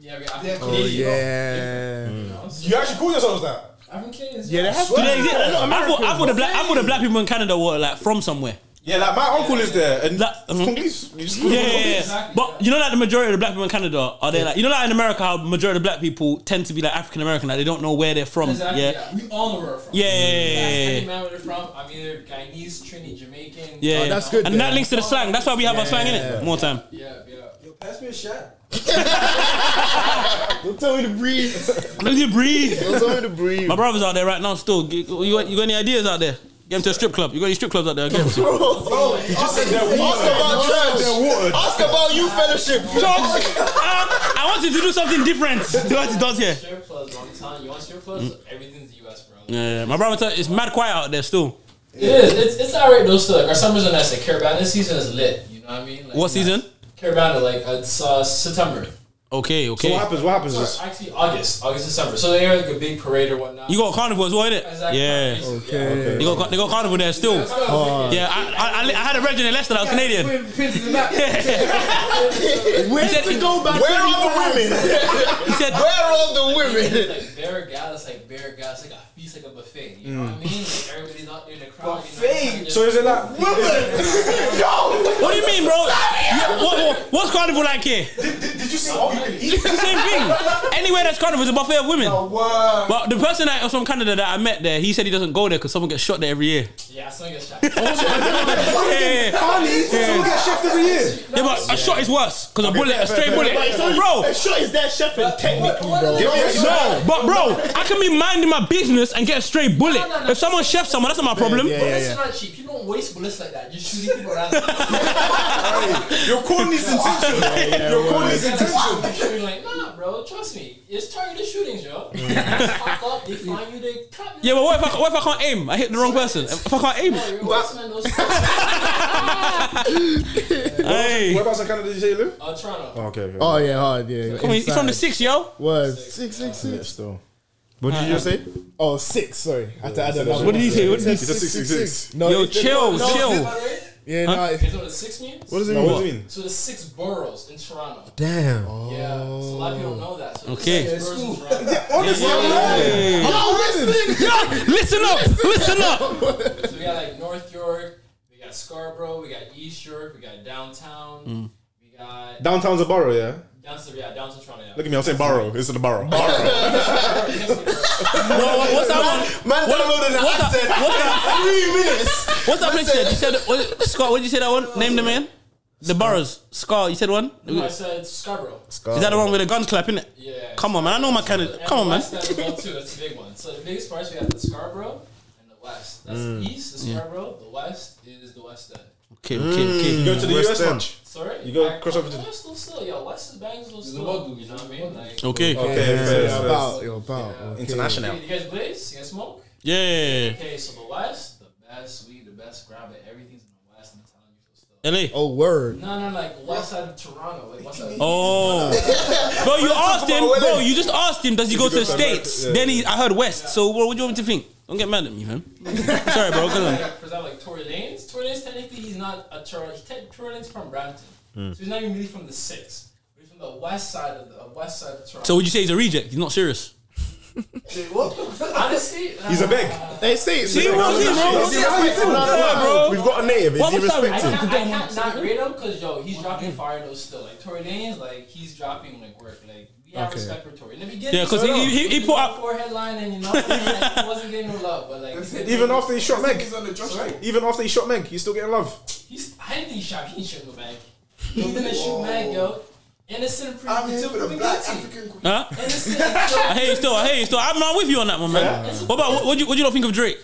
Speaker 13: Yeah, we African Canadians.
Speaker 5: Yeah.
Speaker 13: You know, so
Speaker 4: you actually call yourselves that?
Speaker 13: African Canadians.
Speaker 5: Yeah, they have to.
Speaker 6: Do they exist?
Speaker 5: They're not
Speaker 6: I thought, I
Speaker 5: Americans.
Speaker 6: thought the black, I thought the black people in Canada were like
Speaker 5: [LAUGHS]
Speaker 6: from somewhere.
Speaker 4: Yeah, like my uncle is there, and
Speaker 6: That-
Speaker 4: it's Congolese. You just call
Speaker 6: uh-huh. Yeah,
Speaker 4: them
Speaker 6: yeah,
Speaker 4: Congolese.
Speaker 6: yeah.
Speaker 13: Exactly,
Speaker 6: But
Speaker 13: yeah.
Speaker 6: you know, like the majority of the black people in Canada are they like you know, like in America, how majority of black people tend to be like African American, like they don't know where they're from.
Speaker 13: Exactly,
Speaker 6: yeah.
Speaker 13: yeah. We all know where we're from.
Speaker 6: Yeah, yeah, yeah, yeah, yeah,
Speaker 13: I
Speaker 6: yeah.
Speaker 13: can't where they're from. I'm either Guyanese, Trini, Jamaican.
Speaker 6: Yeah,
Speaker 5: Oh,
Speaker 6: yeah.
Speaker 5: that's good
Speaker 6: And
Speaker 5: then.
Speaker 6: that links to the slang. That's why we have our slang in it. More time.
Speaker 13: Yeah, yeah.
Speaker 3: Yo, pass me a shot.
Speaker 5: Don't tell me to breathe.
Speaker 6: Let me breathe.
Speaker 5: Don't tell me to breathe.
Speaker 6: My brother's out there right now. Still, you, you got, you got any ideas out there? Get him to a strip club. You got any strip clubs out there? Get him.
Speaker 1: [LAUGHS]
Speaker 6: Um,
Speaker 1: Ask about church. Ask about you fellowship.
Speaker 6: I want you to do something different to what he does here.
Speaker 13: Strip clubs, I'm telling you, you want strip clubs? Everything's the US, bro.
Speaker 6: Mm. Yeah, yeah. my brother, tell- it's mad quiet out there still.
Speaker 13: It is. It's, it's alright though. Still, like our summers are nice. Like Caravana this season is lit. You know what I mean? Like,
Speaker 6: What
Speaker 13: you know,
Speaker 6: season?
Speaker 13: Caravana, like it's uh, September.
Speaker 6: Okay,
Speaker 4: So
Speaker 6: okay.
Speaker 4: what happens? What happens is
Speaker 13: Actually, August, August, December. So they are like a big parade or whatnot.
Speaker 6: You got a carnival as well, innit?
Speaker 13: Exactly.
Speaker 6: Yeah.
Speaker 13: Okay.
Speaker 6: They got, ca- they got carnival there still.
Speaker 13: That's what I was thinking.
Speaker 6: Yeah, I, I, I, li- I had a regiment in Leicester that was Canadian.
Speaker 3: Pins in the
Speaker 6: [LAUGHS]
Speaker 3: map.
Speaker 6: He said, he,
Speaker 1: Where are the women?
Speaker 6: [LAUGHS] he said,
Speaker 1: Where are the
Speaker 13: It's
Speaker 1: women?
Speaker 13: like Bear Gallus, like Bear Gallus, like a feast, like a buffet. You know what I mean? Like everybody's out there in the crowd. You know,
Speaker 3: Buffet.
Speaker 13: just-
Speaker 4: so is it like
Speaker 6: what do you mean, bro? You- what- what- what's carnival like here?
Speaker 4: Did you see all you can eat?
Speaker 6: It's the same thing. Anywhere that's carnival is a buffet of women.
Speaker 3: Wow.
Speaker 6: But the person that was from Canada that I met there, he said he doesn't go there because someone gets shot there every year.
Speaker 13: yeah, someone gets shot. yeah,
Speaker 6: Yeah, yeah, yeah.
Speaker 4: Carly, someone get chef every year.
Speaker 6: Yeah, but a shot is worse because a bullet, a straight bullet, bro.
Speaker 5: A shot is that chef and technically, bro.
Speaker 6: No, but bro, I can be minding my business and get a straight bullet.
Speaker 13: no, no.
Speaker 6: If someone chefs someone, that's not my problem.
Speaker 5: Yeah, yeah,
Speaker 13: Bullets
Speaker 5: yeah.
Speaker 13: are not cheap. You don't waste bullets like that. You're shooting people around. [LAUGHS]
Speaker 4: Your corny's intention. Your corny's intention.
Speaker 13: You're like, nah, bro. Trust me. It's targeted shootings, yo. Pop up, they find you, they cut you.
Speaker 6: Yeah, but what if I, what if I can't aim? I hit the wrong person. If I can't aim,
Speaker 13: You're wasting on those- uh,
Speaker 6: hey,
Speaker 4: Whereabouts in Canada did you say you live?
Speaker 13: Toronto.
Speaker 4: Okay, okay.
Speaker 5: Oh yeah, hard, yeah.
Speaker 6: Come on, he's from the six, yo.
Speaker 5: Word. Six, six, six.
Speaker 4: Still. What did you just say?
Speaker 5: Oh, six. Sorry, I had to add another.
Speaker 6: What did he say? What did he
Speaker 4: It's a six six six.
Speaker 5: No,
Speaker 6: Yo,
Speaker 5: it's-
Speaker 6: chill,
Speaker 5: no,
Speaker 6: chill.
Speaker 5: it's- Yeah,
Speaker 6: Huh?
Speaker 5: no.
Speaker 13: You know what a six means?
Speaker 5: What does it No, mean? what does it mean?
Speaker 13: So there's six boroughs in Toronto.
Speaker 5: Damn.
Speaker 13: Yeah. So a lot of people don't know that. So there's
Speaker 6: Okay.
Speaker 13: Six boroughs in Toronto.
Speaker 6: honestly, I'm Yeah. learning. I'm Yo, listen up, listen up.
Speaker 13: So we got like North York, we got Scarborough, we got East York, we got downtown,
Speaker 4: Mm.
Speaker 13: we got
Speaker 4: Downtown's a borough, yeah.
Speaker 13: downtown, yeah, downtown Toronto. Yeah.
Speaker 4: Look at me, I'm saying borough. It's in the borough. [LAUGHS] Borough.
Speaker 6: Well, what- what's that one?
Speaker 1: Man,
Speaker 6: What-
Speaker 1: downloaded an
Speaker 6: what's that-
Speaker 1: accent.
Speaker 6: what's that-
Speaker 1: Three minutes.
Speaker 6: What's that next said? You said what, Scott. What did you say that one? Name the man. The boroughs. Scar. You said one.
Speaker 13: No, I said Scarborough.
Speaker 6: Is that the one with the guns clap in it?
Speaker 13: Yeah.
Speaker 6: Come on, man. I know my kind of.
Speaker 13: And
Speaker 6: Come on,
Speaker 13: the
Speaker 6: man.
Speaker 13: West as well too. That's the big one. So the biggest parts we have the Scarborough and the West. That's
Speaker 6: Mm.
Speaker 13: the East, the
Speaker 6: Yeah.
Speaker 13: Scarborough. The West is the West End.
Speaker 6: Okay, okay, okay.
Speaker 4: You go to the
Speaker 6: West
Speaker 4: US
Speaker 6: End.
Speaker 4: much?
Speaker 13: Sorry.
Speaker 4: You go
Speaker 13: I-
Speaker 4: cross over to.
Speaker 13: West still still, yo. West is banging still still. You know what I mean? Like,
Speaker 6: Okay.
Speaker 4: Okay, fair, fair.
Speaker 13: You, you guys blaze? You guys smoke?
Speaker 6: Yeah.
Speaker 13: Okay, so the West, the best weed, the best grab it. Everything's in the West. I'm telling
Speaker 6: LA.
Speaker 5: Oh, word.
Speaker 13: you. No, no, like West side of Toronto. Like West side. Of
Speaker 6: Oh, bro, you asked him, bro. You just asked him, does he go to the states? Then he, I heard West. So what would you want me to think? Don't get mad at me, man. Sorry, bro. Go on.
Speaker 13: Like, for example, like Tory Lanez. Tory Lanez technically he's not a Toronto. He te- Tory Lanez from Brampton,
Speaker 6: Mm.
Speaker 4: Hmm.
Speaker 13: so he's not even really from the six. He's from the west side of the uh, west side of Toronto.
Speaker 6: So would you say he's a reject? He's not serious.
Speaker 13: Honestly,
Speaker 4: He's a beg.
Speaker 5: They say
Speaker 4: it's
Speaker 6: See, what was he, bro? What's he asking for? Why, bro?
Speaker 1: We've got a native. Is
Speaker 6: Why
Speaker 1: he
Speaker 6: was that-
Speaker 13: I
Speaker 1: respected?
Speaker 13: can't, I can't not rate him because yo, he's dropping fire though still. Like Tory Lanez, like he's dropping like work. Like we have
Speaker 1: Okay.
Speaker 13: respect for Tory. In the beginning,
Speaker 6: Yeah, 'cause he- he- he- he
Speaker 13: was
Speaker 6: put
Speaker 13: on
Speaker 6: up-
Speaker 13: four headline and you know like, he wasn't getting no love, but like
Speaker 4: Even after he shot Meg.
Speaker 13: he's on the Josh Hart.
Speaker 4: Even after he shot Meg, he's still getting love.
Speaker 13: He's I didn't think he shot. He shouldn't go back. He was gonna shoot Meg, yo. Innocent pre-
Speaker 3: I'm here for the
Speaker 13: guilty.
Speaker 3: black African queen.
Speaker 6: Huh? [LAUGHS]
Speaker 13: Innocent.
Speaker 6: I hate you still. I hate you still. I'm not with you on that one, man. What about what, what do you what do you not think of Drake?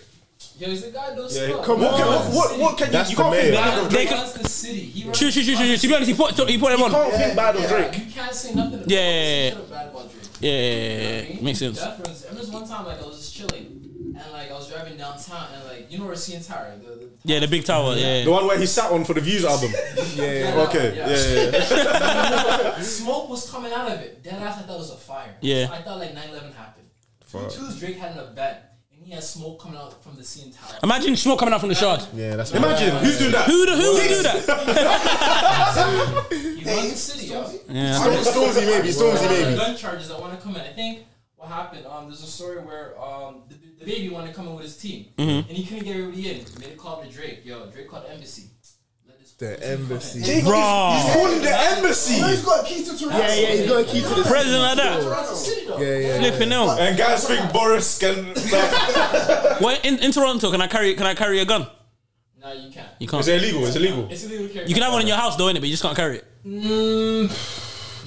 Speaker 13: Yo, he's a guy those
Speaker 6: Yeah,
Speaker 13: fuck.
Speaker 6: come
Speaker 13: What
Speaker 6: on.
Speaker 13: can-
Speaker 6: What- what-
Speaker 13: city?
Speaker 6: what can you- That's you the can't think mayor. bad of
Speaker 13: He
Speaker 6: Drake.
Speaker 13: runs the city. He runs
Speaker 6: True, true, true, true, true. To be honest, he put he put them on.
Speaker 4: can't think bad of Drake.
Speaker 13: You can't say nothing.
Speaker 6: Yeah, yeah,
Speaker 13: about bad about Drake.
Speaker 6: yeah, yeah, yeah. Makes sense.
Speaker 13: That was, there was one time like I was just chilling and like I was driving downtown and like you know where CN Tower the, the
Speaker 6: Yeah, the big tower. Yeah,
Speaker 4: The one where he sat on for the Views
Speaker 6: [LAUGHS]
Speaker 4: album.
Speaker 13: Yeah,
Speaker 4: Okay.
Speaker 13: yeah.
Speaker 4: Yeah. yeah, yeah.
Speaker 13: smoke was coming out of it. Dead ass, I thought it was a fire.
Speaker 4: Yeah.
Speaker 13: So I thought like 9/11 happened.
Speaker 4: Fuck.
Speaker 13: Two Drake had an event and he had smoke coming out from the CN Tower.
Speaker 6: Imagine smoke coming out from the shard.
Speaker 5: Yeah, that's
Speaker 4: Imagine who's doing that.
Speaker 6: Who the who would do [LAUGHS] that?
Speaker 13: He runs the city, yo.
Speaker 6: Yeah.
Speaker 1: Storm- Stormzy maybe, Stormzy
Speaker 13: There were
Speaker 1: maybe.
Speaker 13: Gun charges that want to come in. I think what happened. Um, there's a story where um the, the baby wanted to come in with his team,
Speaker 1: Mhm.
Speaker 6: Mm-hmm.
Speaker 13: and he couldn't get everybody in. He made a call to Drake. Yo, Drake called the embassy.
Speaker 5: The embassy.
Speaker 13: Jake, he's- Bruh. he's calling the embassy.
Speaker 3: No, he's got a key to Toronto.
Speaker 5: Yeah, yeah, he's got a key to the
Speaker 6: President like that.
Speaker 3: that.
Speaker 5: Yeah, yeah.
Speaker 6: Flipping hell.
Speaker 4: And guys think Boris can.
Speaker 6: Well, in, in Toronto, can I carry can I carry a gun?
Speaker 13: No, you can't.
Speaker 6: You can't.
Speaker 4: It's [LAUGHS] illegal, it's illegal.
Speaker 13: It's illegal to carry.
Speaker 6: You can have one in your house though, innit? But you just can't carry it.
Speaker 13: Mm,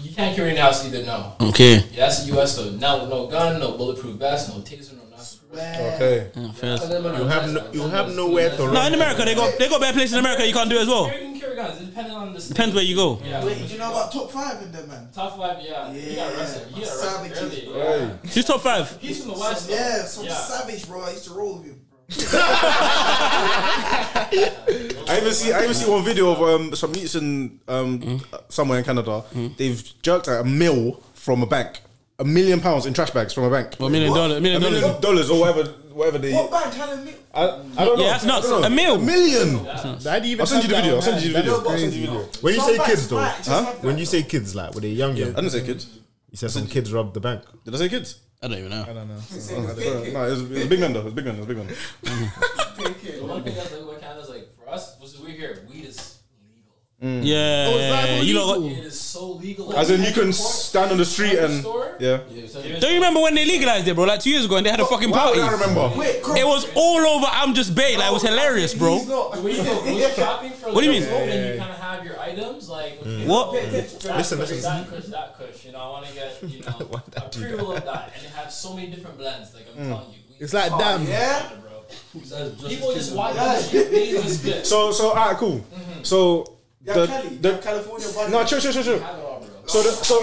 Speaker 13: you can't carry in the house either. No.
Speaker 6: Okay.
Speaker 13: Yeah, that's the U.S. though. No, no gun, no bulletproof vest, no taser, no nothing.
Speaker 4: Okay.
Speaker 6: fair.
Speaker 5: You have no, you have nowhere to run.
Speaker 6: No, in America they got they got better places in America. You can't do it as well.
Speaker 13: You can carry guns. It depends on the. State.
Speaker 6: Depends where you go.
Speaker 13: Yeah.
Speaker 3: Wait, do you know about top five in there, man?
Speaker 13: Top five, yeah. He got arrested. He got arrested
Speaker 3: Savages,
Speaker 13: early.
Speaker 3: bro.
Speaker 13: Yeah.
Speaker 6: Who's top five?
Speaker 13: He's from the West.
Speaker 3: Some- yeah, some
Speaker 13: Yeah.
Speaker 3: savage, bro. I used to roll with him.
Speaker 4: I even see I even see one video of um, some youths in um, somewhere in Canada.
Speaker 6: Mm.
Speaker 4: They've jerked out a mill from a bank, a million pounds in trash bags from a bank.
Speaker 6: Well, a million What? dollar- a million dollars.
Speaker 4: dollars or whatever, whatever they.
Speaker 3: What bank had a mil-
Speaker 4: I, I don't know.
Speaker 6: Yeah, that's
Speaker 4: I don't
Speaker 6: nuts.
Speaker 4: know.
Speaker 6: A mil.
Speaker 4: a million.
Speaker 5: I'd even
Speaker 4: I'll send you the
Speaker 5: have
Speaker 4: video. I'll
Speaker 5: that
Speaker 4: send you the video.
Speaker 5: on hand.
Speaker 4: I'll
Speaker 5: That's
Speaker 4: send you the
Speaker 5: crazy.
Speaker 4: video.
Speaker 1: When you
Speaker 5: Some
Speaker 1: say
Speaker 5: banks
Speaker 1: kids though,
Speaker 5: might just
Speaker 1: huh?
Speaker 5: have that.
Speaker 1: When you say kids, like were they young? Yeah, I
Speaker 4: didn't say kids.
Speaker 1: You said some kids robbed the bank.
Speaker 4: Did I say kids? Oh,
Speaker 6: I don't even know.
Speaker 1: I don't know.
Speaker 4: No, it was, it was a big man though. It was a big man. It was a big man.
Speaker 13: The one thing that's like what Canada's like for us, which is we're here, weed is
Speaker 4: Mm.
Speaker 6: Yeah, Oh, is that you lot got-
Speaker 13: it is so legal.
Speaker 4: As in, you can
Speaker 13: Like,
Speaker 4: stand on the street and yeah.
Speaker 6: Don't you remember when they legalized it, bro? Like two years ago, and they had a fucking
Speaker 4: why
Speaker 6: party.
Speaker 4: would Oh, I remember?
Speaker 6: It was all over. I'm just bait. Like it was hilarious, bro.
Speaker 13: When you go when you're
Speaker 3: [LAUGHS]
Speaker 13: shopping for
Speaker 6: What do you mean?
Speaker 13: like a room and you kind of have your items like okay,
Speaker 6: What?
Speaker 13: that
Speaker 6: Listen,
Speaker 13: Kush,
Speaker 6: listen.
Speaker 13: that Kush, that Kush. You know, I want to get you know a pre-roll of that, and they have so many different blends. Like I'm
Speaker 4: Mm.
Speaker 13: telling you, we-
Speaker 5: It's like
Speaker 13: Oh,
Speaker 5: damn.
Speaker 13: yeah, bro. People just watch that shit. They just get-
Speaker 4: [LAUGHS] So so alright, cool.
Speaker 6: Mm-hmm.
Speaker 4: So
Speaker 3: Yeah, Cali.
Speaker 4: the
Speaker 3: California buddy.
Speaker 4: no, sure, sure, sure, sure. So the so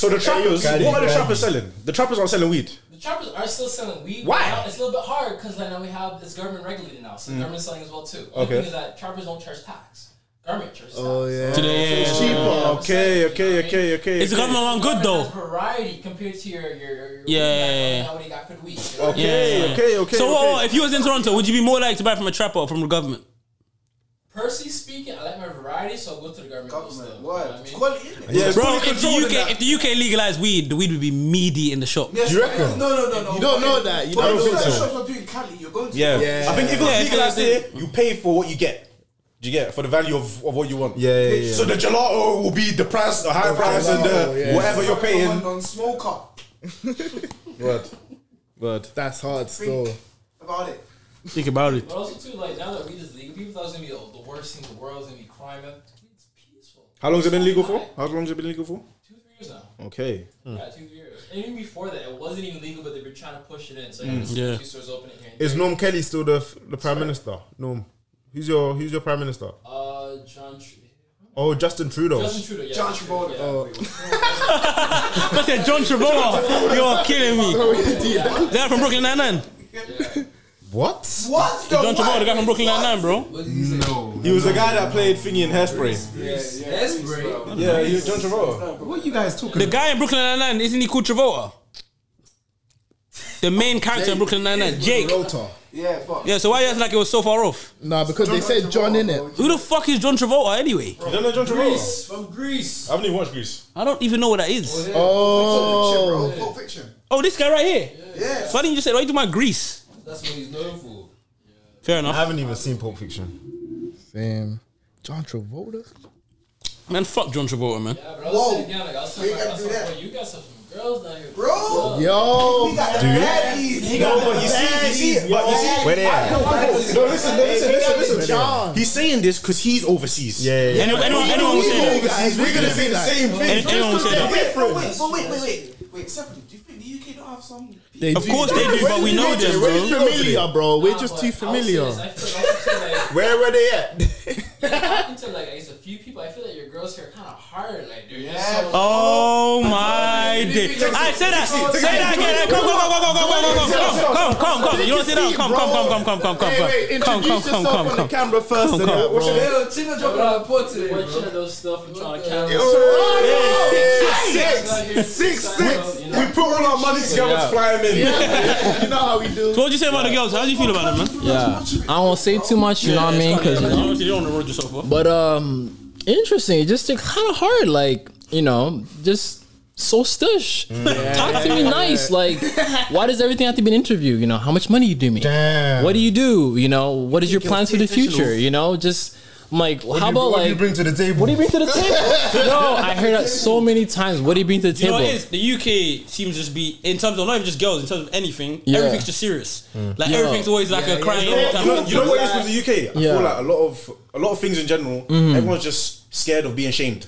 Speaker 4: so the trappers.
Speaker 3: Cali,
Speaker 4: What are the
Speaker 3: Cali.
Speaker 4: trappers selling? The trappers aren't selling weed.
Speaker 13: The trappers are still selling weed.
Speaker 4: Why?
Speaker 13: but now It's a little bit hard because like now we have it's government regulated now, so
Speaker 4: Mm.
Speaker 13: government's selling as well too.
Speaker 4: Okay.
Speaker 13: Okay. Because that trappers don't charge tax. Government charges tax.
Speaker 5: Oh yeah.
Speaker 6: Today,
Speaker 5: So
Speaker 6: yeah,
Speaker 5: it's
Speaker 1: Oh,
Speaker 6: yeah,
Speaker 5: cheaper.
Speaker 6: yeah.
Speaker 4: Okay, okay, okay, okay.
Speaker 6: Is the government one Oh, good though?
Speaker 13: Variety compared to your your, your
Speaker 6: Yeah, yeah, yeah.
Speaker 13: what you got for the weed. you know?
Speaker 4: Okay, okay, okay,
Speaker 6: So,
Speaker 4: okay.
Speaker 6: uh, if you was in Toronto, would you be more likely to buy from a trapper or from the government?
Speaker 14: Percy speaking, I like my variety, so I'll go to the government. Government, still, what? I mean?
Speaker 3: Quality, isn't it?
Speaker 6: Bro, if the UK if the UK legalized weed, the weed would be meaty in the shop.
Speaker 3: Yes, No, no, no, no.
Speaker 6: You don't know that. You don't think
Speaker 3: certain
Speaker 6: so.
Speaker 3: shops are doing Cali. You're going to.
Speaker 4: Yeah.
Speaker 3: Yeah.
Speaker 4: I think if it was
Speaker 3: Yeah,
Speaker 4: legalized
Speaker 3: yeah, yeah.
Speaker 4: here, you pay for what you get. Do you get for the value of, of what you want?
Speaker 1: Yeah, yeah, yeah.
Speaker 4: So the gelato will be the price, the high
Speaker 1: The
Speaker 4: price, and
Speaker 1: gelato,
Speaker 4: the
Speaker 1: yeah.
Speaker 4: whatever you're paying.
Speaker 3: Non-smoker.
Speaker 4: Word, word.
Speaker 5: That's hard
Speaker 3: still. About it.
Speaker 6: Think about it.
Speaker 14: But also too, like now that weed is legal, people thought it was gonna be the, the worst thing in the world, it's gonna be crime. It's peaceful.
Speaker 4: How long has it been legal for? How long has it been legal for?
Speaker 14: Two, three years now.
Speaker 4: Okay.
Speaker 6: Mm.
Speaker 14: Yeah, two years. And even before that, it wasn't even legal, but they were trying to push it in. So
Speaker 5: Mm.
Speaker 14: yeah, there's
Speaker 5: Yeah.
Speaker 14: two stores opening here. and
Speaker 5: Is
Speaker 14: there.
Speaker 5: Norm Kelly still the the prime minister? Norm, who's your who's your prime minister?
Speaker 14: Uh, John. Tr-
Speaker 5: Oh, Justin Trudeau.
Speaker 14: Justin Trudeau. Yeah,
Speaker 3: John
Speaker 14: Trudeau. Yeah.
Speaker 4: Oh.
Speaker 6: I said John Travolta. You're killing
Speaker 4: [LAUGHS]
Speaker 6: me. That from Brooklyn Nine Nine.
Speaker 5: What?
Speaker 3: What?
Speaker 6: The John Travolta, the guy from Brooklyn Nine Nine, bro.
Speaker 4: No. He was the guy that played Thingy in Hairspray.
Speaker 3: Yeah,
Speaker 14: That's great.
Speaker 4: Yeah, he was John Travolta.
Speaker 1: What you guys talking?
Speaker 6: The guy in Brooklyn Nine Nine isn't he called Travolta? The main character in Brooklyn Nine Nine, Jake.
Speaker 3: Yeah, but
Speaker 6: Yeah, so why you act like it was so far off?
Speaker 5: Nah, because they said John in it.
Speaker 6: Who the fuck is John Travolta anyway?
Speaker 4: You don't know John Travolta?
Speaker 14: From Greece.
Speaker 4: I haven't even watched Greece.
Speaker 6: I don't even know what that is.
Speaker 3: Oh. Pulp Fiction.
Speaker 6: Oh, this guy right here.
Speaker 3: Yeah.
Speaker 6: So why didn't you say? Why you do my Greece?
Speaker 14: That's what he's known for.
Speaker 6: Fair enough.
Speaker 5: I haven't even seen Pulp Fiction. Same. John Travolta.
Speaker 6: Man, fuck John Travolta, man.
Speaker 14: Yeah, but I was saying again, like I was telling my boy, you got some girls down here, bro.
Speaker 5: Yo,
Speaker 14: We got
Speaker 5: dude.
Speaker 14: baddies.
Speaker 4: No, but you see, you see, but you see,
Speaker 5: Where they at?
Speaker 4: No, but listen, no, listen, no, listen, listen, listen.
Speaker 5: John.
Speaker 4: He's saying this because he's overseas.
Speaker 5: Yeah, yeah.
Speaker 6: Anyone- anyone-
Speaker 4: We
Speaker 6: anyone
Speaker 4: know
Speaker 6: would say
Speaker 4: we're
Speaker 6: that.
Speaker 4: overseas. We're gonna
Speaker 6: Yeah.
Speaker 4: say the same
Speaker 6: Any-
Speaker 4: thing.
Speaker 6: anyone would say that.
Speaker 3: Wait, but wait, but wait, wait, wait, wait. Separately, do you think the UK don't have some?
Speaker 5: They
Speaker 6: Of course they do, but we know them,
Speaker 5: We're
Speaker 6: bro.
Speaker 5: familiar, bro. We're just too familiar. [LAUGHS] Where were they at?
Speaker 14: [LAUGHS] Talking to like it's a few people, I feel like your girls here are kind of hard. Like they're just so.
Speaker 6: Oh my day! I say that. Say that again. Come, come, come, come, come, come, come, come, come, come, come. You don't see that? Come, come, come, come, come, come, come,
Speaker 5: Hey, wait,
Speaker 6: come, come, come,
Speaker 5: introduce
Speaker 6: come,
Speaker 5: yourself on
Speaker 6: come,
Speaker 5: the
Speaker 6: come.
Speaker 5: camera first.
Speaker 6: Come,
Speaker 5: and
Speaker 6: come.
Speaker 5: that, bro.
Speaker 3: Yo, Chino dropping a report today, bro.
Speaker 14: Watching those stuff and trying to count.
Speaker 5: Six, six, six, six.
Speaker 4: We put all our money together to fly him in.
Speaker 5: You know how we do.
Speaker 6: So what do you say about the girls? How do you feel about them, man?
Speaker 13: Yeah, I won't say too much. You know what I mean? Because you know,
Speaker 6: obviously you don't want to road yourself off.
Speaker 13: But um, interesting. It just kind of hard. Like you know, just so stush.
Speaker 1: Mm.
Speaker 13: Talk to me
Speaker 1: [LAUGHS]
Speaker 13: nice. Like, why does everything have to be an interview? You know, how much money you do me? What do you do? You know, what is your plans for the future? You know, just I'm like how about
Speaker 1: what do you
Speaker 13: like.
Speaker 1: bring to the table? What do
Speaker 13: you bring to the table? [LAUGHS] no, I heard that so many times. What do you bring to the
Speaker 6: You know
Speaker 13: table?
Speaker 6: what it is? The UK seems to just be in terms of not even just girls, in terms of anything,
Speaker 13: Yeah. Hmm.
Speaker 6: everything's just serious. Like
Speaker 13: Yeah.
Speaker 6: everything's always like a crying.
Speaker 4: You know,
Speaker 6: type
Speaker 4: you know-
Speaker 6: of-
Speaker 4: you know
Speaker 13: [LAUGHS]
Speaker 4: what it is with the UK? I
Speaker 13: Yeah.
Speaker 4: feel like a lot of a lot of things in general,
Speaker 13: Mhm.
Speaker 4: everyone's just scared of being shamed.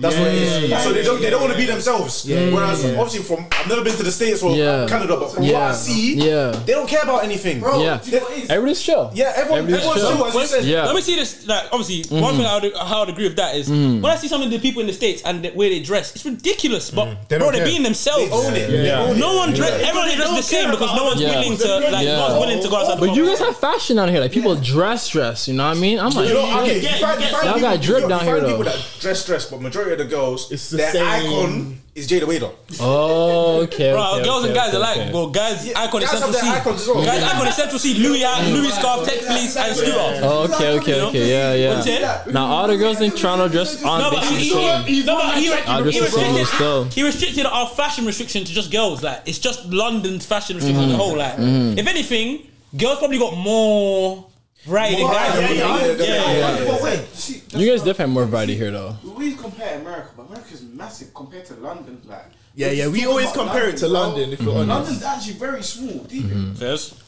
Speaker 4: That's what it is.
Speaker 13: Yeah.
Speaker 4: So they don't they don't want to be themselves.
Speaker 13: Yeah.
Speaker 4: Whereas
Speaker 13: Yeah.
Speaker 4: obviously from I've never been to the States or
Speaker 13: Yeah.
Speaker 4: Canada, but from what I
Speaker 13: Yeah.
Speaker 4: see,
Speaker 13: Yeah.
Speaker 4: they don't care about anything.
Speaker 13: Bro, Yeah. do you know
Speaker 4: They-
Speaker 13: Everybody's chill.
Speaker 4: Yeah, everyone- everyone's chill, as you said.
Speaker 13: Yeah.
Speaker 6: Let me see this. Like, obviously, one
Speaker 13: Mhm.
Speaker 6: thing I would, I would agree with that is
Speaker 13: Mm.
Speaker 6: when I see some of the people in the states and the way they dress, it's ridiculous. But
Speaker 13: They don't
Speaker 6: bro, they're
Speaker 13: care.
Speaker 6: being themselves.
Speaker 13: They own it. Yeah. They own it.
Speaker 6: No one dress.
Speaker 13: Yeah.
Speaker 6: Everyone
Speaker 13: They
Speaker 6: dresses the
Speaker 13: don't
Speaker 6: same
Speaker 13: care
Speaker 6: because no
Speaker 13: about
Speaker 6: one's
Speaker 13: other
Speaker 6: willing
Speaker 13: people.
Speaker 6: to like. No one's willing to go outside. the
Speaker 13: But you
Speaker 6: box.
Speaker 13: guys have fashion out here. Like people dress, dress. You know what I mean? I'm like,
Speaker 4: you know, okay,
Speaker 13: shit.
Speaker 4: you find, you find
Speaker 13: y'all
Speaker 4: people,
Speaker 13: got
Speaker 4: you
Speaker 13: drip
Speaker 4: find
Speaker 13: down here
Speaker 4: people
Speaker 13: though.
Speaker 4: that dress dress, but majority of the girls,
Speaker 5: it's
Speaker 4: their
Speaker 13: same.
Speaker 4: icon is Jada Wader.
Speaker 13: Oh, okay.
Speaker 6: Bro,
Speaker 13: okay,
Speaker 6: girls
Speaker 13: okay,
Speaker 6: and guys
Speaker 13: okay,
Speaker 6: alike,
Speaker 13: okay.
Speaker 6: bro. Guys, icon is
Speaker 4: guys
Speaker 6: central
Speaker 4: have their
Speaker 6: C.
Speaker 4: icons as well.
Speaker 6: Guys, icon is central C. Louis, Louis scarf, tech fleece, and scooter.
Speaker 13: Oh, okay, okay, okay, yeah,
Speaker 6: What's
Speaker 13: yeah.
Speaker 6: it?
Speaker 13: Now all the girls in Toronto dress on
Speaker 6: No, but
Speaker 13: basically
Speaker 6: he,
Speaker 13: the same.
Speaker 6: he, no, but he,
Speaker 13: I'm
Speaker 6: he
Speaker 13: just saying still.
Speaker 6: restricted, he restricted our fashion restriction to just girls. Like it's just London's fashion restriction as a whole. Like
Speaker 13: Mhm.
Speaker 6: if anything, girls probably got more right than
Speaker 3: More
Speaker 6: guys.
Speaker 3: variety,
Speaker 6: Yeah,
Speaker 3: yeah, yeah, yeah, yeah.
Speaker 6: yeah.
Speaker 3: But wait, you see,
Speaker 13: You guys definitely have more variety here though.
Speaker 3: we compare America, but America's massive compared to London. Like,
Speaker 5: Yeah,
Speaker 3: we're
Speaker 5: yeah,
Speaker 3: just
Speaker 5: we
Speaker 3: talking
Speaker 5: always
Speaker 3: about
Speaker 5: compare it to
Speaker 3: bro.
Speaker 5: London, if you're honest.
Speaker 3: London's actually very small. Deep.
Speaker 13: Mm-hmm.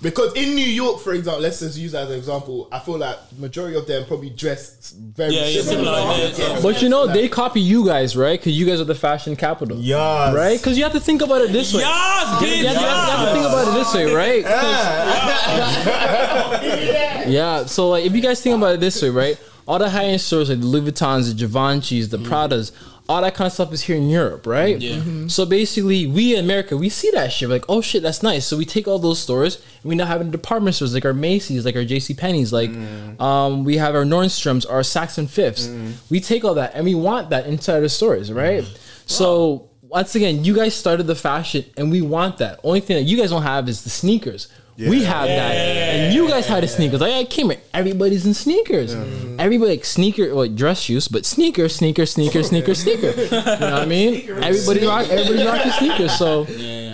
Speaker 5: Because in New York, for example, let's just use that as an example. I feel like majority of them probably dress very
Speaker 6: Yeah, yeah, similar, yeah, yeah.
Speaker 13: But you know they copy you guys, right? Because you guys are the fashion capital, yes. right? Because you have to think about it this way.
Speaker 6: Yes,
Speaker 13: you,
Speaker 6: bitch,
Speaker 13: you have, to- you have to think about it this way, right?
Speaker 4: Ah,
Speaker 13: 'Cause- yeah. So like, if you guys think about it this way, right? All the high end stores like the Louis Vuittons, the Givenchy's, the Pradas, all that kind of stuff is here in Europe, right?
Speaker 6: Yeah.
Speaker 13: So basically, we in America, we see that shit. We're like, oh shit, that's nice. So we take all those stores, and we now have department stores like our Macy's, like our J.C. Penney's, like um, we have our Nordstroms, our Saks and Fifths. We take all that, and we want that inside our stores, right? So once again, you guys started the fashion, and we want that. Only thing that you guys don't have is the sneakers. We have that, and you guys had the sneakers. Like I came here, everybody's in sneakers. Everybody like sneaker, well, dress shoes, but sneaker, sneaker, sneaker, sneaker, sneaker. You know what I mean? Everybody rock, everybody rocking sneakers. So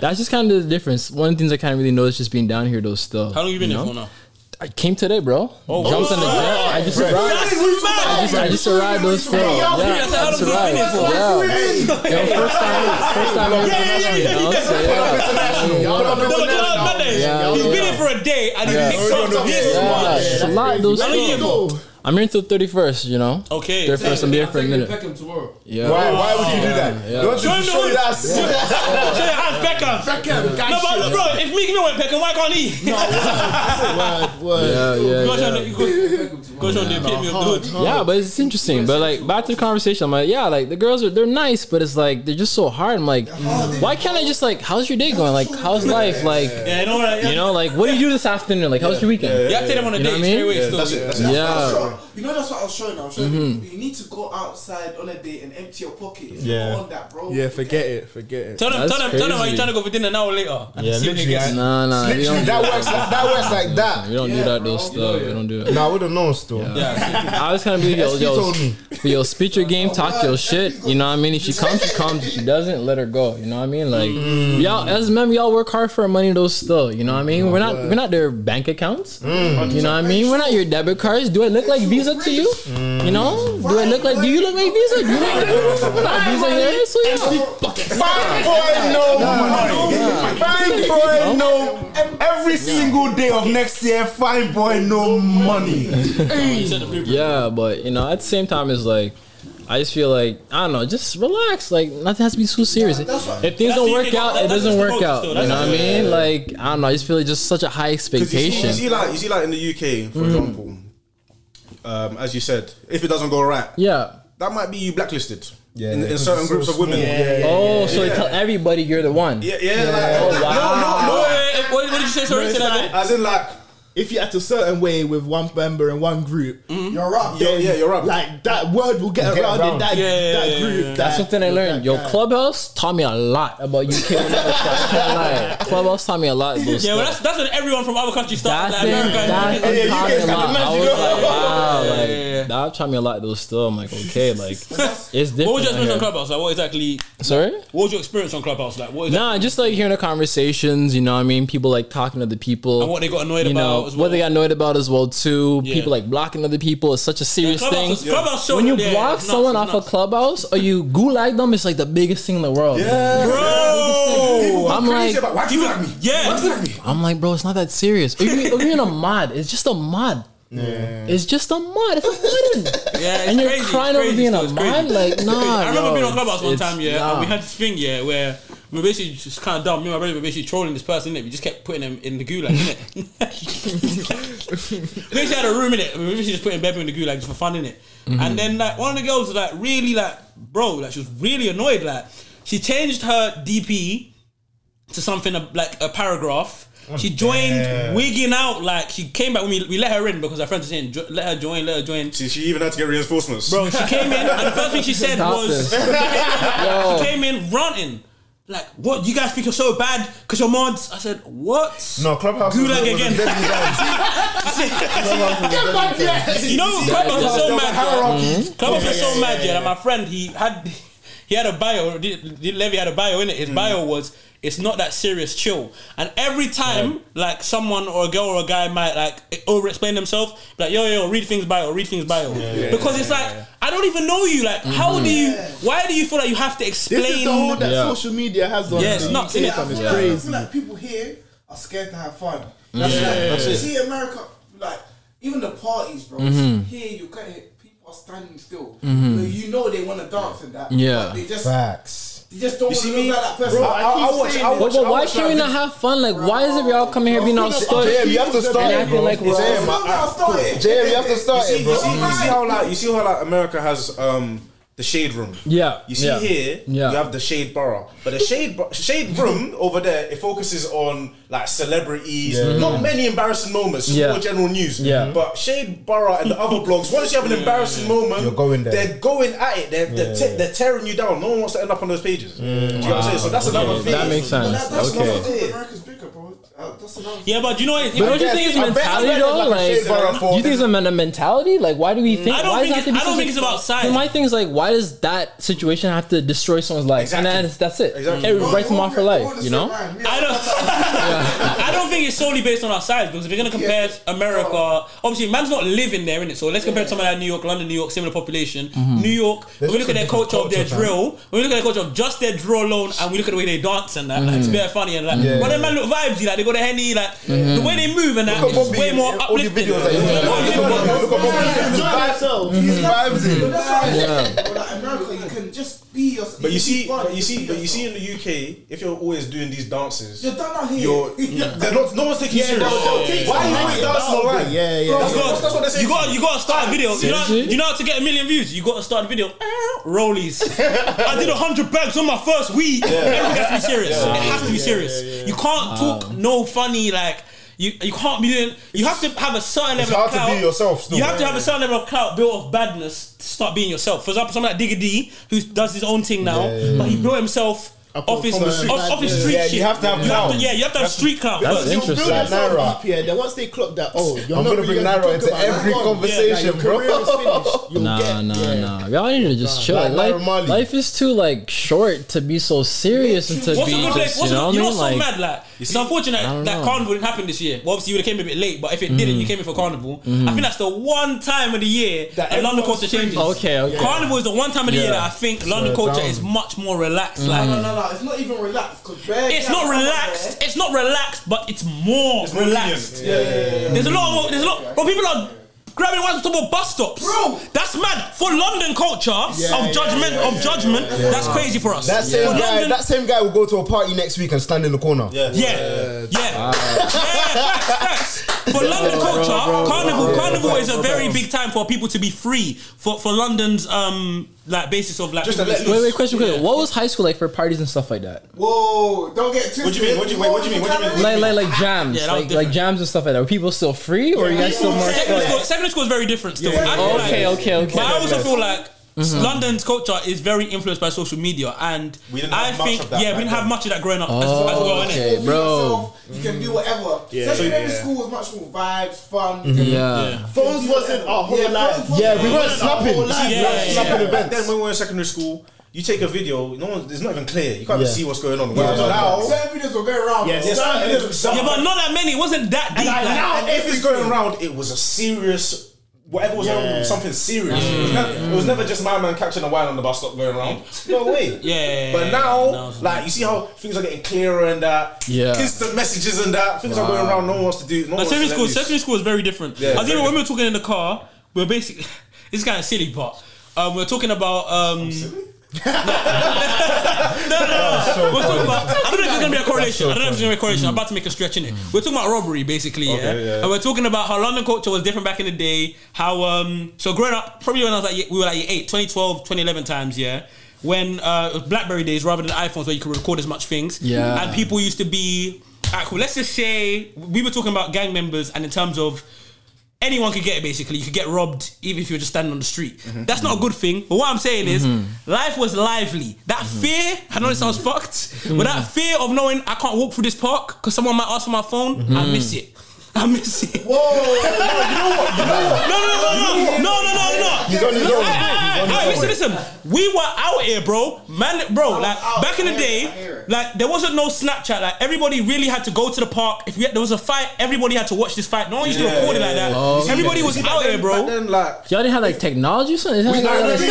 Speaker 13: that's just kind of the difference. One of the things I kind of really noticed just being down here, though. Still,
Speaker 6: How long you been here
Speaker 13: know?
Speaker 6: for now?
Speaker 13: I came today, bro. Oh, jumped on the
Speaker 6: wow.
Speaker 13: jet. I just
Speaker 6: Bro,
Speaker 13: arrived.
Speaker 6: that is mad.
Speaker 13: I just, I just arrived those four.
Speaker 6: Hey,
Speaker 13: Yeah,
Speaker 6: y'all,
Speaker 13: I
Speaker 6: that's how
Speaker 13: just
Speaker 6: long
Speaker 13: arrived.
Speaker 6: it's been here for.
Speaker 13: Yeah. Yo, first time, first time I'm international, you know. So yeah,
Speaker 6: No, no, no, no, no,
Speaker 13: Yeah,
Speaker 6: He's
Speaker 13: yeah.
Speaker 6: been here for a day and
Speaker 13: Yeah.
Speaker 6: he's yeah.
Speaker 13: Yeah, it's a lot of those
Speaker 6: How long you here for?
Speaker 13: things. I'm here until 31st, you know.
Speaker 6: Okay.
Speaker 13: 31st, I'm there for a minute.
Speaker 14: Beckham tomorrow.
Speaker 13: Yeah.
Speaker 1: Why- why would you do that?
Speaker 13: Yeah.
Speaker 1: Don't you-
Speaker 6: Show him the
Speaker 1: Show
Speaker 6: one.
Speaker 1: your ass.
Speaker 6: Show your ass, Beckham.
Speaker 1: Beckham,
Speaker 5: [LAUGHS]
Speaker 6: No, but
Speaker 1: gotcha.
Speaker 6: bro, if Meek Mill went Beckham, why can't he?
Speaker 13: Yeah, yeah,
Speaker 6: Go
Speaker 13: yeah.
Speaker 6: show the- go- Go show the epitome of good.
Speaker 13: Yeah, but it's interesting. But like back to the conversation, I'm like, yeah, like the girls are they're nice, but it's like they're just so hard. I'm like, why can't I just like, how's your day going? Like, how's life? Like,
Speaker 6: Yeah, you know what I-
Speaker 13: you know, like, what do you do this afternoon? Like, how's your weekend?
Speaker 6: You have to take them on a
Speaker 13: You know
Speaker 6: date
Speaker 13: what I mean?
Speaker 6: straight away. still.
Speaker 13: Yeah.
Speaker 3: You know that's what I was showing. I was showing you.
Speaker 13: Mhm.
Speaker 3: you need to go outside on a date and empty your pocket. It's
Speaker 5: Yeah.
Speaker 3: not on that, bro.
Speaker 5: Yeah, forget it, forget it.
Speaker 6: Tell them, tell them, tell them. Are you trying to go for dinner now or later? And
Speaker 5: Yeah,
Speaker 6: see what
Speaker 5: literally,
Speaker 6: they get.
Speaker 5: I- Nah, nah, we Literally, don't do that that. works like- that works like that.
Speaker 13: We don't do that though. Stuff. We don't do it.
Speaker 5: Nah, I would have known still.
Speaker 13: I was kind of be yo,
Speaker 5: Speak
Speaker 13: yo,
Speaker 5: on me.
Speaker 13: yo, speak your game, talk your shit. You know what I mean? If she comes, she comes. If she doesn't, let her go. You know what I mean? Like
Speaker 5: Mm.
Speaker 13: y'all, as men, y'all work hard for our money. Those still, you know what I mean? We're not, we're not their bank accounts.
Speaker 5: Mm.
Speaker 13: You know what I mean? We're not your debit cards. Do I look like Visa to you?
Speaker 5: Mm.
Speaker 13: You know? Do I look like? Do you look like Visa? Do you look like Nah, Visa? Yeah, so yeah.
Speaker 1: Fine boy, no money. Fine boy, no. Every single day of next year, fine boy, no money.
Speaker 13: yeah, but you know, at the same time, it's like I just feel like I don't know, just relax. Like nothing has to be too serious. if things
Speaker 6: That's
Speaker 13: don't
Speaker 6: the
Speaker 13: work
Speaker 6: thing,
Speaker 13: out,
Speaker 6: that-
Speaker 13: it
Speaker 6: that's
Speaker 13: doesn't
Speaker 6: the
Speaker 13: work
Speaker 6: focus
Speaker 13: out.
Speaker 6: though,
Speaker 13: You know
Speaker 6: that's
Speaker 13: what I
Speaker 6: the-
Speaker 13: mean? Like I don't know, I just feel like just such a high
Speaker 4: You see,
Speaker 13: expectation.
Speaker 4: you see, like you see, like in the UK, for
Speaker 13: Mm.
Speaker 4: example, um, as you said, if it doesn't go right,
Speaker 13: yeah,
Speaker 4: that might be you blacklisted.
Speaker 5: Yeah,
Speaker 4: in, in
Speaker 5: because
Speaker 4: certain
Speaker 5: it's
Speaker 4: groups
Speaker 5: so
Speaker 4: of women.
Speaker 5: small. Yeah, yeah,
Speaker 13: Oh, so
Speaker 4: Yeah.
Speaker 13: you tell everybody you're the one.
Speaker 4: Yeah, yeah, like-
Speaker 13: Oh wow.
Speaker 4: No, no, no.
Speaker 6: What, what did you say? Sorry, say that again.
Speaker 4: As in, like,
Speaker 5: if you act a certain way with one member and one group,
Speaker 6: Mm-hmm.
Speaker 3: you're up.
Speaker 5: Yeah, yeah, you're up. Like that word will get,
Speaker 13: Get
Speaker 5: around, in
Speaker 13: around.
Speaker 5: that, that group.
Speaker 13: That's
Speaker 5: that-
Speaker 13: something I learned. Yo, Clubhouse taught me a lot about
Speaker 6: [LAUGHS]
Speaker 13: UK. women. I can't lie. Clubhouse taught me a lot. About
Speaker 6: Yeah,
Speaker 13: stuff.
Speaker 6: well, that's that's when everyone from other countries started.
Speaker 13: That
Speaker 6: like,
Speaker 13: thing,
Speaker 6: America and-
Speaker 13: that thing taught me a lot. I was like,
Speaker 6: [LAUGHS]
Speaker 13: wow,
Speaker 6: Yeah,
Speaker 13: like
Speaker 6: yeah, yeah.
Speaker 13: that taught me a lot. Though still, I'm like, okay, like it's different.
Speaker 6: What was your
Speaker 13: out
Speaker 6: experience on
Speaker 13: here.
Speaker 6: Clubhouse? Like, what exactly?
Speaker 13: Sorry.
Speaker 6: What was your experience on Clubhouse? Like, what? Is
Speaker 13: Nah, just like hearing the conversations, you know what I mean? People like talking to the people.
Speaker 6: And what they got annoyed
Speaker 13: you know,
Speaker 6: about as
Speaker 13: What they got annoyed about as well, too.
Speaker 6: Yeah.
Speaker 13: People like blocking other people is such a serious
Speaker 6: Clubhouse
Speaker 13: thing.
Speaker 6: is- Clubhouse showed
Speaker 13: when you
Speaker 6: it, yeah,
Speaker 13: block
Speaker 6: it's nuts,
Speaker 13: someone
Speaker 6: it's
Speaker 13: off a clubhouse or you gulag them, it's like the biggest thing in the world.
Speaker 4: Bro,
Speaker 13: I'm like-
Speaker 4: why do you like me?
Speaker 6: Yeah,
Speaker 4: why do you like me?
Speaker 13: I'm like, bro, it's not that serious. Or you, or you're in a mod. It's just a mod. It's just a mod. It's a mod.
Speaker 6: [LAUGHS] Yeah, it's
Speaker 13: and you're
Speaker 6: crazy, it's
Speaker 13: crying
Speaker 6: crazy
Speaker 13: over being
Speaker 6: still,
Speaker 13: a
Speaker 6: it's
Speaker 13: mod?
Speaker 6: crazy.
Speaker 13: Like, nah.
Speaker 6: [LAUGHS] I remember
Speaker 13: yo,
Speaker 6: being on Clubhouse one
Speaker 13: it's-
Speaker 6: time, yeah,
Speaker 13: nah.
Speaker 6: and we had this thing, yeah, where we were basically just kind of dumb. Me and my brother were basically trolling this person, innit? We just kept putting him in the gulag, innit? [LAUGHS] we basically had a room in it. We were basically just putting Bebe in the gulag just for fun, innit?
Speaker 13: Mm-hmm.
Speaker 14: Mhm.
Speaker 6: And then, like, one of the girls was like, really, like, bro, like, she was really annoyed. Like, she changed her DP to something like a paragraph. She joined,
Speaker 4: damn.
Speaker 6: wigging out. Like she came back when we, we let her in because our friends were saying, "Jo- "Let her join, let her join."
Speaker 4: She, she even had to get reinforcements.
Speaker 6: Bro, she came in and the
Speaker 1: [LAUGHS]
Speaker 6: first thing she said
Speaker 4: Stop
Speaker 6: [LAUGHS] was
Speaker 4: this.
Speaker 1: Oh.
Speaker 6: she came in ranting. Like, what? You guys think you're so bad because you're mods? I said, what?
Speaker 1: No, Clubhouse was- was
Speaker 6: Gulag
Speaker 1: a
Speaker 6: again.
Speaker 1: deadly
Speaker 6: [LAUGHS]
Speaker 1: was a
Speaker 6: Get back
Speaker 1: deadly
Speaker 6: here.
Speaker 1: zone.
Speaker 6: You know,
Speaker 1: Yeah,
Speaker 6: Clubhouse
Speaker 1: yeah. There
Speaker 6: was so
Speaker 1: was a
Speaker 6: mad.
Speaker 1: hierarchy.
Speaker 13: Mm-hmm.
Speaker 6: yeah.
Speaker 1: Mhm.
Speaker 6: Clubhouse
Speaker 1: Yeah,
Speaker 6: was
Speaker 1: yeah,
Speaker 6: so
Speaker 1: yeah,
Speaker 6: mad,
Speaker 1: yeah,
Speaker 6: yeah.
Speaker 1: yeah.
Speaker 6: that My friend, he had, he had a bio. Levy had a bio in it.
Speaker 4: Mm.
Speaker 6: His bio was, "It's not that serious, chill." And every time, like someone or a girl or a guy might like over-explain themselves, like, "Yo, yo, read things bio, read things bio,"
Speaker 4: yeah, Mm-hmm.
Speaker 6: because it's like. I don't even know you. Like, how do you? Why do you feel like you have to explain?
Speaker 5: This is the whole that social media has on.
Speaker 6: Yeah, it's
Speaker 5: the
Speaker 6: nuts,
Speaker 5: UK,
Speaker 6: innit?
Speaker 5: fam, It's
Speaker 6: Yeah.
Speaker 3: I
Speaker 5: crazy.
Speaker 3: feel like people here are scared to have fun. That's
Speaker 5: Yeah,
Speaker 3: like,
Speaker 5: that's
Speaker 3: you
Speaker 5: it.
Speaker 3: see America, like even the parties, bro.
Speaker 13: Mhm.
Speaker 3: Here you can't. People are standing still.
Speaker 13: Mhm.
Speaker 3: Like, you know they want to dance and that.
Speaker 13: Yeah.
Speaker 3: but they just
Speaker 13: Facts.
Speaker 3: They just don't
Speaker 13: You
Speaker 3: want
Speaker 13: see
Speaker 3: to look
Speaker 13: me?
Speaker 3: like that person.
Speaker 13: Bro, I- I- I watch- I watch- But- but I why watch can't we that not have fun? Like, why is it we all coming here being all stuck?
Speaker 1: Damn, you have to
Speaker 13: And
Speaker 1: start it,
Speaker 13: acting
Speaker 1: bro.
Speaker 13: like we're all-
Speaker 1: Damn, I- I- cool. Damn, you have to start
Speaker 4: You see,
Speaker 1: it, bro.
Speaker 4: You see, you see how like you see how like America has um the shade room.
Speaker 13: Yeah,
Speaker 4: You see
Speaker 13: yeah,
Speaker 4: here,
Speaker 13: yeah.
Speaker 4: you have the shade borough, but the shade bu- shade room over there, it focuses on like celebrities,
Speaker 1: Yeah.
Speaker 4: not many embarrassing moments, just
Speaker 1: Yeah.
Speaker 4: more general news.
Speaker 1: Yeah.
Speaker 4: But shade borough and the other blogs, once you have an embarrassing moment,
Speaker 1: You're going there.
Speaker 4: They're going at it. They're they're, te-
Speaker 1: Yeah.
Speaker 4: they're tearing you down. No one wants to end up on those pages. Do you know what I'm saying? So that's
Speaker 13: Wow.
Speaker 4: another
Speaker 13: Okay,
Speaker 4: thing.
Speaker 13: that makes sense.
Speaker 4: that's
Speaker 13: Okay.
Speaker 4: another thing.
Speaker 3: Uh,
Speaker 6: Yeah, but you know what?
Speaker 13: But don't you think it's mentality though? Like, do you think it's a men- a mentality? Like, why do we think?
Speaker 6: I don't
Speaker 13: why does
Speaker 6: think
Speaker 13: it have to
Speaker 6: it-
Speaker 13: be
Speaker 6: I don't
Speaker 13: such
Speaker 6: think
Speaker 13: a-
Speaker 6: it's about size.
Speaker 13: Then my thing is like, why does that situation have to destroy someone's life? And that's, that's it.
Speaker 6: Exactly.
Speaker 13: It writes them off for life. You know?
Speaker 6: I don't. I don't [LAUGHS] think it's solely based on our size because if you're gonna compare
Speaker 1: Oh.
Speaker 6: America, obviously, man's not living there, innit? So let's compare to somewhere like New York, London, New York, similar population.
Speaker 13: Mhm.
Speaker 6: New York, when we look at their culture of their
Speaker 13: culture,
Speaker 6: drill, when we look at their culture of just their drill alone, and we look at the way they dance and that, like, it's
Speaker 13: Mhm.
Speaker 6: bare funny and like,
Speaker 13: Yeah.
Speaker 6: but then man look vibesy, like they got a henny, like
Speaker 13: Mhm.
Speaker 6: the way they move and that,
Speaker 1: Look at
Speaker 6: it's
Speaker 1: Bobby
Speaker 6: way
Speaker 1: in
Speaker 6: more
Speaker 1: all the
Speaker 6: uplifting.
Speaker 1: videos that he's in. Look at Bobby, look at Bobby. He's vibes- he's
Speaker 3: Mm-hmm.
Speaker 1: vibes in.
Speaker 3: But like America, you can just be yourself.
Speaker 4: But you
Speaker 3: can
Speaker 4: see,
Speaker 3: be fun,
Speaker 4: but you
Speaker 3: can
Speaker 4: see,
Speaker 3: be
Speaker 4: but you see in the UK, if you're always doing these dances,
Speaker 3: You're done out here. [LAUGHS]
Speaker 6: [LAUGHS]
Speaker 4: You're, they're not, no one's taking you
Speaker 3: Yeah,
Speaker 4: serious.
Speaker 3: they'll- they'll take
Speaker 4: Mm. Why are you
Speaker 3: some
Speaker 4: always
Speaker 3: out
Speaker 4: dancing
Speaker 3: of it.
Speaker 4: online?
Speaker 3: Yeah, yeah.
Speaker 4: That's, what, that's what they say.
Speaker 6: You got you got to start a video. You know,
Speaker 4: Seriously?
Speaker 6: you know how to get a million views. You got to start a video. Eh, Rollies. I did a hundred bags on my first week. Everything has to be serious.
Speaker 1: Yeah.
Speaker 6: It has to be serious. You can't talk no funny like. You, you can't be doing. You have to have a certain
Speaker 1: It's
Speaker 6: level
Speaker 1: hard
Speaker 6: of
Speaker 1: to
Speaker 6: clout.
Speaker 1: be yourself still.
Speaker 6: You have to
Speaker 1: Yeah.
Speaker 6: have a certain level of clout built off badness to start being yourself. For example, someone like Digga D, who does his own thing now, but he built himself off his
Speaker 5: from the street.
Speaker 6: off, off his street
Speaker 5: Yeah, you
Speaker 6: shit.
Speaker 5: have to have clout.
Speaker 6: yeah, you have to have street clout.
Speaker 5: Because
Speaker 6: first.
Speaker 5: you build yourself up here, then once they clock that, oh, you're
Speaker 13: I'm
Speaker 5: not
Speaker 13: gonna
Speaker 5: really
Speaker 13: bring
Speaker 5: gonna
Speaker 13: Naira
Speaker 5: talk
Speaker 13: into
Speaker 5: about it.
Speaker 13: every
Speaker 5: Yeah, like,
Speaker 13: conversation,
Speaker 5: your
Speaker 13: bro.
Speaker 5: career is finished. You'll
Speaker 13: [LAUGHS] Nah,
Speaker 5: get
Speaker 13: nah, nah. Y'all need to just chill.
Speaker 5: Like
Speaker 13: Like,
Speaker 5: Naira
Speaker 13: life,
Speaker 5: Marley.
Speaker 13: is too like short to be so serious and to
Speaker 6: what's
Speaker 13: be
Speaker 6: a good place?
Speaker 13: just, you
Speaker 6: What's a
Speaker 13: know
Speaker 6: good,
Speaker 13: what I
Speaker 6: you know
Speaker 13: mean?
Speaker 6: what's so
Speaker 13: Like,
Speaker 6: mad? Like, it's unfortunate
Speaker 13: I don't
Speaker 6: that
Speaker 13: know.
Speaker 6: Carnival didn't happen this year. Well, obviously, you would have came a bit late, but if it didn't, you came in for Carnival.
Speaker 13: Mm.
Speaker 6: I think that's the one time of the year that, London culture changes.
Speaker 13: Okay, okay.
Speaker 6: Carnival is the one time of the year
Speaker 13: Yeah.
Speaker 6: that I think
Speaker 13: Slow
Speaker 6: London
Speaker 13: it
Speaker 6: culture
Speaker 13: down.
Speaker 6: is much more relaxed.
Speaker 13: Mm.
Speaker 6: Like,
Speaker 3: No, no, no. It's not even relaxed. 'cause bare
Speaker 6: it's
Speaker 3: guys
Speaker 6: not
Speaker 3: are
Speaker 6: relaxed. It's not relaxed, but it's more relaxed.
Speaker 3: Yeah, yeah, yeah, yeah.
Speaker 6: There's a lot
Speaker 1: Mm-hmm.
Speaker 6: of there's a lot, but people are grabbing ones to about bus stops. Bro, that's mad for London culture
Speaker 1: Yeah,
Speaker 6: of
Speaker 1: yeah,
Speaker 6: judgment
Speaker 1: yeah,
Speaker 6: of judgment.
Speaker 1: Yeah.
Speaker 6: That's crazy for us.
Speaker 1: That same
Speaker 6: For
Speaker 1: guy,
Speaker 6: London-
Speaker 1: that same guy will go to a party next week and stand in the corner.
Speaker 6: Yeah. Yeah.
Speaker 4: Ah.
Speaker 6: Yeah. facts, facts. For London culture, Carnival, Carnival is a very big time for people to be free. For for London's um like basis of like people
Speaker 13: wait,
Speaker 6: to-
Speaker 13: wait, question, question. What was high school like for parties and stuff like that?
Speaker 3: Whoa! Don't get too.
Speaker 4: What do you mean? What do you, wait, what do you mean? What do you mean?
Speaker 13: Like, like, like jams,
Speaker 6: Yeah, that was
Speaker 13: like, like jams and stuff like that. Were people still free, or are you guys still more?
Speaker 6: Secondary school, secondary school is very different still.
Speaker 13: Yeah.
Speaker 6: I feel
Speaker 13: Okay,
Speaker 6: like-
Speaker 13: okay, okay.
Speaker 6: But I also
Speaker 13: Yes.
Speaker 6: feel like
Speaker 13: Mhm.
Speaker 6: London's culture is very influenced by social media, and
Speaker 4: Mm-hmm. we didn't
Speaker 6: I
Speaker 4: have much
Speaker 6: think
Speaker 4: of that
Speaker 6: yeah,
Speaker 4: back
Speaker 6: we didn't have
Speaker 4: then.
Speaker 6: much of that growing up. as, as well,
Speaker 13: Oh,
Speaker 6: innit?
Speaker 13: okay, bro.
Speaker 3: You can do whatever.
Speaker 13: Yeah.
Speaker 3: Secondary
Speaker 13: Yeah.
Speaker 3: school was much more vibes, fun.
Speaker 13: Mhm.
Speaker 3: you
Speaker 13: Yeah.
Speaker 3: can-
Speaker 13: Yeah.
Speaker 5: Phones wasn't our whole
Speaker 3: Yeah,
Speaker 5: life.
Speaker 3: phones wasn't
Speaker 5: Yeah,
Speaker 3: our
Speaker 5: we
Speaker 3: whole
Speaker 5: weren't
Speaker 3: life.
Speaker 5: snapping.
Speaker 3: Our whole life.
Speaker 5: Yeah, yeah,
Speaker 4: Snapping
Speaker 5: yeah.
Speaker 4: events. Then when we were in secondary school, you take a video, no one, it's not even clear. You can't even
Speaker 5: Yeah.
Speaker 4: see what's going on.
Speaker 5: Yeah.
Speaker 4: Whereas now,
Speaker 3: Certain videos were going around.
Speaker 4: Yes.
Speaker 3: bro. Certain
Speaker 4: Yes.
Speaker 3: videos were
Speaker 4: Some-
Speaker 6: yeah, but not that many. It wasn't that deep.
Speaker 4: like,
Speaker 6: like-
Speaker 4: now if it's going around, it was a serious. Whatever was going on,
Speaker 6: Yeah.
Speaker 4: was something serious. It, was never, it was never just my man catching a wine on the bus stop going around. No way.
Speaker 6: [LAUGHS] Yeah.
Speaker 4: But now, like you see how things are getting clearer and that.
Speaker 6: Yeah.
Speaker 4: Instant messages and that. Things are
Speaker 6: Wow.
Speaker 4: going around. No one wants to do. No
Speaker 6: No,
Speaker 4: one wants to
Speaker 6: secondary
Speaker 4: let
Speaker 6: school,
Speaker 4: loose.
Speaker 6: secondary school is very different.
Speaker 4: Yeah,
Speaker 6: I think
Speaker 4: very
Speaker 6: when we were talking in the car, we were [LAUGHS] basically it's kind of silly, but um, we are talking about um. [LAUGHS] no, no,
Speaker 4: Oh,
Speaker 6: no. We're talking about. I don't know if it's gonna be a correlation. I don't know if it's gonna be a correlation. I'm about to make a stretch in it. We're talking about robbery, basically,
Speaker 4: Mm. Okay,
Speaker 6: yeah?
Speaker 4: yeah.
Speaker 6: And we're talking about how London culture was different back in the day. How um, so growing up, probably when I was like, year- we were like year eight, 2012, 2011 times, yeah. When uh, it was BlackBerry days rather than iPhones, where you could record as much things,
Speaker 13: Yeah.
Speaker 6: and people used to be. All right, cool. Let's just say we were talking about gang members, and in terms of anyone could get it basically. You could get robbed even if you were just standing on the street. That's not a good thing. But what I'm saying is,
Speaker 13: Mhm.
Speaker 6: life was lively. That fear, I know it sounds fucked, but that fear of knowing I can't walk through this park because someone might ask for my phone, I
Speaker 13: Mhm.
Speaker 6: miss it. I miss it.
Speaker 3: Whoa!
Speaker 4: Oh,
Speaker 6: No, no, no, no, no, no, no, no.
Speaker 1: He's on his
Speaker 6: Hey,
Speaker 1: own.
Speaker 6: hey,
Speaker 1: He's on
Speaker 6: hey,
Speaker 1: his
Speaker 6: listen,
Speaker 1: own.
Speaker 6: listen. We were out here, bro. Man, bro, like back in the day, like there wasn't no Snapchat. Like everybody really had to go to the park. If we had, there was a fight, everybody had to watch this fight. No one used to
Speaker 4: Yeah,
Speaker 6: record it
Speaker 4: yeah,
Speaker 6: like that.
Speaker 4: yeah. Oh,
Speaker 6: everybody
Speaker 4: yeah.
Speaker 6: was
Speaker 4: You see,
Speaker 6: out
Speaker 4: back
Speaker 6: here,
Speaker 4: then-
Speaker 6: bro.
Speaker 4: back then, like,
Speaker 13: Y'all didn't have like technology or something? It
Speaker 4: We
Speaker 13: had, like,
Speaker 4: did.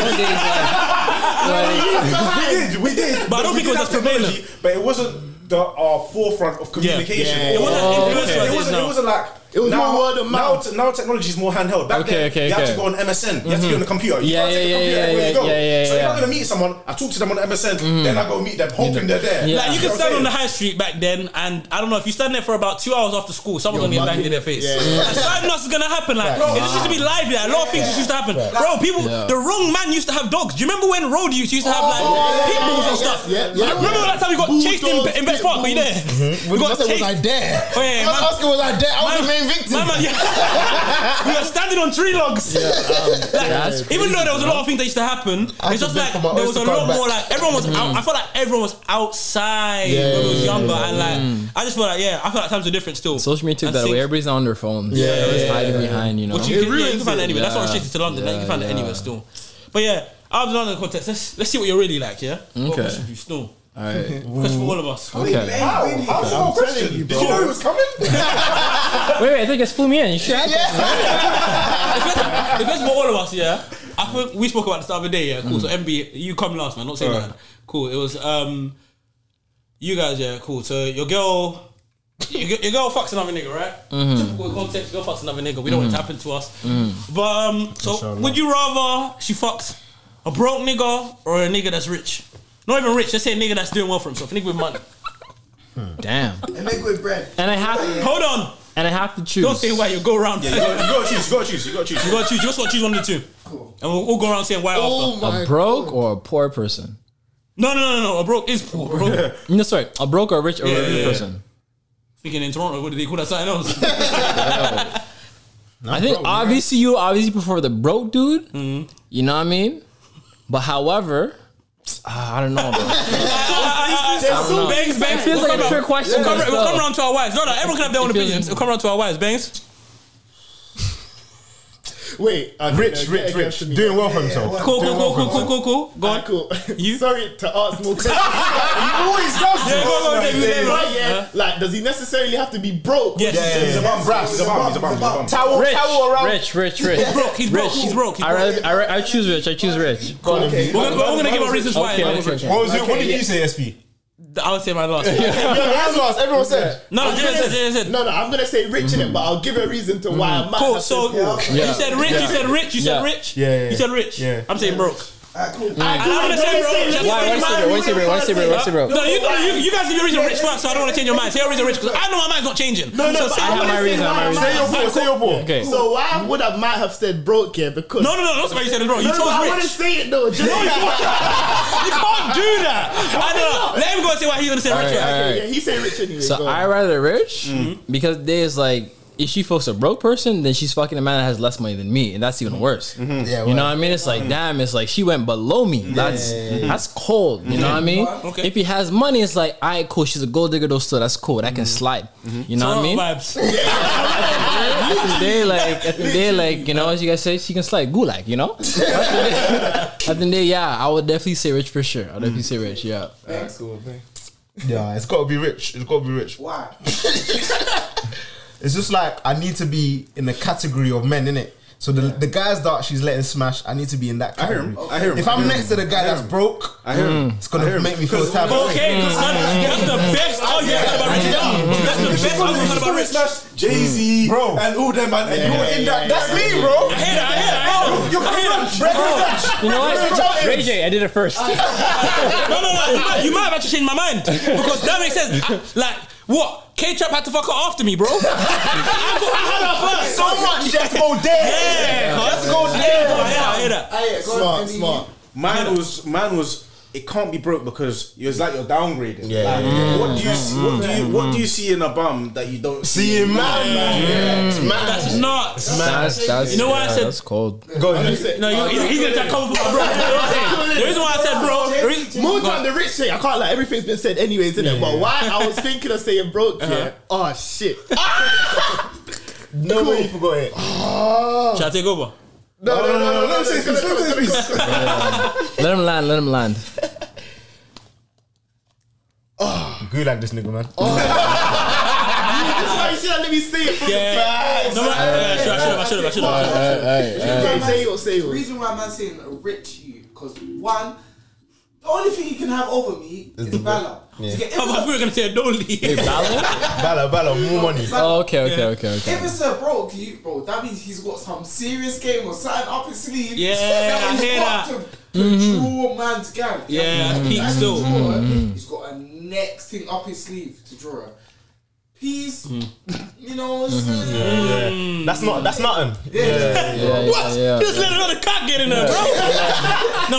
Speaker 13: like, some days,
Speaker 4: we did, we did.
Speaker 6: But I don't
Speaker 4: We
Speaker 6: think it
Speaker 4: did
Speaker 6: was as
Speaker 4: have
Speaker 6: prevalent.
Speaker 4: technology, But it wasn't the uh, forefront of communication.
Speaker 6: yeah, yeah. It wasn't as influential as it
Speaker 4: It
Speaker 6: is
Speaker 4: wasn't.
Speaker 6: now.
Speaker 4: It wasn't like
Speaker 5: It was more word of
Speaker 4: now, t- now technology is more handheld. Back then,
Speaker 5: Okay, okay,
Speaker 4: you had
Speaker 5: okay.
Speaker 4: to go on MSN. You had to be on
Speaker 5: Mhm.
Speaker 4: the computer. You
Speaker 5: Yeah,
Speaker 4: can't take
Speaker 5: yeah,
Speaker 4: the computer
Speaker 5: yeah,
Speaker 4: everywhere you
Speaker 5: yeah,
Speaker 4: go.
Speaker 5: yeah,
Speaker 4: so if
Speaker 5: yeah. Mm.
Speaker 4: I'm gonna meet someone, I talk to them on MSN, then I go meet them, hoping they're there.
Speaker 6: Like you
Speaker 4: know
Speaker 6: could
Speaker 4: what
Speaker 6: stand
Speaker 4: I'm
Speaker 6: on the
Speaker 4: saying?
Speaker 6: high street back then, and I don't know if you stand there for about two hours after school, someone's gonna get banged in their face. [LAUGHS]
Speaker 4: Yeah, yeah.
Speaker 6: Like, something else is gonna happen. Like
Speaker 4: Bro,
Speaker 6: it just used to be live. Like a lot of things just used to happen. Bro, people,
Speaker 4: Yeah.
Speaker 6: the wrong man used to have dogs. Do you remember when road use used to have like
Speaker 4: Oh, yeah,
Speaker 6: pit bulls
Speaker 4: yeah,
Speaker 6: and
Speaker 4: yeah,
Speaker 6: stuff?
Speaker 4: yeah, yeah.
Speaker 6: Like, remember that time we got chased in, in Best Park? Were you there?
Speaker 4: Mm-hmm.
Speaker 6: We got
Speaker 1: Must say, was I there?
Speaker 6: Oh, yeah,
Speaker 1: I was
Speaker 6: man-
Speaker 1: asking, was I there? I was the main victim.
Speaker 6: My
Speaker 1: [LAUGHS]
Speaker 6: man, yeah. we were standing on tree logs. [LAUGHS] Like,
Speaker 1: that's
Speaker 6: even though there was a
Speaker 1: um, crazy,
Speaker 6: lot of things that used to happen,
Speaker 1: I
Speaker 6: it's
Speaker 1: had to
Speaker 6: just
Speaker 1: beg
Speaker 6: like
Speaker 1: for my
Speaker 6: there was a
Speaker 1: oyster
Speaker 6: lot
Speaker 1: card back.
Speaker 6: more. Like everyone was out. I felt like everyone was outside
Speaker 13: Yeah,
Speaker 6: when I was
Speaker 13: yeah,
Speaker 6: younger,
Speaker 13: yeah,
Speaker 6: and like
Speaker 1: Mm.
Speaker 6: I just felt like yeah, I felt like times are different still.
Speaker 13: Social media took
Speaker 6: And
Speaker 13: that away.
Speaker 6: sync.
Speaker 13: Everybody's on their phones.
Speaker 6: Yeah,
Speaker 13: Everyone's
Speaker 6: yeah,
Speaker 13: hiding
Speaker 6: yeah.
Speaker 13: behind. You know,
Speaker 6: Which you can, yeah, you can find it anywhere. That's not restricted to London. like, you can find it anywhere still. But yeah, out of the London context, let's let's see what you're really like. Yeah. What
Speaker 13: Okay.
Speaker 6: question for you still?
Speaker 13: Alright.
Speaker 6: Question for all of us.
Speaker 13: Okay.
Speaker 4: How? How's your question? Did you know he was
Speaker 5: [LAUGHS]
Speaker 4: coming?
Speaker 13: Wait, wait. I think it's flew me in. You should.
Speaker 6: the best for all of us, yeah. I think we spoke about this the other day, yeah. Cool. So
Speaker 13: Mm.
Speaker 6: MB, you come last, man. Not saying
Speaker 4: Alright.
Speaker 6: that. Cool. It was um, you guys, yeah. Cool. So your girl, your, g- your girl fucks another nigga, right?
Speaker 13: Mhm.
Speaker 6: Typical context. Girl fucks another nigga. We don't want it to
Speaker 13: Mhm.
Speaker 6: happen to us.
Speaker 13: Mm.
Speaker 6: But um, so would you rather she fucks a broke nigga or a nigga that's rich? Not even rich. Let's say a nigga that's doing well for himself. A nigga with money.
Speaker 13: Damn.
Speaker 3: And make with bread.
Speaker 13: And I have.
Speaker 6: Hold on.
Speaker 13: And I have to choose.
Speaker 6: Don't say why. You go around.
Speaker 13: Yeah, you gotta- you
Speaker 4: gotta choose. You gotta choose. You gotta choose.
Speaker 6: [LAUGHS] You gotta choose. You just gotta choose one of the two. And we'll all go around saying why after.
Speaker 13: a broke or a poor person?
Speaker 6: No, no, no, no, no. A broke is poor. Bro.
Speaker 13: No, sorry. A broke or a rich or
Speaker 6: Yeah,
Speaker 13: a rich
Speaker 6: yeah, yeah.
Speaker 13: person?
Speaker 6: Speaking in Toronto, what do they call that?
Speaker 5: [LAUGHS]
Speaker 6: Something else.
Speaker 13: I think obviously you obviously prefer the broke dude.
Speaker 6: Mm-hmm.
Speaker 13: You know what I mean? But however, ah, I don't know, bro.
Speaker 6: There's
Speaker 13: so many
Speaker 6: Bangs, bangs.
Speaker 13: factors. It
Speaker 6: We'll
Speaker 13: feels like a
Speaker 6: come
Speaker 13: trick
Speaker 6: round-
Speaker 13: question
Speaker 6: We'll come,
Speaker 13: as
Speaker 6: we'll
Speaker 13: well.
Speaker 6: come round to our wives. No, no, everyone can have their own
Speaker 13: It feels-
Speaker 6: opinions. We'll come round to our wives.
Speaker 5: [LAUGHS]
Speaker 6: Bangs.
Speaker 5: Wait,
Speaker 1: Rich, rich, rich. Doing well for himself.
Speaker 6: Cool,
Speaker 1: Doing well
Speaker 6: cool, cool,
Speaker 1: for
Speaker 6: cool, cool,
Speaker 1: himself.
Speaker 6: cool, cool. Go
Speaker 5: [LAUGHS]
Speaker 6: on.
Speaker 5: cool. You sorry to ask more questions. [LAUGHS] you
Speaker 1: always does.
Speaker 5: Yeah,
Speaker 1: this.
Speaker 5: go, go,
Speaker 1: Like,
Speaker 5: David,
Speaker 1: they-
Speaker 5: David, right?
Speaker 1: Huh?
Speaker 5: Yeah. Like, does he necessarily have to be broke?
Speaker 1: Yes. Yeah, yeah, yeah. He's a bum, bruv. He's a bum, he's a bum, he's a bum. Towel-
Speaker 13: Rich,
Speaker 1: towel around-
Speaker 13: rich, rich, rich.
Speaker 6: [LAUGHS]
Speaker 1: He's broke, he's broke, he's broke, he's
Speaker 13: I, rather, I, ra- I choose rich. I choose rich.
Speaker 1: Okay. We're gonna- we're gonna give our reasons why.
Speaker 13: Okay,
Speaker 1: What
Speaker 13: okay,
Speaker 1: was
Speaker 13: okay.
Speaker 1: it- what did you say, SP?
Speaker 6: I would say
Speaker 5: [LAUGHS]
Speaker 6: my last.
Speaker 5: That's last. Everyone said.
Speaker 6: No, no,
Speaker 5: I'm
Speaker 6: Jimmy
Speaker 5: gonna-
Speaker 6: said, Jimmy said.
Speaker 5: No, no. I'm gonna say rich in
Speaker 4: Mm-hmm.
Speaker 5: it, but I'll give a reason to why I might.
Speaker 6: Cool.
Speaker 5: have
Speaker 6: So
Speaker 5: to feel-
Speaker 6: you said rich. You said rich. You said
Speaker 5: Yeah.
Speaker 6: rich.
Speaker 5: Yeah, yeah,
Speaker 6: You said rich. I'm saying broke. And I'm
Speaker 5: cool.
Speaker 6: gonna
Speaker 5: Why- why
Speaker 6: say broke. just
Speaker 5: say
Speaker 6: because
Speaker 5: broke?
Speaker 6: my
Speaker 5: Why say broke? Why say broke? Why say broke?
Speaker 6: No, you, no, you, you guys are your reason rich first, so I don't want to change your mind. Say your reason rich because I know my mind's not changing.
Speaker 5: No, no,
Speaker 6: So
Speaker 5: but
Speaker 6: say
Speaker 5: I
Speaker 6: your
Speaker 5: have my reason. I have my reason.
Speaker 6: Say your
Speaker 5: poor. So why would I might have said broke here? Because
Speaker 6: No, no, no, that's why you said it wrong. You
Speaker 5: No, no,
Speaker 6: chose
Speaker 5: but
Speaker 6: rich.
Speaker 5: I wouldn't say it though. Just
Speaker 6: No, you You can't do that. I know. Let him go and say why he's gonna say
Speaker 13: All
Speaker 6: rich.
Speaker 13: right,
Speaker 6: right?
Speaker 13: all right.
Speaker 5: Yeah, he said rich anyway.
Speaker 13: So
Speaker 5: go on.
Speaker 13: I rather rich because there's like if she fucks a broke person, then she's fucking a man that has less money than me, and that's even worse.
Speaker 1: Yeah,
Speaker 13: you know
Speaker 1: well.
Speaker 13: what I mean? It's like damn, it's like she went below me. That's that's cold. You know what I mean? If he has money, it's like all right, cool. She's a gold digger, though. Still, that's cool. That can slide. You know what I mean? At the day, like at the day, like you know, as you guys say, she can slide gulag. You know?
Speaker 6: [LAUGHS]
Speaker 13: at, the day, at the day, yeah, I would definitely say rich for sure. I would definitely say rich. Yeah.
Speaker 1: cool. Yeah, it's got to be rich. It's got to be rich. Why? it's just like I need to be in the category of men, innit? So the, the guys that she's letting smash, I need to be in that
Speaker 4: I hear
Speaker 1: category.
Speaker 4: him. I hear him.
Speaker 1: If
Speaker 4: I
Speaker 1: I'm
Speaker 4: hear
Speaker 1: next
Speaker 4: him.
Speaker 1: to the guy that's broke,
Speaker 4: I hear
Speaker 5: Mm.
Speaker 4: him.
Speaker 1: It's gonna make me feel type of
Speaker 6: Okay,
Speaker 1: way.
Speaker 6: because that's the best argument I've ever heard. That's the best argument I've ever heard.
Speaker 4: Jay
Speaker 5: Mm.
Speaker 4: Z, bro, and all them, and, and you were in that. That's me, bro. I
Speaker 6: hear that. I hear that.
Speaker 4: You
Speaker 13: Oh, you know what? Ray J, I did it first.
Speaker 6: no, no, no. You might, you might have actually changed my mind because that makes sense. I- like what? K Trap had to fuck her after me, bro. I, got- I had her first.
Speaker 1: So much. Let's go there.
Speaker 6: Yeah,
Speaker 1: Let's go
Speaker 6: I
Speaker 1: there.
Speaker 6: hear that, I hear that, I hear that.
Speaker 1: Smart, smart.
Speaker 4: Mine was mine was it can't be broke because it's like you're downgrading.
Speaker 1: Yeah.
Speaker 4: Like,
Speaker 1: Mm.
Speaker 4: What do you see- what do you what do you see in a bum that you don't see,
Speaker 1: in man, man?
Speaker 4: Yeah.
Speaker 1: It's mad.
Speaker 6: That's nuts.
Speaker 13: That's, that's,
Speaker 6: you know why
Speaker 13: yeah,
Speaker 6: I said
Speaker 13: that's cold.
Speaker 1: Go ahead.
Speaker 6: No, you, he's, he's gonna try to come for my bro. You know what I'm saying? The reason why I said bro, the reason-
Speaker 5: More time the rich thing. I can't like everything's been said anyways, isn't it? But why I was thinking of saying broke
Speaker 1: Uh-huh.
Speaker 5: yeah. Oh
Speaker 1: [LAUGHS]
Speaker 5: shit.
Speaker 1: No way you forgot it.
Speaker 6: Shall I take over?
Speaker 1: No, no, no, no, no. Let him say his piece. Let him say his [LAUGHS] piece.
Speaker 13: Let him land. Let him land.
Speaker 1: Go like this nigga, man.
Speaker 5: That's why you should have let me say it from
Speaker 6: Yeah.
Speaker 5: the
Speaker 6: No, I- yeah, I should have, I should have, I should have.
Speaker 5: Say it, say it, say it.
Speaker 3: reason why I'm saying rich you because one, The only thing you can have over me is the valor. To get- if
Speaker 6: I thought we were gonna say Dolly.
Speaker 1: Bala, Bala, more money.
Speaker 13: Oh, okay, okay, okay,
Speaker 3: If it's a bro, can you, bro, that means he's got some serious game or something up his sleeve.
Speaker 6: Yeah,
Speaker 3: [LAUGHS]
Speaker 6: I
Speaker 3: he's
Speaker 6: hear
Speaker 3: got
Speaker 6: that.
Speaker 3: To control man's gang.
Speaker 6: Yeah,
Speaker 3: That means
Speaker 6: peak
Speaker 3: he can
Speaker 6: still.
Speaker 3: draw her.
Speaker 6: Mhm.
Speaker 3: He's got a next thing up his sleeve to draw. her. Peace, you know.
Speaker 1: Yeah, yeah. That's not. That's nothing.
Speaker 3: Yeah.
Speaker 6: What? Just let another cock get in there, bro.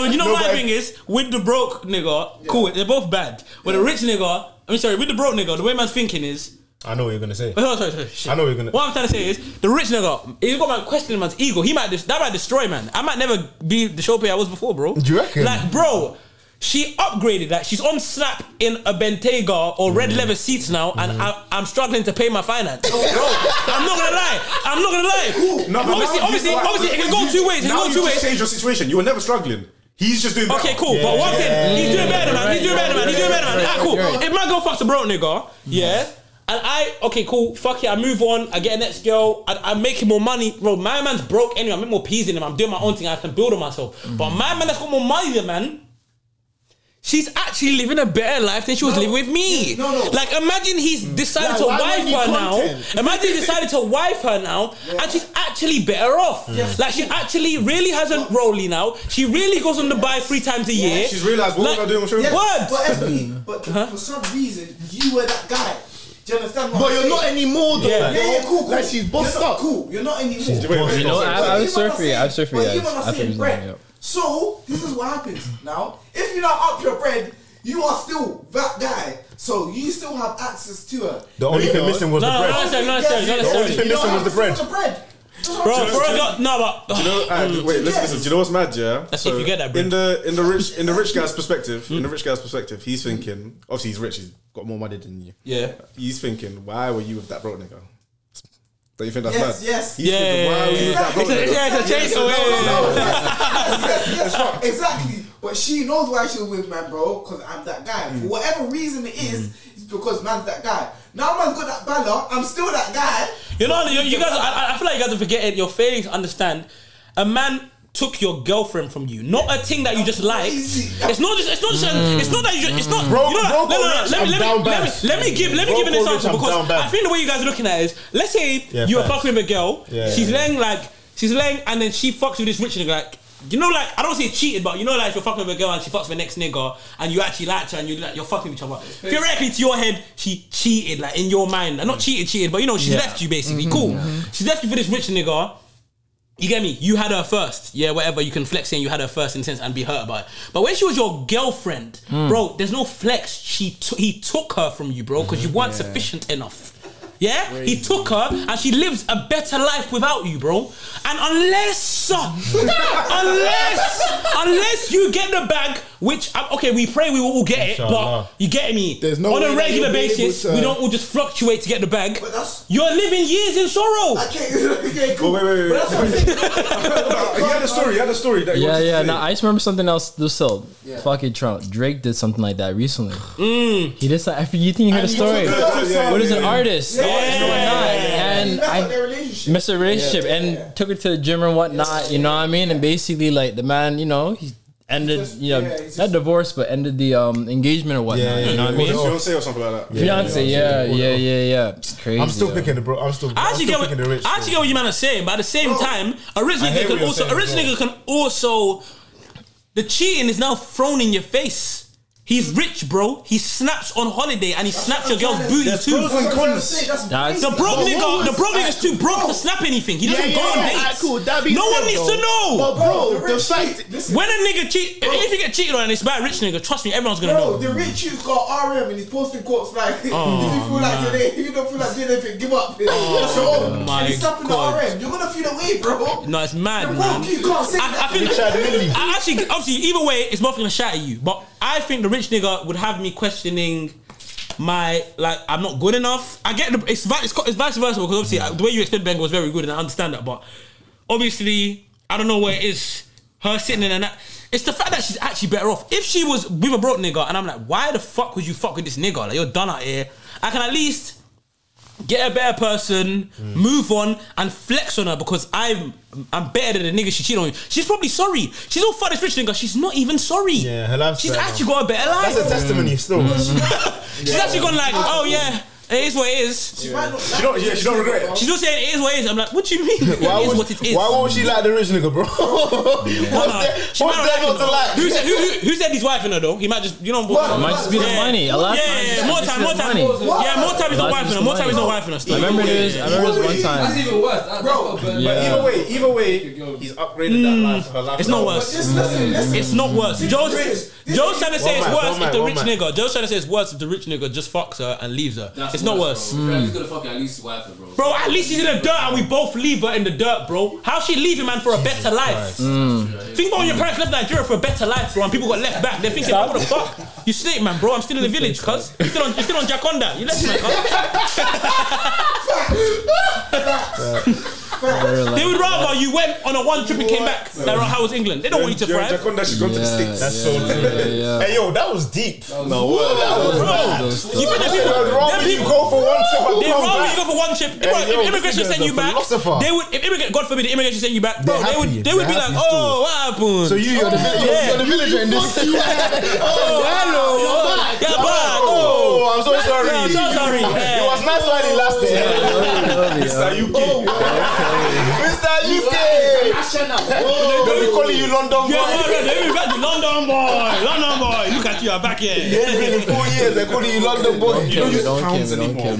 Speaker 6: [LAUGHS] no, you know
Speaker 1: No,
Speaker 6: my
Speaker 1: but-
Speaker 6: thing is with the broke nigga, cool. They're both bad. With a rich nigga, I mean, sorry, with the broke nigga, the way man's thinking is.
Speaker 1: I know what you're gonna say.
Speaker 6: Oh, sorry, sorry, shit.
Speaker 1: I know what you're gonna.
Speaker 6: What I'm trying to say is the rich nigga, he's got my questioning man's ego. He might dis- that might destroy man. I might never be the show player I was before, bro. Do
Speaker 1: you reckon?
Speaker 6: Like, bro, she upgraded. Like, she's on Snap in a Bentayga or
Speaker 1: Mm.
Speaker 6: red leather seats now, and I, I'm struggling to pay my finance. bro, I'm not gonna lie. I'm not gonna lie.
Speaker 4: No, but now
Speaker 6: obviously,
Speaker 4: you-
Speaker 6: obviously,
Speaker 4: like,
Speaker 6: obviously, it can go
Speaker 4: you-
Speaker 6: two ways. It can
Speaker 4: now
Speaker 6: go
Speaker 4: you
Speaker 6: two
Speaker 4: just
Speaker 6: ways.
Speaker 4: Change your situation. You were never struggling. He's just doing.
Speaker 6: Okay, cool. But one thing, he's doing better, man. He's doing better, man. He's doing better, man. Ah, cool. If my girl fucks a broke nigga, yeah, and I, okay, cool, fuck it, I move on, I get a next girl, I, I'm making more money. Bro, my man's broke anyway, I'm making more peas in him, I'm doing my own thing, I can build on myself.
Speaker 3: Mm.
Speaker 6: But my man that's got more money than man, She's actually living a better life than she was living with me.
Speaker 3: No, no. Mm.
Speaker 6: Like, imagine he's decided
Speaker 3: Like,
Speaker 6: to
Speaker 3: why
Speaker 6: wife
Speaker 3: would you
Speaker 6: her
Speaker 3: content?
Speaker 6: now. Imagine he decided to wife her now, and she's actually better off.
Speaker 4: Yes.
Speaker 6: Like, she actually really has a rolly now. She really goes on the buy three times a year.
Speaker 4: She's realised what was I doing with Shuri?
Speaker 3: Yes,
Speaker 5: [LAUGHS]
Speaker 6: What?
Speaker 3: But, SB, but for some reason, you were that guy. Do you understand what
Speaker 5: But
Speaker 3: I'm
Speaker 5: you're
Speaker 3: saying?
Speaker 5: not anymore, though.
Speaker 3: Yeah, yeah, yeah, cool, cool.
Speaker 5: Like, she's bossed
Speaker 3: You're not
Speaker 5: up.
Speaker 3: Cool, you're not anymore.
Speaker 5: She's bossed
Speaker 13: You know,
Speaker 5: up.
Speaker 13: I, I was
Speaker 3: But you
Speaker 13: surfy. I was surfy.
Speaker 3: But
Speaker 13: I
Speaker 3: you man
Speaker 13: was,
Speaker 3: are
Speaker 13: I
Speaker 3: saying
Speaker 13: was
Speaker 3: bread. So this is what happens now. If you don't up your bread, you are still that guy. So you still have access to her.
Speaker 1: The only
Speaker 3: You
Speaker 1: thing
Speaker 3: know?
Speaker 1: missing was
Speaker 6: No,
Speaker 1: the
Speaker 6: no,
Speaker 1: bread.
Speaker 6: no, no, no, no, no, no,
Speaker 1: the
Speaker 6: no,
Speaker 1: only
Speaker 6: no,
Speaker 1: thing
Speaker 6: no,
Speaker 1: missing was the bread.
Speaker 3: The bread.
Speaker 6: Bro, for a girl, no, but
Speaker 4: Do you know, uh, wait, listen, listen. Do you know what's mad? Yeah,
Speaker 6: Let's see if you get that, Hmm. bro.
Speaker 4: In the in the rich in the
Speaker 6: [LAUGHS]
Speaker 4: rich guy's perspective, in the rich guy's perspective, he's thinking. Obviously, he's rich. He's got more money than you.
Speaker 6: Yeah.
Speaker 4: He's thinking, why were you with that broke nigga? Don't you think that's
Speaker 3: Yes, yes.
Speaker 4: bad? He's thinking, why were you with that broke
Speaker 6: It's a-
Speaker 4: nigga?
Speaker 6: yeah, it's a change away.
Speaker 3: Yes, exactly. But she knows why she was with man, bro, because I'm that guy.
Speaker 6: Mm.
Speaker 3: For whatever reason it is, it's because man's that guy. Now man's got that banner, I'm still that guy.
Speaker 6: You know, you, you guys. I, I- I feel like you guys are forgetting. You're failing to understand. A man took your girlfriend from you. Not a thing that you just like. It's not just. It's not just. it's not that you. Just, it's not.
Speaker 1: Bro-
Speaker 6: you know,
Speaker 1: bro
Speaker 6: no, no,
Speaker 1: go
Speaker 6: no,
Speaker 1: rich,
Speaker 6: Let me.
Speaker 1: I'm
Speaker 6: Let me,
Speaker 1: down
Speaker 6: let me.
Speaker 1: bad.
Speaker 6: Let me give. Let me
Speaker 1: Bro
Speaker 6: give an
Speaker 1: go rich,
Speaker 6: example
Speaker 1: I'm
Speaker 6: because
Speaker 1: down bad.
Speaker 6: I think the way you guys are looking at it is. Let's say
Speaker 1: Yeah,
Speaker 6: you are
Speaker 1: facts.
Speaker 6: fucking with a girl.
Speaker 1: Yeah,
Speaker 6: she's
Speaker 1: yeah.
Speaker 6: laying like she's laying, and then she fucks with this rich nigga. Like you know, like I don't say cheated, but you know, like if you're fucking with a girl and she fucks with the next nigga, and you actually liked her and you like, you're fucking with each other. Theoretically, to your head, she cheated. Like in your mind, not cheated, cheated, but you know, she
Speaker 13: Yeah.
Speaker 6: left you basically.
Speaker 1: Mm-hmm.
Speaker 6: Cool. She left you for this rich nigga. You get me? You had her first. Yeah, whatever. You can flex saying you had her first in a sense and be hurt about it. But when she was your girlfriend, bro, there's no flex. She t- he took her from you, bro, because you weren't sufficient enough. Yeah? He took her and she lives a better life without you, bro. And unless, [LAUGHS] unless, unless you get the bag, which, I'm, okay, we pray we will all get it,
Speaker 1: Inshallah.
Speaker 6: but you get me?
Speaker 5: There's no
Speaker 6: On
Speaker 5: way
Speaker 6: a
Speaker 5: that
Speaker 6: regular
Speaker 5: you'll be able
Speaker 6: basis,
Speaker 5: to-
Speaker 6: we don't all just fluctuate to get the bag.
Speaker 3: But that's
Speaker 6: You're living years in sorrow.
Speaker 3: okay, [LAUGHS] okay, cool.
Speaker 4: Wait, wait, wait, wait.
Speaker 3: But that's what I'm saying.
Speaker 4: You had a story. You had a story. That you
Speaker 13: Yeah,
Speaker 4: wanted
Speaker 13: yeah.
Speaker 4: To
Speaker 13: No, I just remember something else. Lucille,
Speaker 3: Yeah.
Speaker 13: fucking Trump. Drake did something like that recently. He did something. Mm. I forget- You think you heard
Speaker 3: And
Speaker 13: the
Speaker 3: he
Speaker 13: story?
Speaker 3: took it out, yeah,
Speaker 13: What is
Speaker 3: yeah,
Speaker 13: an
Speaker 3: yeah.
Speaker 13: artist?
Speaker 3: Yeah.
Speaker 13: and whatnot,
Speaker 3: He
Speaker 13: And
Speaker 3: messed up
Speaker 13: I
Speaker 3: their relationship.
Speaker 13: missed a relationship and took her to the gym and whatnot. You know what I mean? And basically, like the man, you know, he ended,
Speaker 3: just-
Speaker 13: you know,
Speaker 3: yeah, he's
Speaker 13: not divorce, but ended the um engagement or whatnot.
Speaker 1: Yeah, yeah,
Speaker 13: you know
Speaker 1: yeah.
Speaker 13: what I mean?
Speaker 1: Well,
Speaker 4: Don't say or something like that.
Speaker 13: Fiance, yeah, yeah, yeah, yeah. It's crazy.
Speaker 1: I'm still
Speaker 13: though.
Speaker 1: picking the bro. I'm still.
Speaker 6: I
Speaker 1: I'm
Speaker 6: actually,
Speaker 1: still
Speaker 6: get
Speaker 1: picking
Speaker 6: what,
Speaker 1: the rich.
Speaker 6: I actually get what you man are saying, but at the same time, a rich
Speaker 1: Oh. I hear
Speaker 6: nigga
Speaker 1: what
Speaker 6: can
Speaker 1: you're
Speaker 6: also a
Speaker 1: saying
Speaker 6: rich
Speaker 1: as well.
Speaker 6: nigga can also the cheating is now thrown in your face. He's rich, bro. He snaps on holiday and he snaps your girl's booty
Speaker 4: There's
Speaker 6: too.
Speaker 4: pros and cons.
Speaker 13: Nah, it's-
Speaker 6: The
Speaker 5: But what
Speaker 6: broke nigga, the
Speaker 5: was-
Speaker 6: broke nigga's too broke to snap anything. He doesn't go on
Speaker 5: alright,
Speaker 6: dates.
Speaker 5: cool, that being
Speaker 6: No one
Speaker 5: said,
Speaker 6: needs
Speaker 5: though,
Speaker 6: to know.
Speaker 5: But bro,
Speaker 3: Bro,
Speaker 5: the fact
Speaker 3: Listen,
Speaker 6: When a nigga cheat, if you get cheated on and it's by a rich nigga, trust me, everyone's gonna
Speaker 3: bro,
Speaker 6: know.
Speaker 3: the rich you've got RM and he's posting quotes like, [LAUGHS] if you
Speaker 6: Oh,
Speaker 3: feel like today, [LAUGHS] if you don't feel like doing anything, give up. [LAUGHS] That's your own.
Speaker 6: my
Speaker 3: and he's stopping
Speaker 6: God.
Speaker 3: the RM. You're gonna feel away, bro.
Speaker 6: No, it's mad,
Speaker 3: You're
Speaker 6: man.
Speaker 3: broke, you can't say
Speaker 6: I, I
Speaker 3: that.
Speaker 6: think
Speaker 1: Richard Lindley.
Speaker 6: I actually obviously either way it's both gonna shout at you. But I think the rich nigga would have me questioning my like I'm not good enough. I get the, it's vi- it's, co- it's vice versa because obviously uh, the way you explained Benga was very good and I understand that. But obviously I don't know where it is her sitting in and that. It's the fact that she's actually better off. If she was with a broke nigga and I'm like, why the fuck would you fuck with this nigga? Like you're done out here. I can at least get a better person, move on, and flex on her because I'm I'm better than the nigga she cheated on. you. She's probably sorry. She's all fat as rich nigga. She's not even sorry. Yeah,
Speaker 1: her life's
Speaker 6: She's
Speaker 1: better
Speaker 6: actually got a better life.
Speaker 1: That's a testimony still.
Speaker 13: Mm.
Speaker 6: She's actually gone like, oh yeah. It is what it is. She
Speaker 3: might not.
Speaker 1: She don't- yeah, she don't regret it.
Speaker 6: She's not saying it is what it is. I'm like, what do you
Speaker 1: [LAUGHS]
Speaker 6: mean?
Speaker 1: Why
Speaker 6: it is
Speaker 1: would-
Speaker 6: what it is.
Speaker 1: why won't she like the rich
Speaker 6: [LAUGHS]
Speaker 1: nigga, bro? What's
Speaker 6: Nah,
Speaker 1: there-
Speaker 6: she
Speaker 1: what's
Speaker 6: might
Speaker 1: there
Speaker 6: him,
Speaker 1: not to
Speaker 6: though.
Speaker 1: like?
Speaker 6: Who said, who, who, who said he's wife in her though? He might just you know
Speaker 13: What? It might just be the money. A lot of
Speaker 6: yeah,
Speaker 13: times
Speaker 6: yeah,
Speaker 13: it's
Speaker 6: yeah, more
Speaker 13: just
Speaker 6: time,
Speaker 13: the
Speaker 6: more time.
Speaker 13: money. What?
Speaker 6: Yeah, more time he's not
Speaker 13: A lot
Speaker 6: wife
Speaker 13: of
Speaker 6: in
Speaker 13: times
Speaker 6: her.
Speaker 13: it's
Speaker 6: More
Speaker 13: the
Speaker 6: time he's not
Speaker 13: money.
Speaker 6: wife in her.
Speaker 13: I remember this- I remember this one time.
Speaker 15: That's even worse. That, Bro, that's
Speaker 4: But
Speaker 13: Yeah.
Speaker 4: either way, either way, he's upgraded that life. Her life.
Speaker 6: Mm. It's not worse. It's not worse. Joe's, Joe's trying to
Speaker 4: One
Speaker 6: say it's
Speaker 4: man,
Speaker 6: worse
Speaker 4: one man,
Speaker 6: if the
Speaker 4: one
Speaker 6: rich
Speaker 4: man.
Speaker 6: nigga. Joe's trying to say it's worse if the rich nigga just fucks her and leaves her.
Speaker 15: That's
Speaker 6: it's not worse.
Speaker 15: Bro. If He's gonna fuck you, at least his wife, bro.
Speaker 6: Bro, at least she's in the dirt and we both leave her in the dirt, bro. How she leave him, man, for a better life? Mm. Think about when your parents left Nigeria for a better life, bro, and people got left back. They're thinking, what the fuck? You snake, man, bro. I'm still in the village, cuz. You're still on, you're still on Jaconda. You left me, cuz. [LAUGHS] they would rather you went on a one trip and came back than how was England. They don't want you to
Speaker 4: Yeah,
Speaker 6: thrive.
Speaker 4: Jaconda, she's gone to the Yeah, States.
Speaker 1: That's so true. Hey yo, that was deep.
Speaker 4: No, what? That was
Speaker 1: Bro,
Speaker 4: mad.
Speaker 6: You think that people,
Speaker 1: They'd rather
Speaker 6: them
Speaker 1: you
Speaker 6: people-
Speaker 1: go for one trip and
Speaker 6: They'd
Speaker 1: come
Speaker 6: rather
Speaker 1: back.
Speaker 6: you go for one trip.
Speaker 1: Hey,
Speaker 6: bro,
Speaker 1: yo,
Speaker 6: if immigration
Speaker 1: this
Speaker 6: sent
Speaker 1: nigga's
Speaker 6: you
Speaker 1: a
Speaker 6: back,
Speaker 1: philosopher.
Speaker 6: they would. If immigrant, God forbid, immigration sent you back, bro,
Speaker 1: They're
Speaker 6: they would.
Speaker 1: happy.
Speaker 6: They would
Speaker 1: They're
Speaker 6: be like,
Speaker 1: happy still.
Speaker 6: oh, what happened?
Speaker 1: So you, you're the villager. You're the villager in
Speaker 6: [LAUGHS]
Speaker 1: this.
Speaker 6: Oh, hello.
Speaker 1: You're
Speaker 6: Oh,
Speaker 1: back.
Speaker 6: you're back.
Speaker 1: Oh, I'm so
Speaker 6: Nice
Speaker 1: sorry.
Speaker 6: to- I'm so sorry.
Speaker 1: [LAUGHS] It was nice while it lasted.
Speaker 6: Oh,
Speaker 1: Mr. UK. Mr. UK. Oh, They'll be calling you London boy.
Speaker 6: Yeah, man, they be back to London boy, London boy. Look at you, you're back here.
Speaker 1: Yeah, it's been four years. They're calling you London boy. [LAUGHS] You don't use pounds anymore.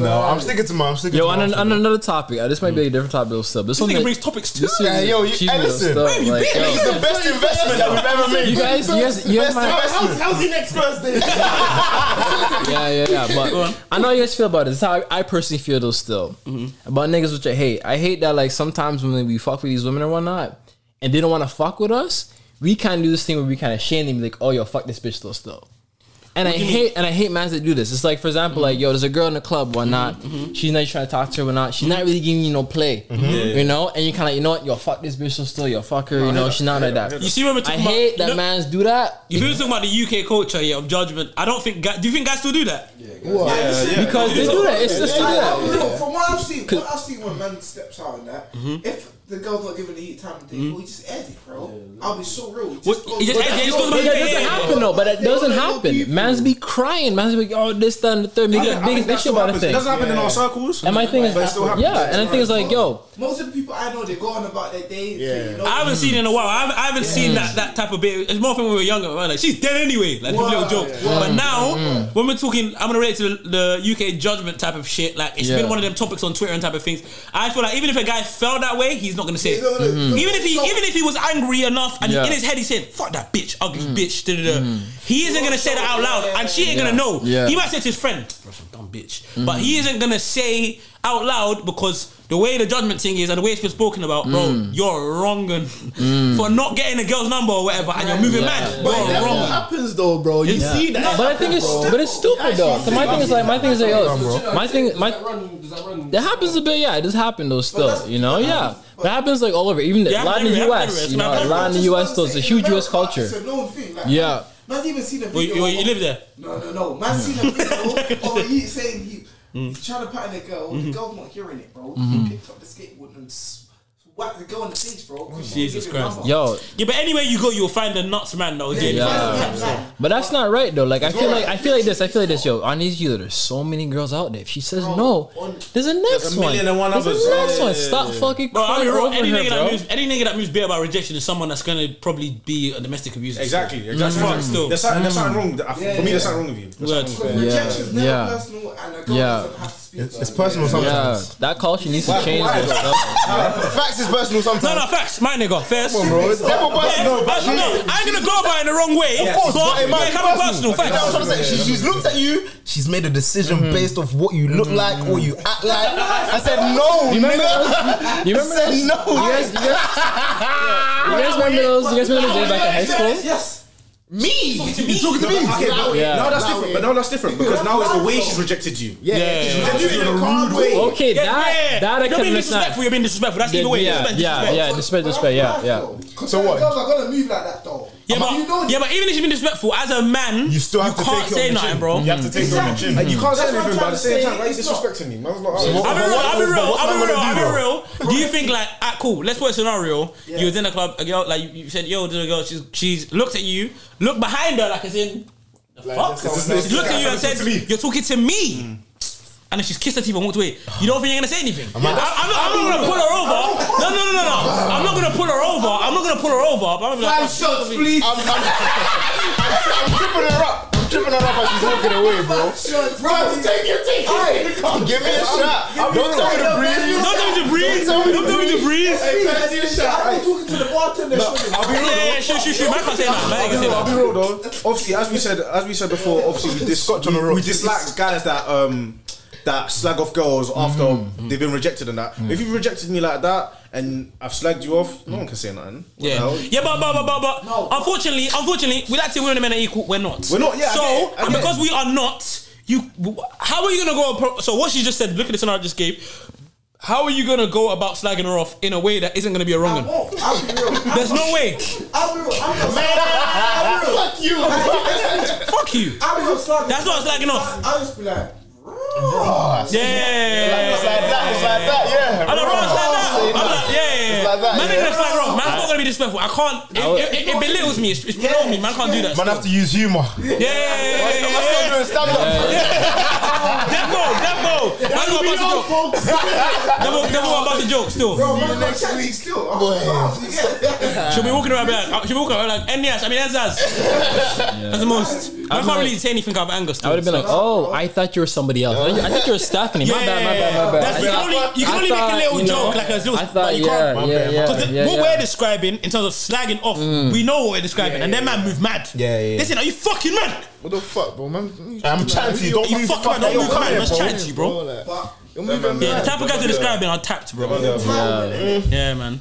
Speaker 1: No, I'm sticking to my. I'm sticking
Speaker 13: Yo,
Speaker 1: to my.
Speaker 13: on, an, on another topic, uh, this might be a different topic. Little stuff. This,
Speaker 1: This
Speaker 13: one
Speaker 1: nigga
Speaker 13: that-
Speaker 1: brings topics
Speaker 13: this
Speaker 1: too.
Speaker 13: is
Speaker 1: Yeah, yo, you-
Speaker 13: cheesy
Speaker 1: hey,
Speaker 13: little
Speaker 1: listen.
Speaker 13: stuff,
Speaker 1: Man, you
Speaker 13: like,
Speaker 1: beat
Speaker 13: yo.
Speaker 1: me. This is the best investment that we've ever made.
Speaker 13: You guys, you guys, you guys
Speaker 1: Best
Speaker 13: might-
Speaker 1: investment.
Speaker 16: How's your next birthday?
Speaker 13: yeah, yeah, yeah. But I know how you guys feel about it. This is how I personally feel though. Still
Speaker 6: Mm-hmm.
Speaker 13: about niggas which I hate. I hate that like sometimes when we fuck with these women or whatnot, and they don't want to fuck with us, we kind of do this thing where we kind of shame them, like, oh yo, fuck this bitch though, still. And I hate and I hate mans that do this. It's like, for example,
Speaker 6: Mm-hmm.
Speaker 13: like yo, there's a girl in the club, why not? She's not trying to talk to her, why not? She's not really giving you no play,
Speaker 6: Mhm. Mm-hmm. Yeah. Oh,
Speaker 13: you know. And you kind of, you know what? Yo, fuck this bitch, so still, yo, fuck her, you
Speaker 6: I
Speaker 13: know.
Speaker 6: hear
Speaker 13: She's not
Speaker 6: that.
Speaker 13: like that.
Speaker 6: You see when we're
Speaker 13: I
Speaker 6: talking about-
Speaker 13: hate
Speaker 6: you know-
Speaker 13: that mans do that.
Speaker 6: If you were talking about the UK culture, yeah, of judgment, I don't think. guy- Do you think guys still do that?
Speaker 13: What?
Speaker 6: Yeah, yeah.
Speaker 13: Because they do that. It's just do that.
Speaker 3: Look, from what I've seen, what I've seen when man steps out and that,
Speaker 6: Mm-hmm.
Speaker 3: if the girl's not giving the heat time of day, well, he just airs it, bro. I'll be so real. He just goes-
Speaker 6: he Mm-hmm. just
Speaker 13: But
Speaker 6: airs it, he
Speaker 13: that,
Speaker 6: just goes
Speaker 13: but
Speaker 6: about
Speaker 13: that
Speaker 6: his
Speaker 13: doesn't
Speaker 6: day.
Speaker 13: happen though. But that
Speaker 6: They
Speaker 13: doesn't
Speaker 6: don't know
Speaker 13: happen. Man's be crying. Man's be like, oh, this, that, and the third. Make
Speaker 4: I
Speaker 13: a
Speaker 4: think- I
Speaker 13: big
Speaker 4: think
Speaker 13: big
Speaker 4: that's
Speaker 13: shit
Speaker 4: still
Speaker 13: about a
Speaker 4: happens.
Speaker 13: thing.
Speaker 4: It doesn't happen in our circles.
Speaker 13: And my thing is,
Speaker 4: But it still happens.
Speaker 13: yeah. And the thing is, like, yo,
Speaker 3: Most of the people I know, they go on about their day. Yeah.
Speaker 6: I haven't seen it in a while. I haven't, I haven't seen that, that type of bit. It's more when we were younger. Right? Like she's dead anyway. Like
Speaker 3: Wow,
Speaker 6: little joke.
Speaker 3: yeah.
Speaker 6: But
Speaker 3: Mm,
Speaker 6: now, when we're talking, I'm gonna relate to the, the UK judgment type of shit. Like it's
Speaker 13: Yeah.
Speaker 6: been one of them topics on Twitter and type of things. I feel like even if a guy felt that way, he's not gonna say it.
Speaker 3: not gonna-
Speaker 13: Mm-hmm.
Speaker 3: Mhm.
Speaker 6: Even if he, even if he was angry enough, and
Speaker 13: Yeah. Mm.
Speaker 6: in his head he said, "Fuck that bitch, ugly bitch," da, da, da. he isn't gonna say that out loud, and she ain't gonna
Speaker 13: Yeah.
Speaker 6: know.
Speaker 13: Yeah.
Speaker 6: He might say to his friend, "Bro, some dumb bitch," but
Speaker 13: Mhm.
Speaker 6: he isn't gonna say out loud because. The way the judgment thing is, and the way it's been spoken about, bro,
Speaker 13: Mm.
Speaker 6: you're wrong and for not getting a girl's number or whatever, and you're moving
Speaker 13: Yeah.
Speaker 6: mad.
Speaker 5: But
Speaker 6: You're
Speaker 5: that
Speaker 6: wrong.
Speaker 5: happens though, bro. You
Speaker 13: Yeah.
Speaker 5: see that?
Speaker 13: But I think it's but it's stupid though. So my thing is like my thing is like yo, my thing my that happens a bit. Yeah, it does happen though. Still, you know, yeah, but it happens like all over. Even
Speaker 6: Yeah,
Speaker 13: a lot in the
Speaker 6: everywhere, everywhere.
Speaker 13: U.S.
Speaker 6: It's
Speaker 13: You know,
Speaker 6: my
Speaker 13: a lot in the U.S. though. It's a huge U.S. culture.
Speaker 3: It's a known thing. Like,
Speaker 13: Yeah.
Speaker 3: Man's even seen a
Speaker 6: Well, you,
Speaker 3: video.
Speaker 6: well, you live there.
Speaker 3: No, no, no. Man seen a
Speaker 13: [LAUGHS]
Speaker 3: video of he saying he
Speaker 13: Mm.
Speaker 3: trying to pattern a girl.
Speaker 13: Mm-hmm.
Speaker 3: The girl's not hearing it, bro.
Speaker 6: Mhm.
Speaker 3: He picked up the skateboard and s- whacked the girl in the face, bro. 'cause she
Speaker 6: Oh, Jesus
Speaker 3: didn't give him
Speaker 6: Christ.
Speaker 3: number.
Speaker 6: Yeah, but anywhere you go, you'll find a nuts man that was doing
Speaker 13: Yeah.
Speaker 6: this.
Speaker 13: But that's not right though. Like I feel like I feel like this. I feel like this. Yo, on these you, there's so many girls out there. If she says no, there's a next
Speaker 4: There's a
Speaker 13: one.
Speaker 4: million and one
Speaker 13: There's
Speaker 4: others.
Speaker 13: a next
Speaker 4: Yeah,
Speaker 13: one.
Speaker 4: yeah,
Speaker 13: Stop
Speaker 4: yeah.
Speaker 13: fucking
Speaker 6: Bro, I'll
Speaker 13: crying
Speaker 6: be real.
Speaker 13: over
Speaker 6: Any
Speaker 13: her,
Speaker 6: nigga, that
Speaker 13: bro.
Speaker 6: moves, any nigga that moves bare about rejection is someone that's gonna probably be a domestic abuser.
Speaker 4: Exactly.
Speaker 6: still.
Speaker 4: Exactly.
Speaker 6: Fuck still.
Speaker 4: There's something, there's something wrong. with that. For
Speaker 3: Yeah,
Speaker 4: me, there's
Speaker 3: yeah.
Speaker 4: something wrong with you. There's
Speaker 6: Word.
Speaker 4: something wrong with you.
Speaker 3: Rejection's never
Speaker 13: Yeah.
Speaker 3: personal, and a girl
Speaker 13: Yeah.
Speaker 3: doesn't have to speak.
Speaker 1: It's, it's personal sometimes.
Speaker 13: Yeah, that culture needs to
Speaker 1: Why-
Speaker 13: change.
Speaker 1: why?
Speaker 13: though.
Speaker 1: Facts is personal sometimes.
Speaker 6: No, no, facts, my nigga. Facts.
Speaker 1: Come on, bro. It's double personal, but
Speaker 6: I, no, I ain't gonna go about it in the wrong way.
Speaker 1: Of course,
Speaker 6: but,
Speaker 1: but it might
Speaker 6: it
Speaker 1: be
Speaker 6: can be personal.
Speaker 1: That's what I'm
Speaker 6: Facts.
Speaker 1: saying. She, she's looked at you. She's made a decision
Speaker 13: Mm-hmm.
Speaker 1: based off what you look like, what you act like.
Speaker 13: [LAUGHS]
Speaker 1: I said no,
Speaker 13: You remember
Speaker 1: nigga.
Speaker 13: You
Speaker 1: [LAUGHS]
Speaker 13: remember
Speaker 1: I said
Speaker 13: those-
Speaker 1: no.
Speaker 13: You guys, you guys, you guys remember those? You guys remember those days back in high school?
Speaker 3: Yes.
Speaker 1: Me?
Speaker 4: You talking to me? Okay, but
Speaker 13: Yeah.
Speaker 4: now that's different. But now that's different because now it's the way she's rejected you.
Speaker 1: Yeah,
Speaker 13: yeah,
Speaker 4: she's
Speaker 13: yeah.
Speaker 4: rejected you in a rude way.
Speaker 13: Okay,
Speaker 6: Yeah,
Speaker 13: that
Speaker 6: yeah.
Speaker 13: that
Speaker 6: You're
Speaker 13: I can
Speaker 6: being
Speaker 13: understand.
Speaker 6: disrespectful. You're being disrespectful. That's either way.
Speaker 13: Yeah,
Speaker 6: Disrespect,
Speaker 13: yeah,
Speaker 6: disrespect.
Speaker 13: yeah. Disrespect, disrespect. Yeah, yeah.
Speaker 3: So what? Girls are gonna move like that, though.
Speaker 6: Yeah, but, yeah, but even if she's been disrespectful, as a man, you still have
Speaker 4: to
Speaker 6: can't
Speaker 4: take it on
Speaker 6: say
Speaker 4: the
Speaker 6: nothing,
Speaker 4: chin.
Speaker 6: bro.
Speaker 4: You have to take it on the chin. Like, you can't say
Speaker 6: That's what
Speaker 4: anything, but at
Speaker 6: I'm
Speaker 4: the
Speaker 6: trying
Speaker 4: same
Speaker 6: to
Speaker 4: time, why you
Speaker 6: say. It's not-
Speaker 4: disrespecting me? Man's not-
Speaker 6: I'll be real. I'll be real.
Speaker 4: What's man
Speaker 6: I'll be
Speaker 4: gonna do,
Speaker 6: real. I'll be
Speaker 4: bro? [LAUGHS]
Speaker 6: real. Do you think like, ah, cool? Let's work a scenario. You was in a club. A girl, like you- you said, yo, there's a girl. She's she's looked at you. Look behind her, like it's in. The
Speaker 4: Like,
Speaker 6: fuck?
Speaker 4: that's how- that's
Speaker 6: She looked at you and
Speaker 4: that's
Speaker 6: said,
Speaker 4: to me.
Speaker 6: "You're talking to me." Mm. And then she's kissed her teeth and walked away. You don't think you're gonna say anything? I'm,
Speaker 4: I-
Speaker 6: I'm not, I'm not gonna pull her over. No, no, no, no, no. I'm not gonna pull her over. I'm not gonna pull her over. But I'm gonna be like,
Speaker 4: Five shots, please.
Speaker 6: I'm,
Speaker 4: I'm tripping her up. I'm tripping her up as she's walking away, bro. Bro, take your take it. Give me a shot.
Speaker 17: Don't
Speaker 4: Don't tell me to breathe.
Speaker 17: Don't tell me to breathe.
Speaker 6: Don't tell me to breathe.
Speaker 4: Hey, pass me a shot.
Speaker 3: I'm talking to the bartender.
Speaker 4: No, I'll be real.
Speaker 6: Yeah,
Speaker 4: though.
Speaker 6: yeah, shoot, shoot, shoot. Man can't say that. Man
Speaker 4: I'll
Speaker 6: can't
Speaker 4: be
Speaker 6: say
Speaker 4: real,
Speaker 6: that.
Speaker 4: I'll be real though. Obviously, as we said, as we said before, obviously we, dis- we, we dislike guys that um that slag off girls after they've been rejected and that. If you've rejected me like that and I've slagged you off, no one can say nothing. What the
Speaker 6: Yeah,
Speaker 4: hell?
Speaker 6: yeah, but but but but, but unfortunately, unfortunately, we like to say women and men are equal. We're not.
Speaker 4: We're not, yeah, I
Speaker 6: So
Speaker 4: get it, I
Speaker 6: and
Speaker 4: get
Speaker 6: because
Speaker 4: it.
Speaker 6: we are not, you how are you gonna go? Appro- so what she just said. Look at the scenario I just gave. How are you gonna go about slagging her off in a way that isn't gonna be a wrong one?
Speaker 3: I'll be real.
Speaker 6: There's no way.
Speaker 3: I'll be real. I'm not I'm real.
Speaker 6: Fuck you. Fuck you. [LAUGHS]
Speaker 3: I'm not slagging.
Speaker 6: That's not slagging off.
Speaker 3: I'll just be like,
Speaker 6: Yeah. It's like that. It's like that. Yeah. I'm not wrong. It's like that. I'm like, yeah. yeah. Man ain't gonna slag her off. Man's not gonna be disrespectful. I can't. It, it, it, it belittles me. It's, it's below me. Man can't do that.
Speaker 1: Man have to use humor.
Speaker 6: Yeah, yeah, yeah, yeah, [LAUGHS] yeah. Devo, Devo. Man got a bunch of [LAUGHS] jokes. Devo, Devo got a bunch of jokes still.
Speaker 3: bro, man, next week still. I'm yeah.
Speaker 6: She'll be walking around like, uh, she'll be walking around like, Ennias, I mean, Enzaz. That's the most. I
Speaker 13: I'd
Speaker 6: can't
Speaker 13: be
Speaker 6: really say anything out of anger still.
Speaker 13: I would have been like, oh, I thought you were somebody else. I thought you were Stephanie. My bad, my bad, my bad.
Speaker 6: That's
Speaker 13: I
Speaker 6: the
Speaker 13: thought-
Speaker 6: only, you can
Speaker 13: I
Speaker 6: only make a
Speaker 13: thought,
Speaker 6: little
Speaker 13: you know,
Speaker 6: joke like a little,
Speaker 13: I thought,
Speaker 6: but you
Speaker 13: yeah,
Speaker 6: can't.
Speaker 13: yeah, yeah,
Speaker 6: 'Cause the-
Speaker 13: yeah,
Speaker 6: what
Speaker 13: yeah. Mm.
Speaker 6: we're describing in terms of slagging off, we know what we're describing, and then man move mad. Yeah, yeah. Listen, are you fucking mad?
Speaker 1: What the fuck, bro? Man,
Speaker 6: I'm chatting to you, don't move- fuck, man, don't move mad, man's chatting to you, bro.
Speaker 3: [LAUGHS]
Speaker 1: But you're
Speaker 6: Yeah, the type of guys you're describing are tapped, bro.
Speaker 3: Yeah.
Speaker 6: Yeah, yeah man.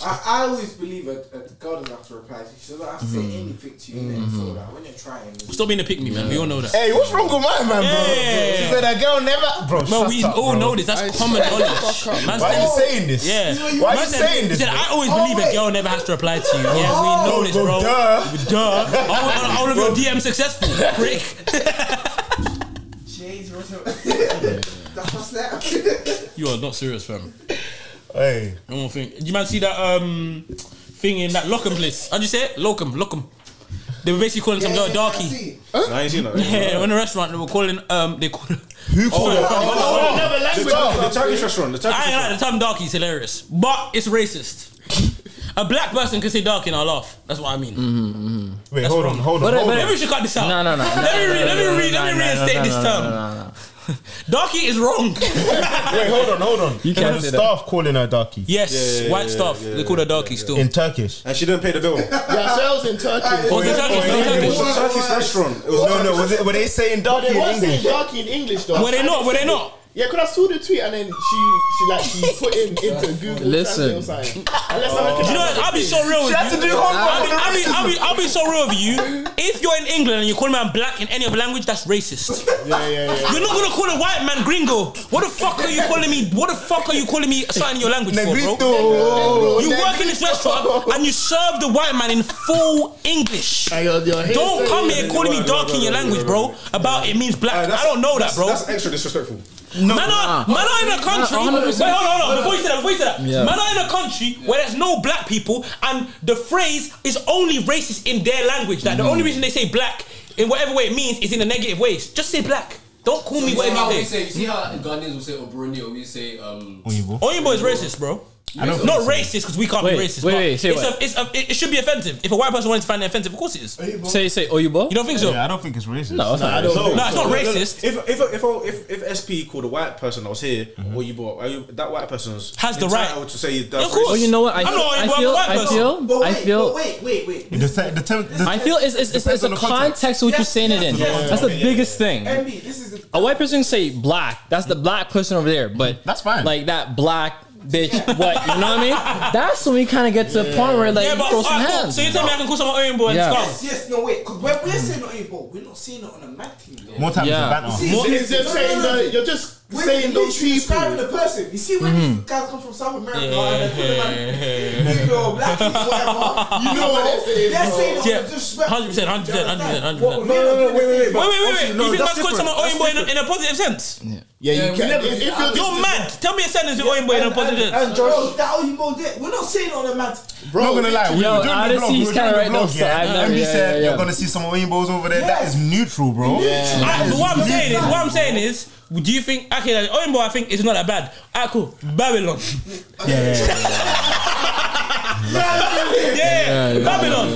Speaker 3: I, I always believe that a girl doesn't have to reply. to you. She doesn't have to say
Speaker 6: Mm.
Speaker 3: anything to you. innit?
Speaker 6: Mm-hmm.
Speaker 3: So that when you're trying,
Speaker 6: Stop being a pick me, man. We all know that.
Speaker 1: Hey, what's wrong with my man, bro?
Speaker 6: Yeah.
Speaker 1: She said a girl never, bro.
Speaker 6: Bro,
Speaker 1: shut
Speaker 6: we
Speaker 1: up,
Speaker 6: all
Speaker 1: bro.
Speaker 6: know this. That's common
Speaker 1: shut the
Speaker 6: knowledge.
Speaker 1: fuck up.
Speaker 6: Man
Speaker 1: Why are you
Speaker 6: said-
Speaker 1: saying this? Why
Speaker 6: Yeah.
Speaker 1: are
Speaker 6: Man
Speaker 1: you
Speaker 6: said-
Speaker 1: saying this?
Speaker 6: He said,
Speaker 1: bro?
Speaker 6: I always believe a girl never has to reply to you. Yeah, we know this, bro.
Speaker 1: Oh,
Speaker 6: Duh. All, all- all of your DM successful, prick.
Speaker 1: [LAUGHS]
Speaker 3: Jeez, what's [LAUGHS] up? That's what's that.
Speaker 6: You are not serious, fam.
Speaker 1: Hey.
Speaker 6: No one think. You might see that um thing in that Lockham place. How'd you say it? Lockham, Lockham. They were basically calling some girl
Speaker 3: [LAUGHS]
Speaker 6: darky.
Speaker 4: No, I ain't seen that.
Speaker 6: Yeah, in the restaurant they were calling um they called
Speaker 1: Who
Speaker 4: Oh,
Speaker 6: sorry,
Speaker 4: oh,
Speaker 6: sorry.
Speaker 4: oh, oh, oh. The Turk- the Turkish restaurant, the Turkish
Speaker 6: I ain't like the term darky is hilarious, but it's racist. A black person can say darky and I laugh. That's what I mean.
Speaker 1: Wait, hold on, hold on.
Speaker 6: But-
Speaker 1: hold
Speaker 6: but-
Speaker 1: on.
Speaker 6: Maybe we should cut this out.
Speaker 13: No, no, no.
Speaker 6: Let me re- let me re- let me reinstate this term. Darky is wrong. [LAUGHS]
Speaker 1: Wait, hold on, hold on.
Speaker 6: You can't
Speaker 1: the
Speaker 6: say that.
Speaker 1: staff calling her darky.
Speaker 6: Yes, white stuff. they call her darky still.
Speaker 1: in Turkish,
Speaker 4: and she didn't pay the
Speaker 6: [LAUGHS]
Speaker 4: bill.
Speaker 5: Yourselves in Turkey.
Speaker 6: Was it Turkish? Was it Turkish?
Speaker 4: It was a Turkish restaurant. It was
Speaker 1: no, no. Was it? Were they saying
Speaker 5: But
Speaker 1: darky
Speaker 5: they
Speaker 1: in
Speaker 5: were saying
Speaker 1: English?
Speaker 5: darky in English though.
Speaker 6: Were they not? Were they not?
Speaker 5: Yeah, because I saw the tweet and then she she like she put in into Google.
Speaker 13: Listen.
Speaker 5: Translate or something. Unless I reckon
Speaker 6: You know,
Speaker 5: that's
Speaker 6: what? I'll be
Speaker 5: the
Speaker 6: so
Speaker 5: thing.
Speaker 6: real with you.
Speaker 5: She had to do homework
Speaker 6: I'll
Speaker 5: on
Speaker 6: be,
Speaker 5: the
Speaker 6: I'll, be, I'll, be,
Speaker 5: racism.
Speaker 6: I'll be so real with you. If you're in England and you call a man black in any other language, that's racist.
Speaker 5: Yeah, yeah, yeah.
Speaker 6: You're not gonna call a white man gringo. What the fuck are you calling me? What the fuck are you calling me something in your language for, bro?
Speaker 5: Negrito.
Speaker 6: You work in this restaurant and you serve the white man in full English.
Speaker 5: And your- your hair
Speaker 6: Don't
Speaker 5: saying-
Speaker 6: come here calling me dark in your language, bro. About it means black. I don't know that, bro.
Speaker 4: That's extra disrespectful.
Speaker 6: No, man, are, man are in a country.
Speaker 13: Nah,
Speaker 6: wait,
Speaker 13: 100%.
Speaker 6: hold on, hold on. Before you say that, before you say that,
Speaker 13: Yeah.
Speaker 6: man are in a country where there's no black people, and the phrase is only racist in their language. That the only reason they say black in whatever way it means is in a negative way. Just say black. Don't call me
Speaker 15: You see,
Speaker 6: whatever
Speaker 15: how
Speaker 6: you
Speaker 15: we
Speaker 6: say.
Speaker 15: say, you see how Ghanaians will say Obroni or we say um.
Speaker 6: Oyinbo is racist, bro.
Speaker 15: I don't
Speaker 6: not
Speaker 15: think
Speaker 6: racist because we can't
Speaker 13: Wait,
Speaker 6: be racist.
Speaker 13: wait,
Speaker 6: but
Speaker 13: wait, say
Speaker 6: it's
Speaker 13: what?
Speaker 6: A, it's a, it, it should be offensive. If a white person wanted to find it offensive, of course it is. You
Speaker 13: Say, say, Oyubo?
Speaker 6: don't think so?
Speaker 1: Yeah, I don't think it's racist.
Speaker 13: No, it's not.
Speaker 1: I don't
Speaker 13: racist.
Speaker 6: No, it's not
Speaker 4: If
Speaker 6: racist.
Speaker 4: if if if, if, SP called a white person that was here, what you bought, are you, that white person's
Speaker 6: Has the
Speaker 4: entitled
Speaker 6: right.
Speaker 4: to say that's
Speaker 6: Of course.
Speaker 13: Oh, you know what? I,
Speaker 6: I'm
Speaker 13: feel,
Speaker 6: not
Speaker 13: I
Speaker 6: Oyubo, I'm
Speaker 13: feel,
Speaker 6: a white
Speaker 13: I
Speaker 6: person.
Speaker 13: feel, I feel,
Speaker 3: Wait, wait, wait.
Speaker 1: The te- the te- the-
Speaker 13: I feel it's, it's, it's,
Speaker 1: Depends
Speaker 13: it's
Speaker 1: on
Speaker 13: a
Speaker 1: the context.
Speaker 13: context what
Speaker 3: Yes,
Speaker 13: you're saying it in.
Speaker 3: yes, yes.
Speaker 13: That's the biggest thing.
Speaker 3: MB, this is the.
Speaker 13: A white person can say black. That's the black person over there. But
Speaker 1: That's fine.
Speaker 13: Like that black bitch. What you know what I mean? That's when we kind of get to a point where like
Speaker 6: yeah,
Speaker 13: you
Speaker 6: but
Speaker 13: throw some
Speaker 6: alright, cool.
Speaker 13: hands.
Speaker 6: so you tell me I can call someone Oyinbo and
Speaker 13: Yeah.
Speaker 6: scarf?
Speaker 3: Yes, yes, no, wait. Because we're, weey're saying it on your ball, we're not saying it on a mad team. though.
Speaker 1: more time
Speaker 13: Yeah.
Speaker 1: yeah.
Speaker 3: See,
Speaker 1: banter.
Speaker 5: It's just saying that you're just
Speaker 3: When
Speaker 5: saying
Speaker 3: you
Speaker 5: those
Speaker 3: literally describing
Speaker 5: people.
Speaker 3: the person. You see when these
Speaker 13: Hmm.
Speaker 5: Mhm.
Speaker 3: guys come from South America and they put them
Speaker 6: You
Speaker 3: know, black people,
Speaker 6: [LAUGHS]
Speaker 3: whatever.
Speaker 5: You know what they're saying,
Speaker 3: They're saying
Speaker 5: bro.
Speaker 3: that
Speaker 6: Yeah,
Speaker 3: with disrespect.
Speaker 6: hundred percent, hundred percent, hundred percent, hundred
Speaker 3: What-
Speaker 6: percent.
Speaker 3: no, no, no, wait, wait, wait.
Speaker 6: Wait, wait, wait,
Speaker 3: Obviously, no,
Speaker 6: wait. you think
Speaker 3: that's
Speaker 6: that's called someone
Speaker 3: different.
Speaker 6: Oyinbo in, a- in a positive sense?
Speaker 13: Mm.
Speaker 6: Yeah,
Speaker 5: Yeah, you can-
Speaker 6: Never,
Speaker 5: if- if you're
Speaker 6: you're
Speaker 5: just-
Speaker 6: mad. Tell me a sentence with Oyinbo in a positive sense.
Speaker 3: And Josh, that all you both did. We're not saying on the man.
Speaker 1: Bro, not gonna lie, we
Speaker 6: Yo,
Speaker 1: were doing the
Speaker 6: honestly,
Speaker 1: vlog. We
Speaker 6: he's
Speaker 1: were
Speaker 6: kinda
Speaker 1: doing
Speaker 6: right
Speaker 1: the
Speaker 6: though,
Speaker 1: vlog,
Speaker 6: so
Speaker 1: yeah.
Speaker 6: I
Speaker 1: And
Speaker 6: never-
Speaker 1: we
Speaker 6: yeah,
Speaker 1: said
Speaker 6: yeah,
Speaker 1: you're
Speaker 6: yeah.
Speaker 1: gonna see some rainbows over there. That is
Speaker 3: Yes.
Speaker 1: neutral, bro. That
Speaker 6: I,
Speaker 1: is
Speaker 6: but what I'm
Speaker 1: neutral.
Speaker 6: saying is, what I'm saying is, do you think okay, like, Oyinbo? I think is not that bad. Ah, cool. Babylon. [LAUGHS] Yeah,
Speaker 1: Yeah, yeah,
Speaker 6: Babylon,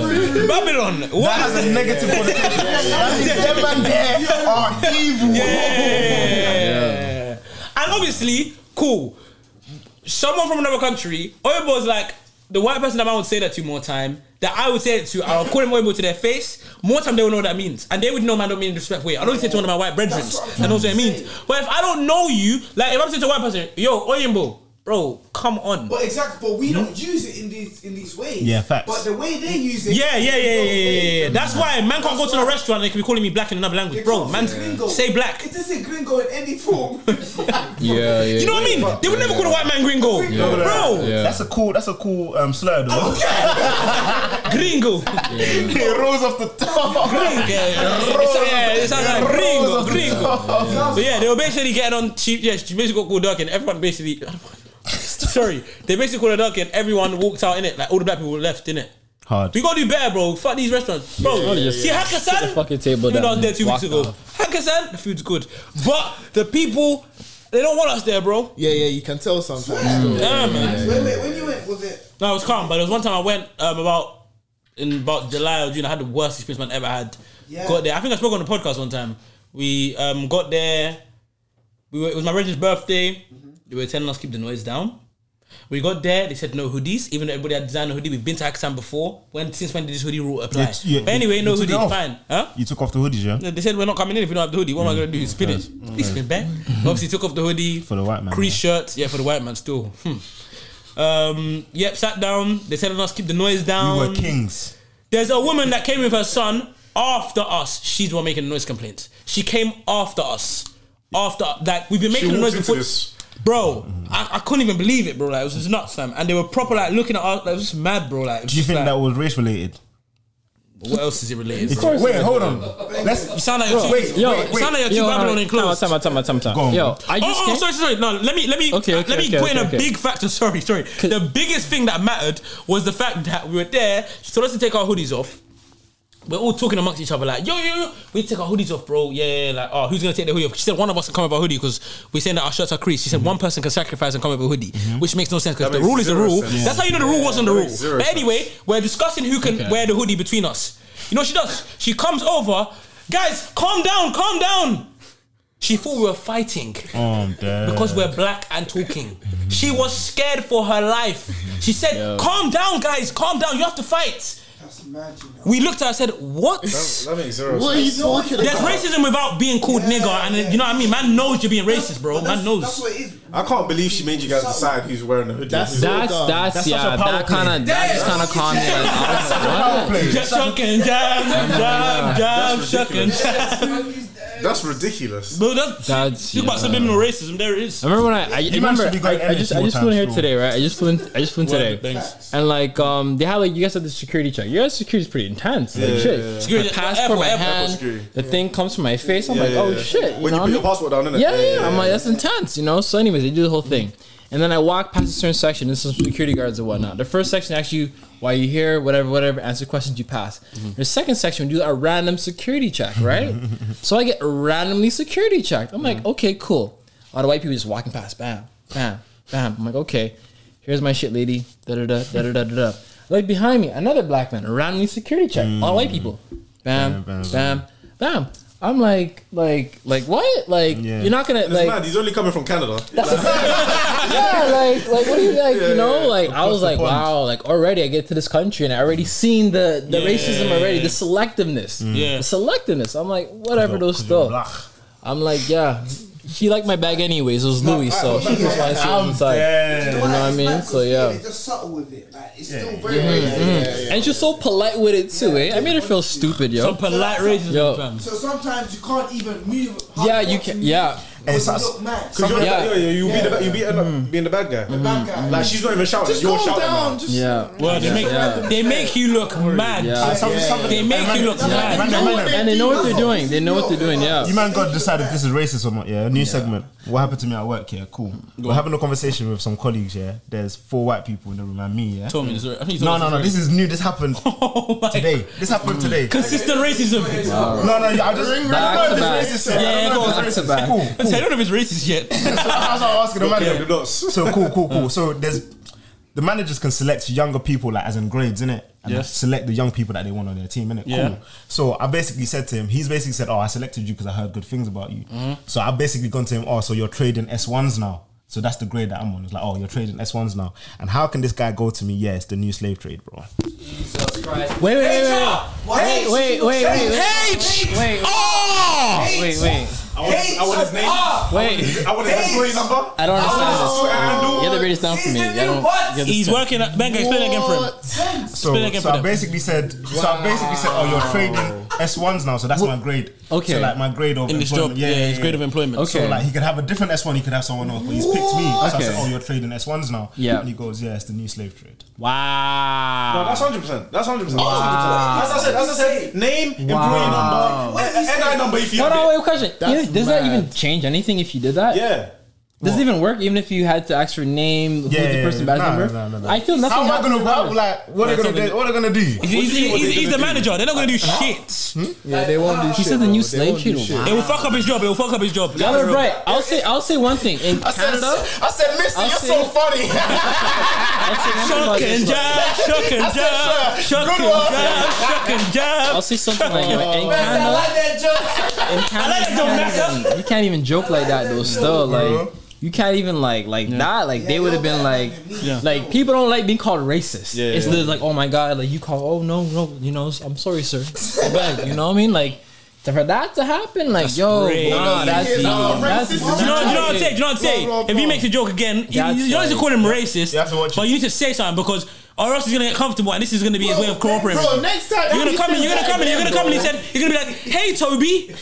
Speaker 6: Babylon. What
Speaker 1: That has a negative connotation. That means them and there are evil.
Speaker 6: Yeah. And obviously, cool. Someone from another country, Oibo's like the white person that I would say that to more time, that I would say it to, I'll call them Oibo to their face, more time they will know what that means. And they would know man don't mean in respect way. I don't say to one of my white brethren, that knows what it means. But if I don't know you, like if I'm saying to a white person, yo, Oyinbo, bro, come on.
Speaker 3: But exactly, but we don't
Speaker 6: Hmm?
Speaker 3: use it in these in these ways.
Speaker 6: Yeah, facts.
Speaker 3: But the way they use it.
Speaker 6: Yeah, yeah, yeah, yeah, yeah, yeah, yeah. That's why man can't go to the restaurant and they can be calling me black in another language, bro. Man, say black.
Speaker 3: It isn't gringo in any form.
Speaker 13: Yeah,
Speaker 6: You know what I mean? They would never call a white man gringo, bro.
Speaker 1: That's a cool. That's a cool um, slur, though.
Speaker 6: Gringo.
Speaker 1: it rolls off the top.
Speaker 6: Gringo. It sound- yeah, it sounds like gringo, gringo. So yeah, they were basically getting on cheap. Yeah, she basically got called dark, and everyone basically. [LAUGHS] Sorry, they basically called her dark, and everyone walked out in it. Like all the black people left in it.
Speaker 1: Hard.
Speaker 6: We gotta do better, bro. Fuck these restaurants, bro.
Speaker 13: Yeah, yeah,
Speaker 6: See
Speaker 13: yeah.
Speaker 6: Hakkasan?
Speaker 13: Sit the fucking table
Speaker 6: Even though I was
Speaker 13: down.
Speaker 6: there two
Speaker 13: Walk
Speaker 6: weeks ago. Hakkasan, the food's good, but the people they don't want us there, bro.
Speaker 5: Yeah, yeah, you can tell sometimes.
Speaker 6: Yeah, man.
Speaker 3: Wait, wait, when you went, was it?
Speaker 6: No, it was calm, but there was one time I went um, about in about July or June. I had the worst experience man ever had.
Speaker 3: Yeah.
Speaker 6: Got there. I think I spoke on the podcast one time. We um, got there. We were, it was my brother's birthday. They were telling us keep the noise down. We got there. They said no hoodies, even though everybody had designed a hoodie. We've been to Aksan before. When since when did this hoodie rule apply?
Speaker 1: It's- yeah,
Speaker 6: but anyway,
Speaker 1: you
Speaker 6: no
Speaker 1: took it
Speaker 6: hoodie,
Speaker 1: off.
Speaker 6: fine. Huh?
Speaker 1: You took off the hoodies, yeah.
Speaker 6: No, They said we're not coming in if you don't have the hoodie. What am I going to do? Spin it. He spin back. Obviously took off the hoodie
Speaker 1: Mm-hmm. For the white man.
Speaker 6: crease shirts. Yeah, for the white man still. Hmm. Um, yep, sat down. They telling us keep the noise down.
Speaker 1: We were kings.
Speaker 6: There's a woman that came with her son after us. She's the one making noise complaints. She came after us. After that, we've been
Speaker 4: She
Speaker 6: making the noise
Speaker 4: walked into
Speaker 6: before.
Speaker 4: this.
Speaker 6: Bro, I, I couldn't even believe it, bro. Like it was just nuts, fam. And they were proper like looking at us. Like, it was just mad, bro. Like, it was
Speaker 1: Do you
Speaker 6: just
Speaker 1: think
Speaker 6: like,
Speaker 1: that was race related?
Speaker 6: what else is it related?
Speaker 1: It's-
Speaker 6: bro?
Speaker 1: Wait, hold on. Let's.
Speaker 6: You sound like you're
Speaker 1: Bro,
Speaker 6: too,
Speaker 1: wait,
Speaker 6: yo,
Speaker 1: wait,
Speaker 6: you sound like you're too
Speaker 13: Yo,
Speaker 6: Babylon
Speaker 13: alright,
Speaker 6: enclosed.
Speaker 13: Time out, time out, time out, time out. Yo, I just
Speaker 6: oh, oh
Speaker 13: came-
Speaker 6: sorry, sorry, no. Let me let me
Speaker 13: Okay,
Speaker 6: let me
Speaker 13: okay,
Speaker 6: put in
Speaker 13: okay,
Speaker 6: a
Speaker 13: okay.
Speaker 6: big factor. [LAUGHS] Sorry, sorry. The biggest thing that mattered was the fact that we were there. She told us to take our hoodies off. We're all talking amongst each other like, yo, yo, yo, we take our hoodies off, bro. Yeah, yeah, yeah. like, oh, who's gonna take the hoodie off? She said one of us can come with our hoodie because we're saying that our shirts are creased. She
Speaker 13: Mm-hmm.
Speaker 6: said one person can sacrifice and come with a hoodie, which makes no sense because
Speaker 4: That
Speaker 6: the
Speaker 4: makes
Speaker 6: rule is the
Speaker 4: zero
Speaker 6: rule.
Speaker 4: sense.
Speaker 6: That's how you know the
Speaker 4: Yeah.
Speaker 6: rule wasn't the
Speaker 4: That
Speaker 6: rule.
Speaker 4: makes zero
Speaker 6: But anyway, we're discussing who can wear the hoodie between us. You know what she does? She comes over, guys, calm down, calm down. She thought we were fighting
Speaker 1: Oh, I'm dead.
Speaker 6: because we're black and talking. She was scared for her life. She said, "Calm down, guys. Calm down. You have to fight."
Speaker 3: That's magic.
Speaker 6: We looked at her and said, "What?
Speaker 4: That, that makes zero
Speaker 3: What are you
Speaker 4: sense.
Speaker 3: talking
Speaker 6: There's
Speaker 3: about?
Speaker 6: racism without being called nigger, and you know what I mean. Man knows you're being racist, bro. Man
Speaker 3: That's
Speaker 6: knows."
Speaker 3: what it is.
Speaker 4: I can't believe she made you guys decide who's wearing the hoodie.
Speaker 5: That's-
Speaker 13: That's
Speaker 5: Well done.
Speaker 13: that's,
Speaker 5: That's such
Speaker 13: yeah.
Speaker 5: a power
Speaker 13: That kind of that is kind of Kanye.
Speaker 1: power play.
Speaker 6: Just shucking, jam, jam, jam,
Speaker 4: That's
Speaker 6: shucking,
Speaker 4: ridiculous.
Speaker 6: jam.
Speaker 4: That's ridiculous.
Speaker 6: Bro, that's,
Speaker 13: That's-
Speaker 6: think about
Speaker 13: yeah.
Speaker 6: subliminal racism. There it is.
Speaker 13: I remember when I, I
Speaker 1: You
Speaker 13: remember
Speaker 1: managed to be going
Speaker 13: I, I
Speaker 1: NS
Speaker 13: just I
Speaker 1: more
Speaker 13: just flew
Speaker 1: times
Speaker 13: in here
Speaker 1: still.
Speaker 13: today, right? I just flew in I just flew in
Speaker 6: Well,
Speaker 13: today,
Speaker 6: thanks.
Speaker 13: and like um they had like you guys had the security check. Your security is pretty intense. like
Speaker 4: Yeah,
Speaker 13: shit,
Speaker 4: yeah, yeah.
Speaker 6: Security-
Speaker 13: my passport, my
Speaker 6: airport, airport
Speaker 13: hand,
Speaker 4: security.
Speaker 13: the thing comes from my face. I'm
Speaker 4: Yeah,
Speaker 13: like,
Speaker 4: yeah,
Speaker 13: oh
Speaker 4: yeah.
Speaker 13: shit, you
Speaker 4: When you
Speaker 13: know. what I
Speaker 4: put your
Speaker 13: mean?
Speaker 4: passport down, innit?
Speaker 13: yeah, yeah, I'm like, that's intense, you know. So, anyways, they do the whole thing, and then I walk past a certain section. There's some security guards and whatnot. The first section asks you why you here, whatever, whatever. Answer questions, you pass. The second section we do a random security check, right? so I get randomly security checked. I'm like, okay, cool. A lot of white people just walking past, bam, bam, bam. I'm like, okay, here's my shit, lady. Da da da da da da da. da. Like behind me, another black man randomly security check. All white people, bam,
Speaker 1: Bam, bam,
Speaker 13: bam, bam. I'm like, like, like what? Like you're not gonna
Speaker 4: It's
Speaker 13: like
Speaker 4: mad. He's only coming from Canada.
Speaker 13: yeah, like like what do you like?
Speaker 4: Yeah,
Speaker 13: you know,
Speaker 4: yeah.
Speaker 13: like I
Speaker 4: Across
Speaker 13: was
Speaker 4: the
Speaker 13: like,
Speaker 4: pond.
Speaker 13: wow, like already I get to this country and I already seen the the
Speaker 6: Yeah. Mm.
Speaker 13: racism already, the selectiveness,
Speaker 6: Yeah.
Speaker 13: the selectiveness. I'm like, whatever those
Speaker 1: black.
Speaker 13: stuff. I'm like, yeah. She liked my bag anyways. It was Louis, so she just wanted to see what was inside.
Speaker 1: dead.
Speaker 13: You know what I mean? So yeah.
Speaker 3: They're just subtle with it. Like, it's still very, very.
Speaker 13: And she's so polite with it too, eh? I made her feel stupid, yo.
Speaker 6: Some polite racism,
Speaker 13: Yo.
Speaker 6: fam.
Speaker 3: So sometimes you can't even move.
Speaker 13: Yeah, you can. Yeah,
Speaker 3: When
Speaker 4: it's
Speaker 3: you
Speaker 4: us.
Speaker 3: look mad.
Speaker 4: 'Cause you're the
Speaker 3: Yeah.
Speaker 4: bad- yeah, yeah, you be
Speaker 3: Yeah.
Speaker 4: the ba- you be end up being the bad guy. The
Speaker 3: bad guy.
Speaker 4: Like she's not even shouting.
Speaker 3: Just
Speaker 4: you're
Speaker 3: calm
Speaker 4: shouting
Speaker 3: down,
Speaker 4: now.
Speaker 3: just-
Speaker 13: Yeah.
Speaker 6: Well, they make they make you look mad.
Speaker 13: Yeah. Yeah,
Speaker 6: Some-
Speaker 13: yeah,
Speaker 6: some-
Speaker 13: yeah.
Speaker 6: They make you look
Speaker 13: Yeah.
Speaker 6: mad. [LAUGHS]
Speaker 13: Man, man, man. And they know what they're doing. They know what they're doing. Yeah.
Speaker 1: You man got to decide if this is racist or not. Yeah, new segment. What happened to me at work? Yeah, cool. We're having a conversation with some colleagues. Yeah, there's four white people in the room and me. Yeah,
Speaker 6: Told me this already. I think you
Speaker 1: No,
Speaker 6: told
Speaker 1: no,
Speaker 6: me
Speaker 1: no.
Speaker 6: this
Speaker 1: This is new. This
Speaker 6: [LAUGHS]
Speaker 1: happened today. This happened today.
Speaker 6: Oh Consistent racism.
Speaker 1: No, no. I just
Speaker 6: Ring, ring,
Speaker 1: I don't know
Speaker 6: back
Speaker 1: if it's
Speaker 6: to
Speaker 1: racist.
Speaker 6: back.
Speaker 1: yeah, I don't
Speaker 6: Yeah,
Speaker 1: know
Speaker 6: go
Speaker 1: if
Speaker 6: on.
Speaker 1: it's
Speaker 6: Back to
Speaker 1: racist. Cool.
Speaker 6: back. I said, I don't know if it's racist yet.
Speaker 1: That's what I was asking the
Speaker 6: Okay.
Speaker 1: manager. So cool, cool, cool. So there's the managers can select younger people, like as in grades, innit? And
Speaker 6: Yes.
Speaker 1: select the young people that they want on their team, innit?
Speaker 6: Yeah.
Speaker 1: Cool. So I basically said to him, he's basically said, "Oh, I selected you because I heard good things about you."
Speaker 6: Mm-hmm.
Speaker 1: So I basically gone to him, "Oh, so you're trading S ones now." So that's the grade that I'm on. It's like, oh, you're trading S1s now. And how can this guy go to me? Yeah, it's the new slave trade, bro.
Speaker 13: Wait, wait, wait, wait. Wait, wait, wait, wait, wait.
Speaker 17: H.
Speaker 13: Wait,
Speaker 17: R.
Speaker 13: Wait, wait.
Speaker 17: I want- I want his name.
Speaker 13: Wait.
Speaker 17: I want his employee number.
Speaker 13: I don't understand
Speaker 17: Oh,
Speaker 13: this. You have to break this down for me. I don't. you have to-
Speaker 6: He's working. At, Benga, explain it again for him.
Speaker 1: So,
Speaker 6: Explain it again
Speaker 1: so
Speaker 6: for
Speaker 1: I
Speaker 6: them.
Speaker 1: basically said, so I basically said, oh, you're trading S ones now, so that's my grade.
Speaker 13: Okay.
Speaker 1: so like my grade of
Speaker 6: In this
Speaker 1: employment.
Speaker 6: job, yeah, his grade of employment.
Speaker 1: So
Speaker 6: Okay.
Speaker 1: like he could have a different S one, he could have someone else, but he's picked me. So I said,
Speaker 13: Okay.
Speaker 1: oh, you're trading S ones now.
Speaker 13: Yeah.
Speaker 1: and he goes, yeah, it's the new slave trade.
Speaker 13: Wow.
Speaker 4: No, that's hundred percent. That's hundred percent.
Speaker 13: Wow.
Speaker 4: That's what I said. That's what I said. Name, employee number, and NI number if you
Speaker 13: No,
Speaker 4: have
Speaker 13: no,
Speaker 4: it.
Speaker 13: wait, question.
Speaker 4: That's
Speaker 13: You know, does that even change anything if you did that?
Speaker 4: Yeah.
Speaker 13: Does it even work even if you had to ask for name, who's
Speaker 1: Yeah,
Speaker 13: the
Speaker 1: yeah,
Speaker 13: person,
Speaker 1: yeah.
Speaker 13: badge
Speaker 1: Nah,
Speaker 13: number?
Speaker 1: nah, nah, nah.
Speaker 13: I feel nothing.
Speaker 1: How am I gonna
Speaker 13: happens.
Speaker 1: work? Like, what are they gonna do? What are they gonna do?
Speaker 6: He's, he's, he's, he's, the manager. They're not going to do shit.
Speaker 13: Yeah, they won't do He said the new slave trade.
Speaker 6: It will fuck up his job. It will fuck up his job.
Speaker 13: Y'all are right. I'll say. I'll say one thing. In Canada,
Speaker 1: I said, Mister,
Speaker 13: I'll
Speaker 1: you're
Speaker 13: say-
Speaker 1: so
Speaker 13: [LAUGHS]
Speaker 1: funny.
Speaker 6: Shock and jab, shock
Speaker 1: I
Speaker 6: and
Speaker 1: said,
Speaker 6: jab,
Speaker 1: sir,
Speaker 6: shock
Speaker 1: good
Speaker 6: and
Speaker 1: one.
Speaker 6: jab, shock and jab.
Speaker 13: I'll say something like that. In
Speaker 1: Man,
Speaker 13: Canada,
Speaker 1: that joke.
Speaker 13: in Canada,
Speaker 6: like that
Speaker 13: you
Speaker 6: joke,
Speaker 13: can't
Speaker 6: Master.
Speaker 13: even- you can't even joke like that though. Still, like you can't even like like that. Like they would have been like, like people don't like being called racist.
Speaker 6: Yeah,
Speaker 13: it's
Speaker 6: yeah.
Speaker 13: literally like, oh my god, like you call, oh no, no, you know, I'm sorry, sir. I beg, you know what I mean? Like to- for that to happen, like yo,
Speaker 6: crazy.
Speaker 13: nah, that's
Speaker 6: Yeah,
Speaker 13: the
Speaker 6: nah,
Speaker 13: that's
Speaker 6: Do you know, do you know what I'm saying? Do you know what I'm saying?
Speaker 13: Blah, blah,
Speaker 6: If he
Speaker 13: blah.
Speaker 6: makes a joke again, you,
Speaker 13: That's
Speaker 6: you don't need to
Speaker 13: right.
Speaker 6: call him racist,
Speaker 1: watch
Speaker 6: but you need to say something because or else he's gonna get comfortable and this is gonna be his way of cooperating.
Speaker 5: bro, next time
Speaker 6: you're gonna
Speaker 5: that
Speaker 6: come
Speaker 5: happens,
Speaker 6: in, you're gonna come in, you're gonna come in. He
Speaker 5: bro.
Speaker 6: said you're gonna be like, "Hey, Toby."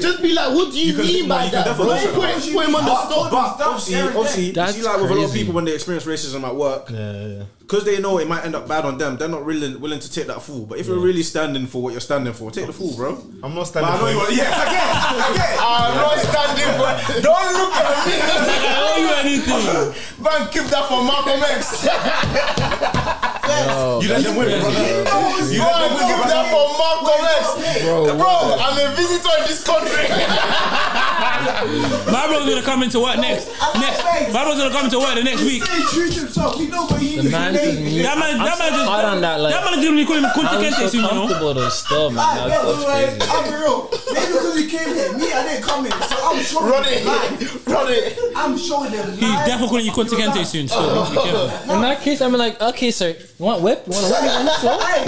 Speaker 5: Just be like, what do you,
Speaker 4: You can-
Speaker 5: mean by
Speaker 4: you can
Speaker 5: that? Bro?
Speaker 4: definitely
Speaker 5: Put,
Speaker 4: say
Speaker 5: put him on the
Speaker 4: But,
Speaker 5: stop.
Speaker 4: but obviously, obviously, you
Speaker 13: That's
Speaker 4: see, like with a lot of
Speaker 13: crazy.
Speaker 4: people when they experience racism at work, because they know it might end up bad on them, they're not really willing to take that fool. But if you're really standing for what you're standing for, take the fool, bro.
Speaker 1: I'm not
Speaker 4: But
Speaker 1: standing.
Speaker 4: I know you.
Speaker 1: for
Speaker 4: want-
Speaker 1: it.
Speaker 4: Yeah, I get it. I get it.
Speaker 1: [LAUGHS] [LAUGHS] I'm not standing for. it. Don't look at me. [LAUGHS]
Speaker 6: I owe you anything.
Speaker 1: Man, keep that for Malcolm X.
Speaker 4: You let them win, brother. You
Speaker 1: Bro,
Speaker 4: let them win,
Speaker 1: keep that
Speaker 4: brother.
Speaker 1: for Malcolm X. Bro, I'm a visitor in this country.
Speaker 6: My brother's gonna come into work next. next. My brother's gonna come into work the next week.
Speaker 3: Stay true to himself. We know what he
Speaker 13: The man is mute.
Speaker 6: That man,
Speaker 13: I'm
Speaker 6: that
Speaker 13: so
Speaker 6: man just
Speaker 13: hard on that, like-
Speaker 6: that man didn't call him Kunta
Speaker 13: I'm
Speaker 6: Kente,
Speaker 13: so
Speaker 6: you know.
Speaker 13: comfortable though, still, man. That's, that's crazy.
Speaker 3: I'll be real. Maybe because he came here, me, I didn't come here, so I'm showing
Speaker 1: Run
Speaker 3: them
Speaker 1: it.
Speaker 3: live.
Speaker 1: Run it.
Speaker 3: I'm showing them
Speaker 6: He's
Speaker 3: live.
Speaker 6: definitely calling you Kunta Kente soon.
Speaker 13: Ah,
Speaker 6: So be careful.
Speaker 13: In that case, I'm like, okay, sir, you want whip? You want a whip? You want a floor?
Speaker 3: Hey,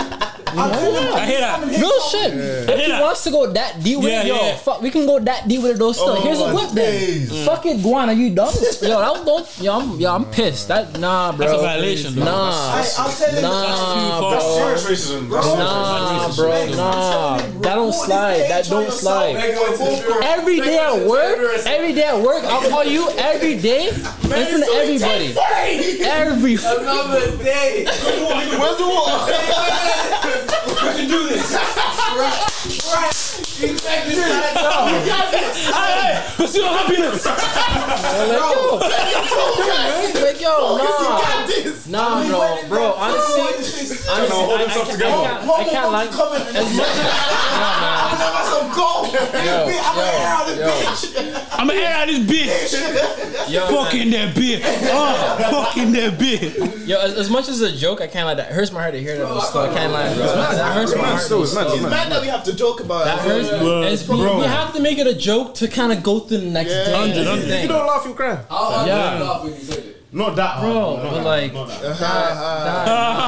Speaker 3: I'm cool.
Speaker 6: I hear that.
Speaker 13: Real shit.
Speaker 6: I
Speaker 13: If
Speaker 6: hear
Speaker 13: he
Speaker 6: that.
Speaker 13: wants to go that deep with
Speaker 6: Yeah,
Speaker 13: it, yo,
Speaker 6: yeah. Mm.
Speaker 13: fuck, we can go that deep with it. Though, still, here's a whip then. Fuck it, Guan, are you dumb? yo, that don't. Yo, I'm, yo, I'm pissed. That nah, bro.
Speaker 6: That's a violation, though.
Speaker 13: Nah,
Speaker 3: Hey, I'm telling them-
Speaker 13: nah, bro.
Speaker 4: That's serious racism. That's serious
Speaker 13: Nah,
Speaker 4: racism.
Speaker 13: bro, nah. That don't slide. That don't slide. Every day at work, every day at work, I'll call you every day in front of everybody. Every
Speaker 3: Another day.
Speaker 1: Where's the wall?
Speaker 6: But still happiness.
Speaker 13: like yo, nah,
Speaker 3: this.
Speaker 13: nah, bro, bro. Honestly, honestly, I,
Speaker 4: hold
Speaker 13: I,
Speaker 4: himself
Speaker 13: can't-
Speaker 4: together.
Speaker 13: I can't, I can't like as much. Nah, man. Yo,
Speaker 6: I'm gonna air out this bitch.
Speaker 13: yo, man.
Speaker 6: Fucking that bitch. Oh, fucking that bitch.
Speaker 13: Yo, as, as much as it's a joke, I can't lie. That hurts my heart to hear that. Bro, still, I can't lie, bro. That hurts my heart.
Speaker 4: Still, it's mad, it's
Speaker 5: It's
Speaker 4: mad.
Speaker 5: mad that we have to joke about
Speaker 13: That
Speaker 5: it.
Speaker 13: hurts. It's, you,
Speaker 4: Bro.
Speaker 13: you have to make it a joke to kind of go through the next day. and
Speaker 4: If
Speaker 6: Hundred, hundred.
Speaker 4: you
Speaker 13: everything.
Speaker 4: don't laugh, you cry.
Speaker 15: I'll
Speaker 13: Yeah.
Speaker 15: yeah. off when you said it.
Speaker 1: Not that,
Speaker 13: Bro, but like that,
Speaker 6: uh,
Speaker 13: that,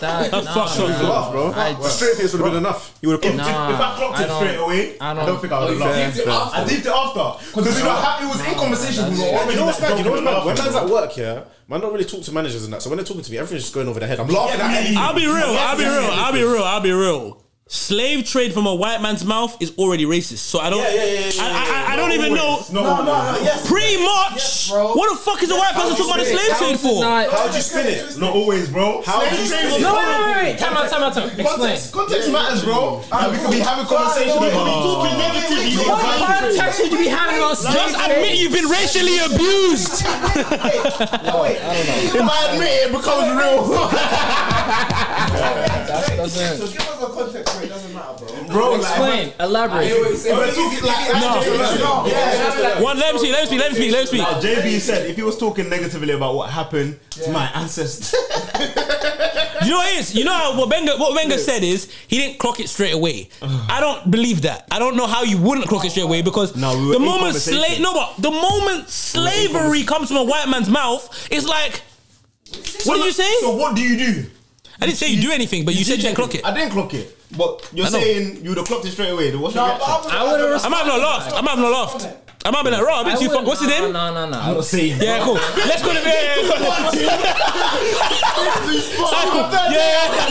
Speaker 13: that,
Speaker 6: That
Speaker 13: nah,
Speaker 6: fucks
Speaker 13: bro.
Speaker 6: up.
Speaker 4: Laugh, bro.
Speaker 13: I
Speaker 4: A straight face would have been enough. You would have
Speaker 13: Nah,
Speaker 4: clocked
Speaker 7: if I clocked
Speaker 13: I
Speaker 7: it
Speaker 13: don't-
Speaker 7: straight away,
Speaker 13: I
Speaker 7: I
Speaker 13: don't-
Speaker 7: don't, think I would have
Speaker 4: fair,
Speaker 7: laughed.
Speaker 15: It's after.
Speaker 7: I deeped it after because it was in conversation. We were
Speaker 4: it. You know what's
Speaker 7: already
Speaker 4: mad? You know what's mad?
Speaker 7: laughing.
Speaker 4: When man's at work, yeah, man don't really talk to managers and that. So when they're talking to me, everything's just going over their head. I'm laughing at anything.
Speaker 6: I'll be real. I'll be real. I'll be real. I'll be real. Slave trade from a white man's mouth is already racist. So I don't.
Speaker 4: Yeah, yeah, yeah, yeah, yeah,
Speaker 6: I, I, I,
Speaker 4: yeah.
Speaker 6: I don't even know.
Speaker 4: Always.
Speaker 6: March?
Speaker 5: No, no, no, yes.
Speaker 6: Pre-March. what the fuck is a white person talking about the slave trade for?
Speaker 1: How'd you spin it? Not always, bro.
Speaker 6: How
Speaker 1: Slave
Speaker 6: do you
Speaker 1: trade
Speaker 6: spin
Speaker 1: was
Speaker 6: it? No,
Speaker 1: fun.
Speaker 6: wait, wait, wait, wait. Time out, time out, time out. Explain.
Speaker 1: Context, context matters, bro. And we can be having conversations. We can be talking negatively.
Speaker 6: What context would you be having on slave Just admit you've been racially abused.
Speaker 1: If I admit it, it becomes real.
Speaker 5: So give us a context where it doesn't matter, bro.
Speaker 1: Bro,
Speaker 13: Explain, elaborate.
Speaker 1: No.
Speaker 6: One, let me speak, let me speak, let me speak, let me speak.
Speaker 1: Now, JB Uh, said if he was talking negatively about what happened to my ancestors,
Speaker 6: you know what it is? You know how what Wenger, what Wenger said is he didn't clock it straight away. I don't believe that. I don't know how you wouldn't clock it straight away because
Speaker 1: were
Speaker 6: the
Speaker 1: in
Speaker 6: moment slave
Speaker 1: conversation.
Speaker 6: no, but the moment slavery comes from a white man's mouth, it's like, what did you say? So
Speaker 1: what do you do?
Speaker 6: I didn't say you do anything, but you, said you didn't clock it.
Speaker 1: I didn't clock it. But you're
Speaker 6: I know.
Speaker 1: saying you would have clocked it straight away. What's your
Speaker 6: No,
Speaker 1: reaction?
Speaker 6: I would have. I might have not laughed. I might have not laughed. I might have been like, raw, bitch, you fuck. What's his name?
Speaker 13: No, no, no.
Speaker 1: I'm not saying.
Speaker 6: Yeah, cool. Let's go to
Speaker 1: [LAUGHS]
Speaker 6: bed. Cycle. Yeah, yeah,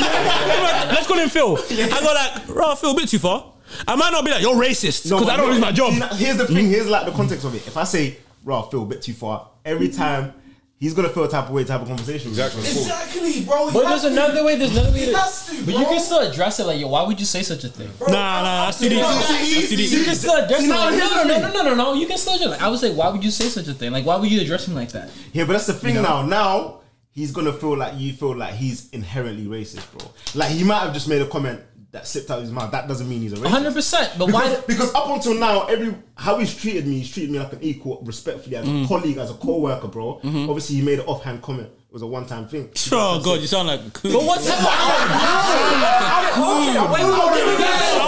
Speaker 6: yeah. Let's call him Phil. I go like, raw, Phil, a bit too far. I might not be like, you're racist because
Speaker 1: but
Speaker 6: I don't
Speaker 1: no,
Speaker 6: lose my job.
Speaker 1: see, now, Here's the thing. Here's like the context of it. If I say, "Bro, I feel a bit too far," every time he's gonna feel a type of way to have a conversation. Exactly.
Speaker 5: Exactly, bro.
Speaker 13: But there's another way. There's another way.
Speaker 5: He
Speaker 13: to-
Speaker 5: has to,
Speaker 13: but you can still address it. Like, yo, why would you say such a thing?
Speaker 6: Nah, nah, that's too deep. That's too
Speaker 13: You can
Speaker 6: deep.
Speaker 13: still address
Speaker 1: See,
Speaker 13: it.
Speaker 1: now
Speaker 13: Like,
Speaker 1: here's
Speaker 13: no, no,
Speaker 1: the
Speaker 13: no, no, no, no, no. You can still address. Like, I would say, why would you say such a thing? Like, why would you address him like that?
Speaker 1: Yeah, but that's the thing now. Now he's gonna feel like you feel like he's inherently racist, bro. Like he might have just made a comment that slipped out of his mouth. That doesn't mean he's a racist.
Speaker 13: 100. percent But
Speaker 1: because,
Speaker 13: why?
Speaker 1: Because up until now, every how he's treated me, he's treated me like an equal, respectfully, as
Speaker 7: Mm.
Speaker 1: a colleague, as a co-worker, bro.
Speaker 7: Mm-hmm.
Speaker 1: Obviously, he made an offhand comment. It was a one-time thing.
Speaker 6: [LAUGHS]
Speaker 1: [LAUGHS]
Speaker 6: Oh god, you sound like. Cool.
Speaker 13: But what type of
Speaker 6: Cool.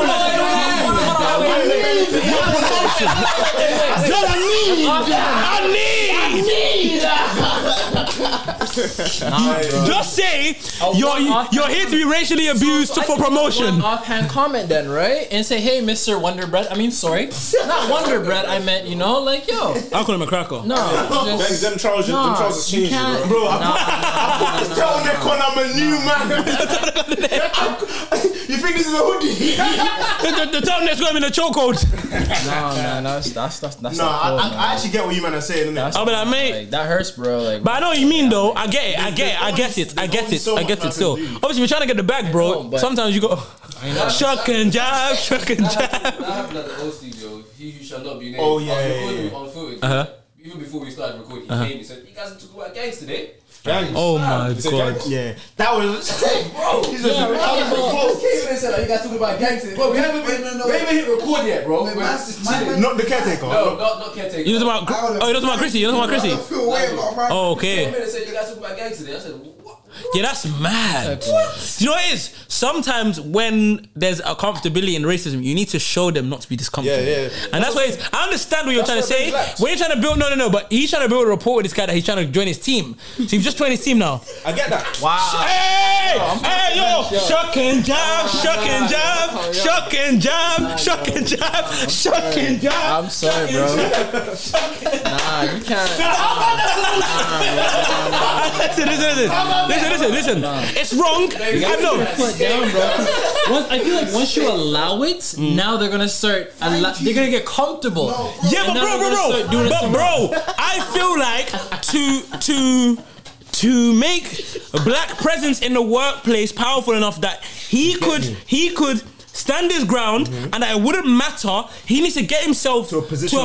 Speaker 6: Just say you're you're here to be racially abused for promotion.
Speaker 13: One offhand comment then, right? And say, hey, Mr. Wonder Bread. I mean, sorry, not Wonder Bread. I meant, you know, like, yo,
Speaker 6: I'll call him a [LAUGHS] cracker.
Speaker 13: no, just,
Speaker 4: them trousers,
Speaker 13: Nah,
Speaker 4: them trousers
Speaker 13: you
Speaker 4: changed,
Speaker 13: can't-
Speaker 4: bro.
Speaker 1: Bro, I put this on neck on. I'm a new man. you think this is a hoodie?
Speaker 6: the, the, the town that's going in a chokehold.
Speaker 13: no, man, that's that's that's that's
Speaker 1: no,
Speaker 13: not
Speaker 1: I,
Speaker 13: cool,
Speaker 1: I,
Speaker 13: man.
Speaker 1: I actually get what you man are saying. innit?
Speaker 6: I'll be like, mate.
Speaker 13: Like, that hurts, bro. Like,
Speaker 6: But I know what you mean though. I get it. I get it. I get it. I get it. I get it. Still, obviously, we're trying to get the bag, bro.
Speaker 13: but-
Speaker 6: Sometimes you go shuck and [LAUGHS] jive, shuck and jive.
Speaker 3: That happened at the old studio. He who shall not be named.
Speaker 1: Oh, yeah,
Speaker 3: I was
Speaker 1: yeah,
Speaker 3: recording
Speaker 1: yeah.
Speaker 3: on footage.
Speaker 6: Uh-huh.
Speaker 3: Even before we started recording, he
Speaker 6: Uh-huh.
Speaker 3: came and said, "You guys are talking about gangs today."
Speaker 6: Oh my
Speaker 1: It's a
Speaker 6: god.
Speaker 1: joke. Yeah, that was.
Speaker 3: Bro,
Speaker 1: He's just-
Speaker 3: yeah, bro. Just came in and said, like, you guys talking about gangs today. Bro, we haven't been,
Speaker 5: No, no, no.
Speaker 3: we haven't hit record yet, bro.
Speaker 5: Man,
Speaker 3: We're
Speaker 5: man,
Speaker 3: just
Speaker 5: man,
Speaker 3: chilling.
Speaker 5: man.
Speaker 1: Not the caretaker.
Speaker 3: No, not not caretaker.
Speaker 6: You know about? Oh, you know about Chrissy. You know about Chrissy.
Speaker 5: I feel weird about my.
Speaker 6: Oh,
Speaker 3: He
Speaker 6: okay.
Speaker 3: came in and said, "You guys talking about gangs today." I said, "What?"
Speaker 6: Yeah, that's mad. You know what it is? Sometimes when there's a comfortability in racism, you need to show them not to be discomfortable.
Speaker 4: Yeah, yeah.
Speaker 6: And that's what it is. I understand what you're trying to
Speaker 4: what
Speaker 6: say.
Speaker 4: Ben lacks.
Speaker 6: When you're trying to build, no, no, no, but he's trying to build a rapport with this guy that he's trying to join his team. So you've just joined his team now.
Speaker 4: I get that.
Speaker 13: wow.
Speaker 6: Hey, hey, yo, shuck and jab, shuck and
Speaker 13: Oh,
Speaker 6: jab, shuck and jab, shuck and jab, shuck and jab.
Speaker 13: I'm sorry, bro. Nah, you can't.
Speaker 6: [LAUGHS] Listen, listen, listen, listen, listen, listen. It's wrong. I know.
Speaker 13: Put down, bro. Once, I feel like once you allow it,
Speaker 3: Mm.
Speaker 13: now they're gonna start. Allo- they're gonna get comfortable.
Speaker 6: Yeah,
Speaker 13: And
Speaker 6: but
Speaker 13: now
Speaker 6: bro,
Speaker 13: they're
Speaker 6: bro,
Speaker 13: gonna
Speaker 6: bro,
Speaker 13: start doing it
Speaker 6: but
Speaker 13: somewhere
Speaker 6: bro, I feel like to to to make a black presence in the workplace powerful enough that he could he could stand his ground and that it wouldn't matter. He needs to get himself to a position,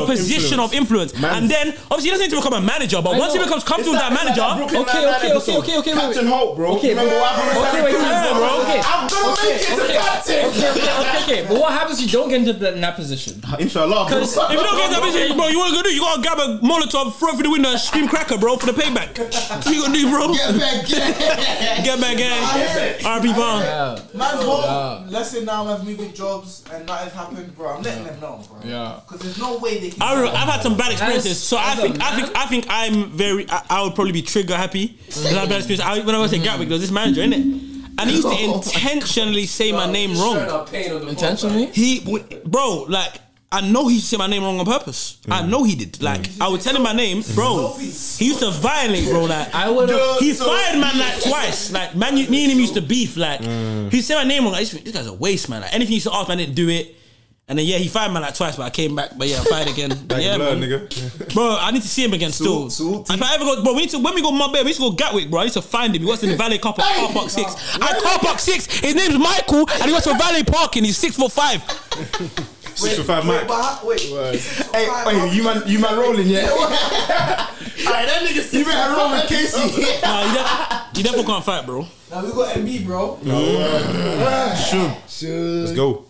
Speaker 6: of,
Speaker 1: influence.
Speaker 6: influence,
Speaker 1: Man-
Speaker 6: and then obviously he doesn't need to become a manager. But
Speaker 13: I
Speaker 6: once he
Speaker 13: know.
Speaker 6: becomes comfortable with that
Speaker 1: It's like- it's like
Speaker 6: manager,
Speaker 1: Brooklyn
Speaker 13: Okay,
Speaker 1: Nine-Nine
Speaker 13: okay, okay,
Speaker 1: episode.
Speaker 13: okay, okay, wait,
Speaker 1: Captain
Speaker 13: wait.
Speaker 1: Holt, bro.
Speaker 13: Okay,
Speaker 1: Remember
Speaker 13: wait,
Speaker 1: what happened with
Speaker 13: okay, wait,
Speaker 1: Captain
Speaker 13: time,
Speaker 1: Holt,
Speaker 13: bro,
Speaker 1: bro?
Speaker 13: okay.
Speaker 1: I'm gonna make it to
Speaker 13: Okay,
Speaker 1: captain.
Speaker 13: okay, okay, okay, okay. But what happens if you don't get into that, in that position?
Speaker 1: Inshallah. bro.
Speaker 13: Because if
Speaker 6: If you don't get that business, bro, you what you gonna do? You gotta grab a Molotov, throw it through the window, and scream cracker, bro, for the payback. [LAUGHS] That's what you gonna do, bro. Get back, get back, gang. RP Vaughn.
Speaker 5: Man's whole lesson now has moving jobs and that has happened, bro. I'm letting them know, bro.
Speaker 13: Yeah.
Speaker 5: Because there's no way they can.
Speaker 6: I re- I've had some bad experiences,
Speaker 13: As-
Speaker 6: so I
Speaker 13: as a
Speaker 6: think I
Speaker 13: man?
Speaker 6: think I think I'm very. I, I would probably be trigger happy because I've had bad experience. I, when I was at Gatwick, there was this manager in it, and he used to intentionally say my name
Speaker 3: Straight
Speaker 6: wrong.
Speaker 3: up pain on the
Speaker 13: intentionally.
Speaker 6: He, would- bro, like. I know he said my name wrong on purpose. I know he did. Like I would tell him my name, bro. He used to violate, bro. Like
Speaker 13: I would have.
Speaker 6: He fired man like twice. Like man, you, me and him used to beef. Like he said my name wrong. Like, this, this guy's a waste, man. Like anything he used to ask, man, I didn't do it. And then yeah, he fired me like twice, but I came back. But yeah, I fired again. But, [LAUGHS] yeah,
Speaker 4: blood,
Speaker 6: man.
Speaker 4: nigga.
Speaker 6: bro, I need to see him again still. if I ever go, bro, we need to when we go Marbella, we need to go Gatwick, bro. I need to find him. He works in the valet car park, car park six. At car park six, his name's Michael, and he works for valet parking. He's six foot five.
Speaker 4: Six foot five, Mike.
Speaker 3: Wait,
Speaker 7: Hey, wait, you man, you man rolling,
Speaker 1: [LAUGHS]
Speaker 7: yeah?
Speaker 3: Alright, that nigga
Speaker 7: You better roll with Casey.
Speaker 6: Nah, you, def- you definitely can't fight, bro.
Speaker 3: Now we got MB, bro.
Speaker 4: Sure. Let's go.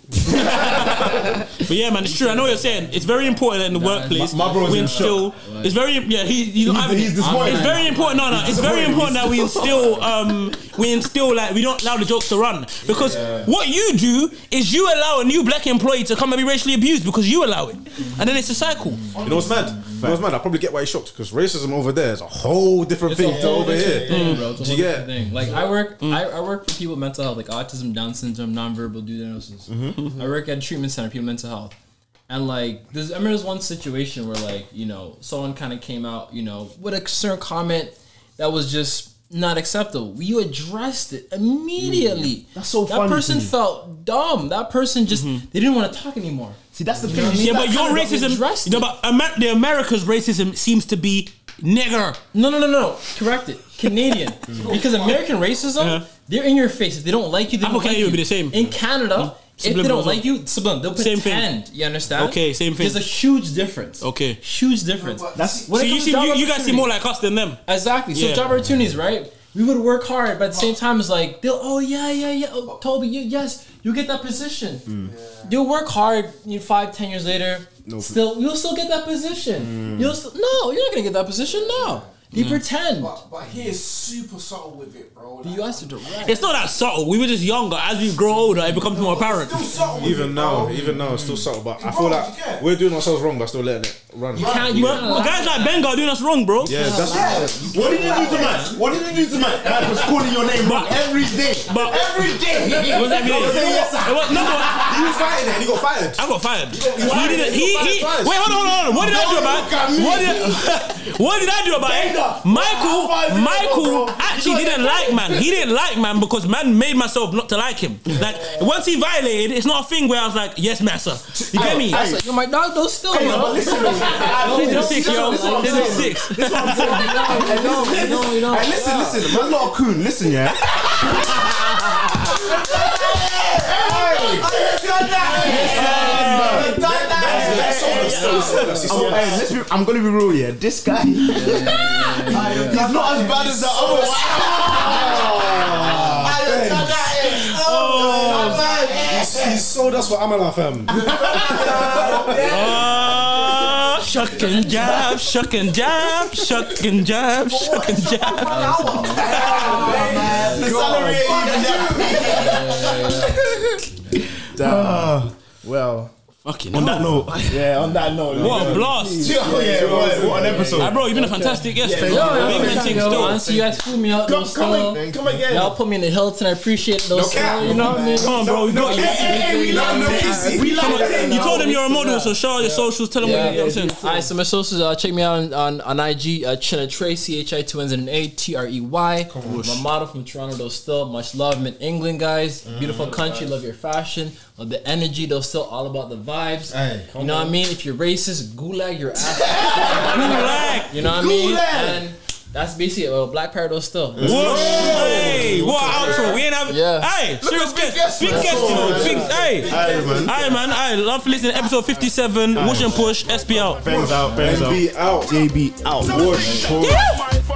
Speaker 6: But yeah, man, it's true. I know what you're saying. It's very important in the workplace.
Speaker 4: my- my bro's
Speaker 6: we
Speaker 4: in
Speaker 6: instill. It's very yeah. He, he's, not having
Speaker 4: he's
Speaker 6: it.
Speaker 4: disappointed.
Speaker 6: It's very important. No, no.
Speaker 4: He's
Speaker 6: It's very
Speaker 4: disappointed.
Speaker 6: important that we instill. Um, we instill like we don't allow the jokes to run because what you do is you allow a new black employee to come and be racially abused because you allow it, and then it's a cycle.
Speaker 4: You know what's mad? You know what's mad? I probably get why he's shocked because racism over there is a whole different
Speaker 13: It's a
Speaker 4: thing to
Speaker 13: whole
Speaker 4: over here.
Speaker 13: different thing, bro.
Speaker 4: Mm.
Speaker 13: It's a
Speaker 4: Do
Speaker 13: whole
Speaker 4: you get?
Speaker 13: different thing. Like I work, I, I work for people with mental health, like autism, Down syndrome, nonverbal diagnosis.
Speaker 4: Mm-hmm.
Speaker 13: I work at a treatment center, people with mental health, and like there's, I remember there's one situation where like you know someone kind of came out, you know, with a certain comment that was just not acceptable. You addressed it immediately. That's so That
Speaker 14: funny to
Speaker 13: person
Speaker 14: me.
Speaker 13: felt dumb. That person just
Speaker 4: Mm-hmm.
Speaker 13: they didn't want to talk anymore. See, that's the
Speaker 6: Yeah, but your racism. You know, but Amer- the America's racism seems to be nigger.
Speaker 13: No, no, no, no. Correct it.
Speaker 6: [LAUGHS]
Speaker 13: Canadian.
Speaker 6: Mm.
Speaker 13: because American racism, they're in your face. If they don't like you, they
Speaker 6: I
Speaker 13: don't
Speaker 6: thought
Speaker 13: like
Speaker 6: Canada
Speaker 13: you.
Speaker 6: would be the same.
Speaker 13: In Canada, if they
Speaker 6: Subliminal
Speaker 13: don't
Speaker 6: as well.
Speaker 13: like you, subliminal, they'll
Speaker 6: Same
Speaker 13: same
Speaker 6: thing.
Speaker 13: pretend. You understand?
Speaker 6: Okay, same thing.
Speaker 13: There's a huge difference.
Speaker 6: Okay.
Speaker 13: Huge difference. That's
Speaker 6: So you, seem, you, you guys seem more like us than them.
Speaker 13: Exactly. So
Speaker 6: Yeah.
Speaker 13: job opportunities, right? We would work hard, but at the same time, it's like they'll. Oh yeah, yeah, yeah. Oh, Toby, you, yes, you get that position.
Speaker 6: Hmm.
Speaker 13: You'll work hard. You know, five, ten years later,
Speaker 7: No.
Speaker 13: still you'll still get that position.
Speaker 6: Hmm.
Speaker 7: Mm.
Speaker 13: You'll still, no, you're not gonna get that position. No, you
Speaker 6: Mm.
Speaker 13: pretend.
Speaker 3: But, but he is super subtle with it, bro.
Speaker 13: the U.S. are direct.
Speaker 6: It's not that subtle. We were just younger. As we grow older, it becomes more apparent.
Speaker 4: Even now, even now, it's still
Speaker 7: mm.
Speaker 4: subtle. But I feel like we're doing ourselves wrong by still letting it run.
Speaker 6: You can't- you Well, can't well, allow Oh, guys it. like Benga are doing us wrong, bro.
Speaker 4: Yeah, that's
Speaker 7: Yeah. What did you do to man? What did you do to man? Man was calling your name wrong every day.
Speaker 6: [LAUGHS] But
Speaker 7: every day.
Speaker 6: It was every day.
Speaker 7: I was saying, yes, sir.
Speaker 6: It was- no, but-
Speaker 7: You fired and you got fired.
Speaker 6: I got fired. He
Speaker 7: got fired.
Speaker 6: didn't. He,
Speaker 7: You got
Speaker 6: he,
Speaker 7: fired
Speaker 6: wait, hold on, hold on. hold on. What did I do
Speaker 7: Don't
Speaker 6: about?
Speaker 7: look at me.
Speaker 6: What did, [LAUGHS] what did I do about it? Michael, Michael actually didn't like man. He didn't like man because man made myself not to like him. Like once he violated, it's not a thing where I was like, yes, master. You get me?
Speaker 13: That's like, you're my dog though still.
Speaker 6: Hey,
Speaker 13: yo.
Speaker 6: no, but listen, man.
Speaker 13: No,
Speaker 6: This
Speaker 13: no,
Speaker 6: is six,
Speaker 13: no,
Speaker 6: yo.
Speaker 13: no, no,
Speaker 6: This
Speaker 13: no.
Speaker 6: is six.
Speaker 7: This is what I'm saying.
Speaker 13: No,
Speaker 7: Listen,
Speaker 13: no, no.
Speaker 7: Hey, listen, listen. Man's not a coon. Listen, yeah. Oh, [LAUGHS] hey, let's be- I'm gonna be real, yeah. This guy, he's not as bad as the other one. Oh,
Speaker 4: He sold us for um. Amala
Speaker 7: [LAUGHS]
Speaker 4: fam.
Speaker 6: Oh, shuck and jab, shuck and jab, shuck and jab, shuck and jab.
Speaker 7: The salary
Speaker 5: Ah, well.
Speaker 6: Fucking
Speaker 5: on that note, yeah, on that note,
Speaker 6: What a [LAUGHS] blast!
Speaker 5: Yeah, yeah, what, what an episode!
Speaker 6: Ah, bro, you've been a fantastic guest.
Speaker 13: Yeah,
Speaker 6: bro.
Speaker 13: yo, yo,
Speaker 6: Big man
Speaker 13: thank
Speaker 6: things
Speaker 13: you, yo.
Speaker 6: still.
Speaker 13: Honestly, you guys flew me out.
Speaker 5: Come-
Speaker 13: those
Speaker 5: come
Speaker 13: still.
Speaker 5: again, come again.
Speaker 13: Y'all put me in the hilt, and I appreciate
Speaker 5: No
Speaker 13: those.
Speaker 5: cap.
Speaker 13: still, you know what I mean?
Speaker 6: Come on, bro, we got you. Come on, You told them
Speaker 13: him
Speaker 6: you're a model, so show out your socials. Tell them what you- you know what I'm saying.
Speaker 13: All right, so my socials, uh, check me out on, on, on IG, uh, China Trey, C H I 2 N's and an A, T R E Y. My model from Toronto, though, still. Much love. I'm in England, guys.
Speaker 6: Mm-hmm.
Speaker 13: Beautiful country. Love your fashion. Love the energy. They're still all about the vibes.
Speaker 7: Hey,
Speaker 13: you know what I mean? If you're racist, gulag your ass. gulag. You know what I mean?
Speaker 7: Gulag.
Speaker 13: And that's basically it. Well, Black Paradise still.
Speaker 6: Whoa! Hey, what outro? We ain't have.
Speaker 13: Yeah.
Speaker 6: Hey,
Speaker 13: Look
Speaker 6: serious
Speaker 13: at big
Speaker 6: guest,
Speaker 13: guest,
Speaker 6: big
Speaker 13: man.
Speaker 6: guest, you know. Big, hey,
Speaker 7: Aye, man.
Speaker 6: hey, man, hey. Love for listening. Episode fifty-seven. Wash and push. SB out.
Speaker 7: Benz out, Benz out.
Speaker 4: JB out.
Speaker 7: Wash.
Speaker 4: Yeah.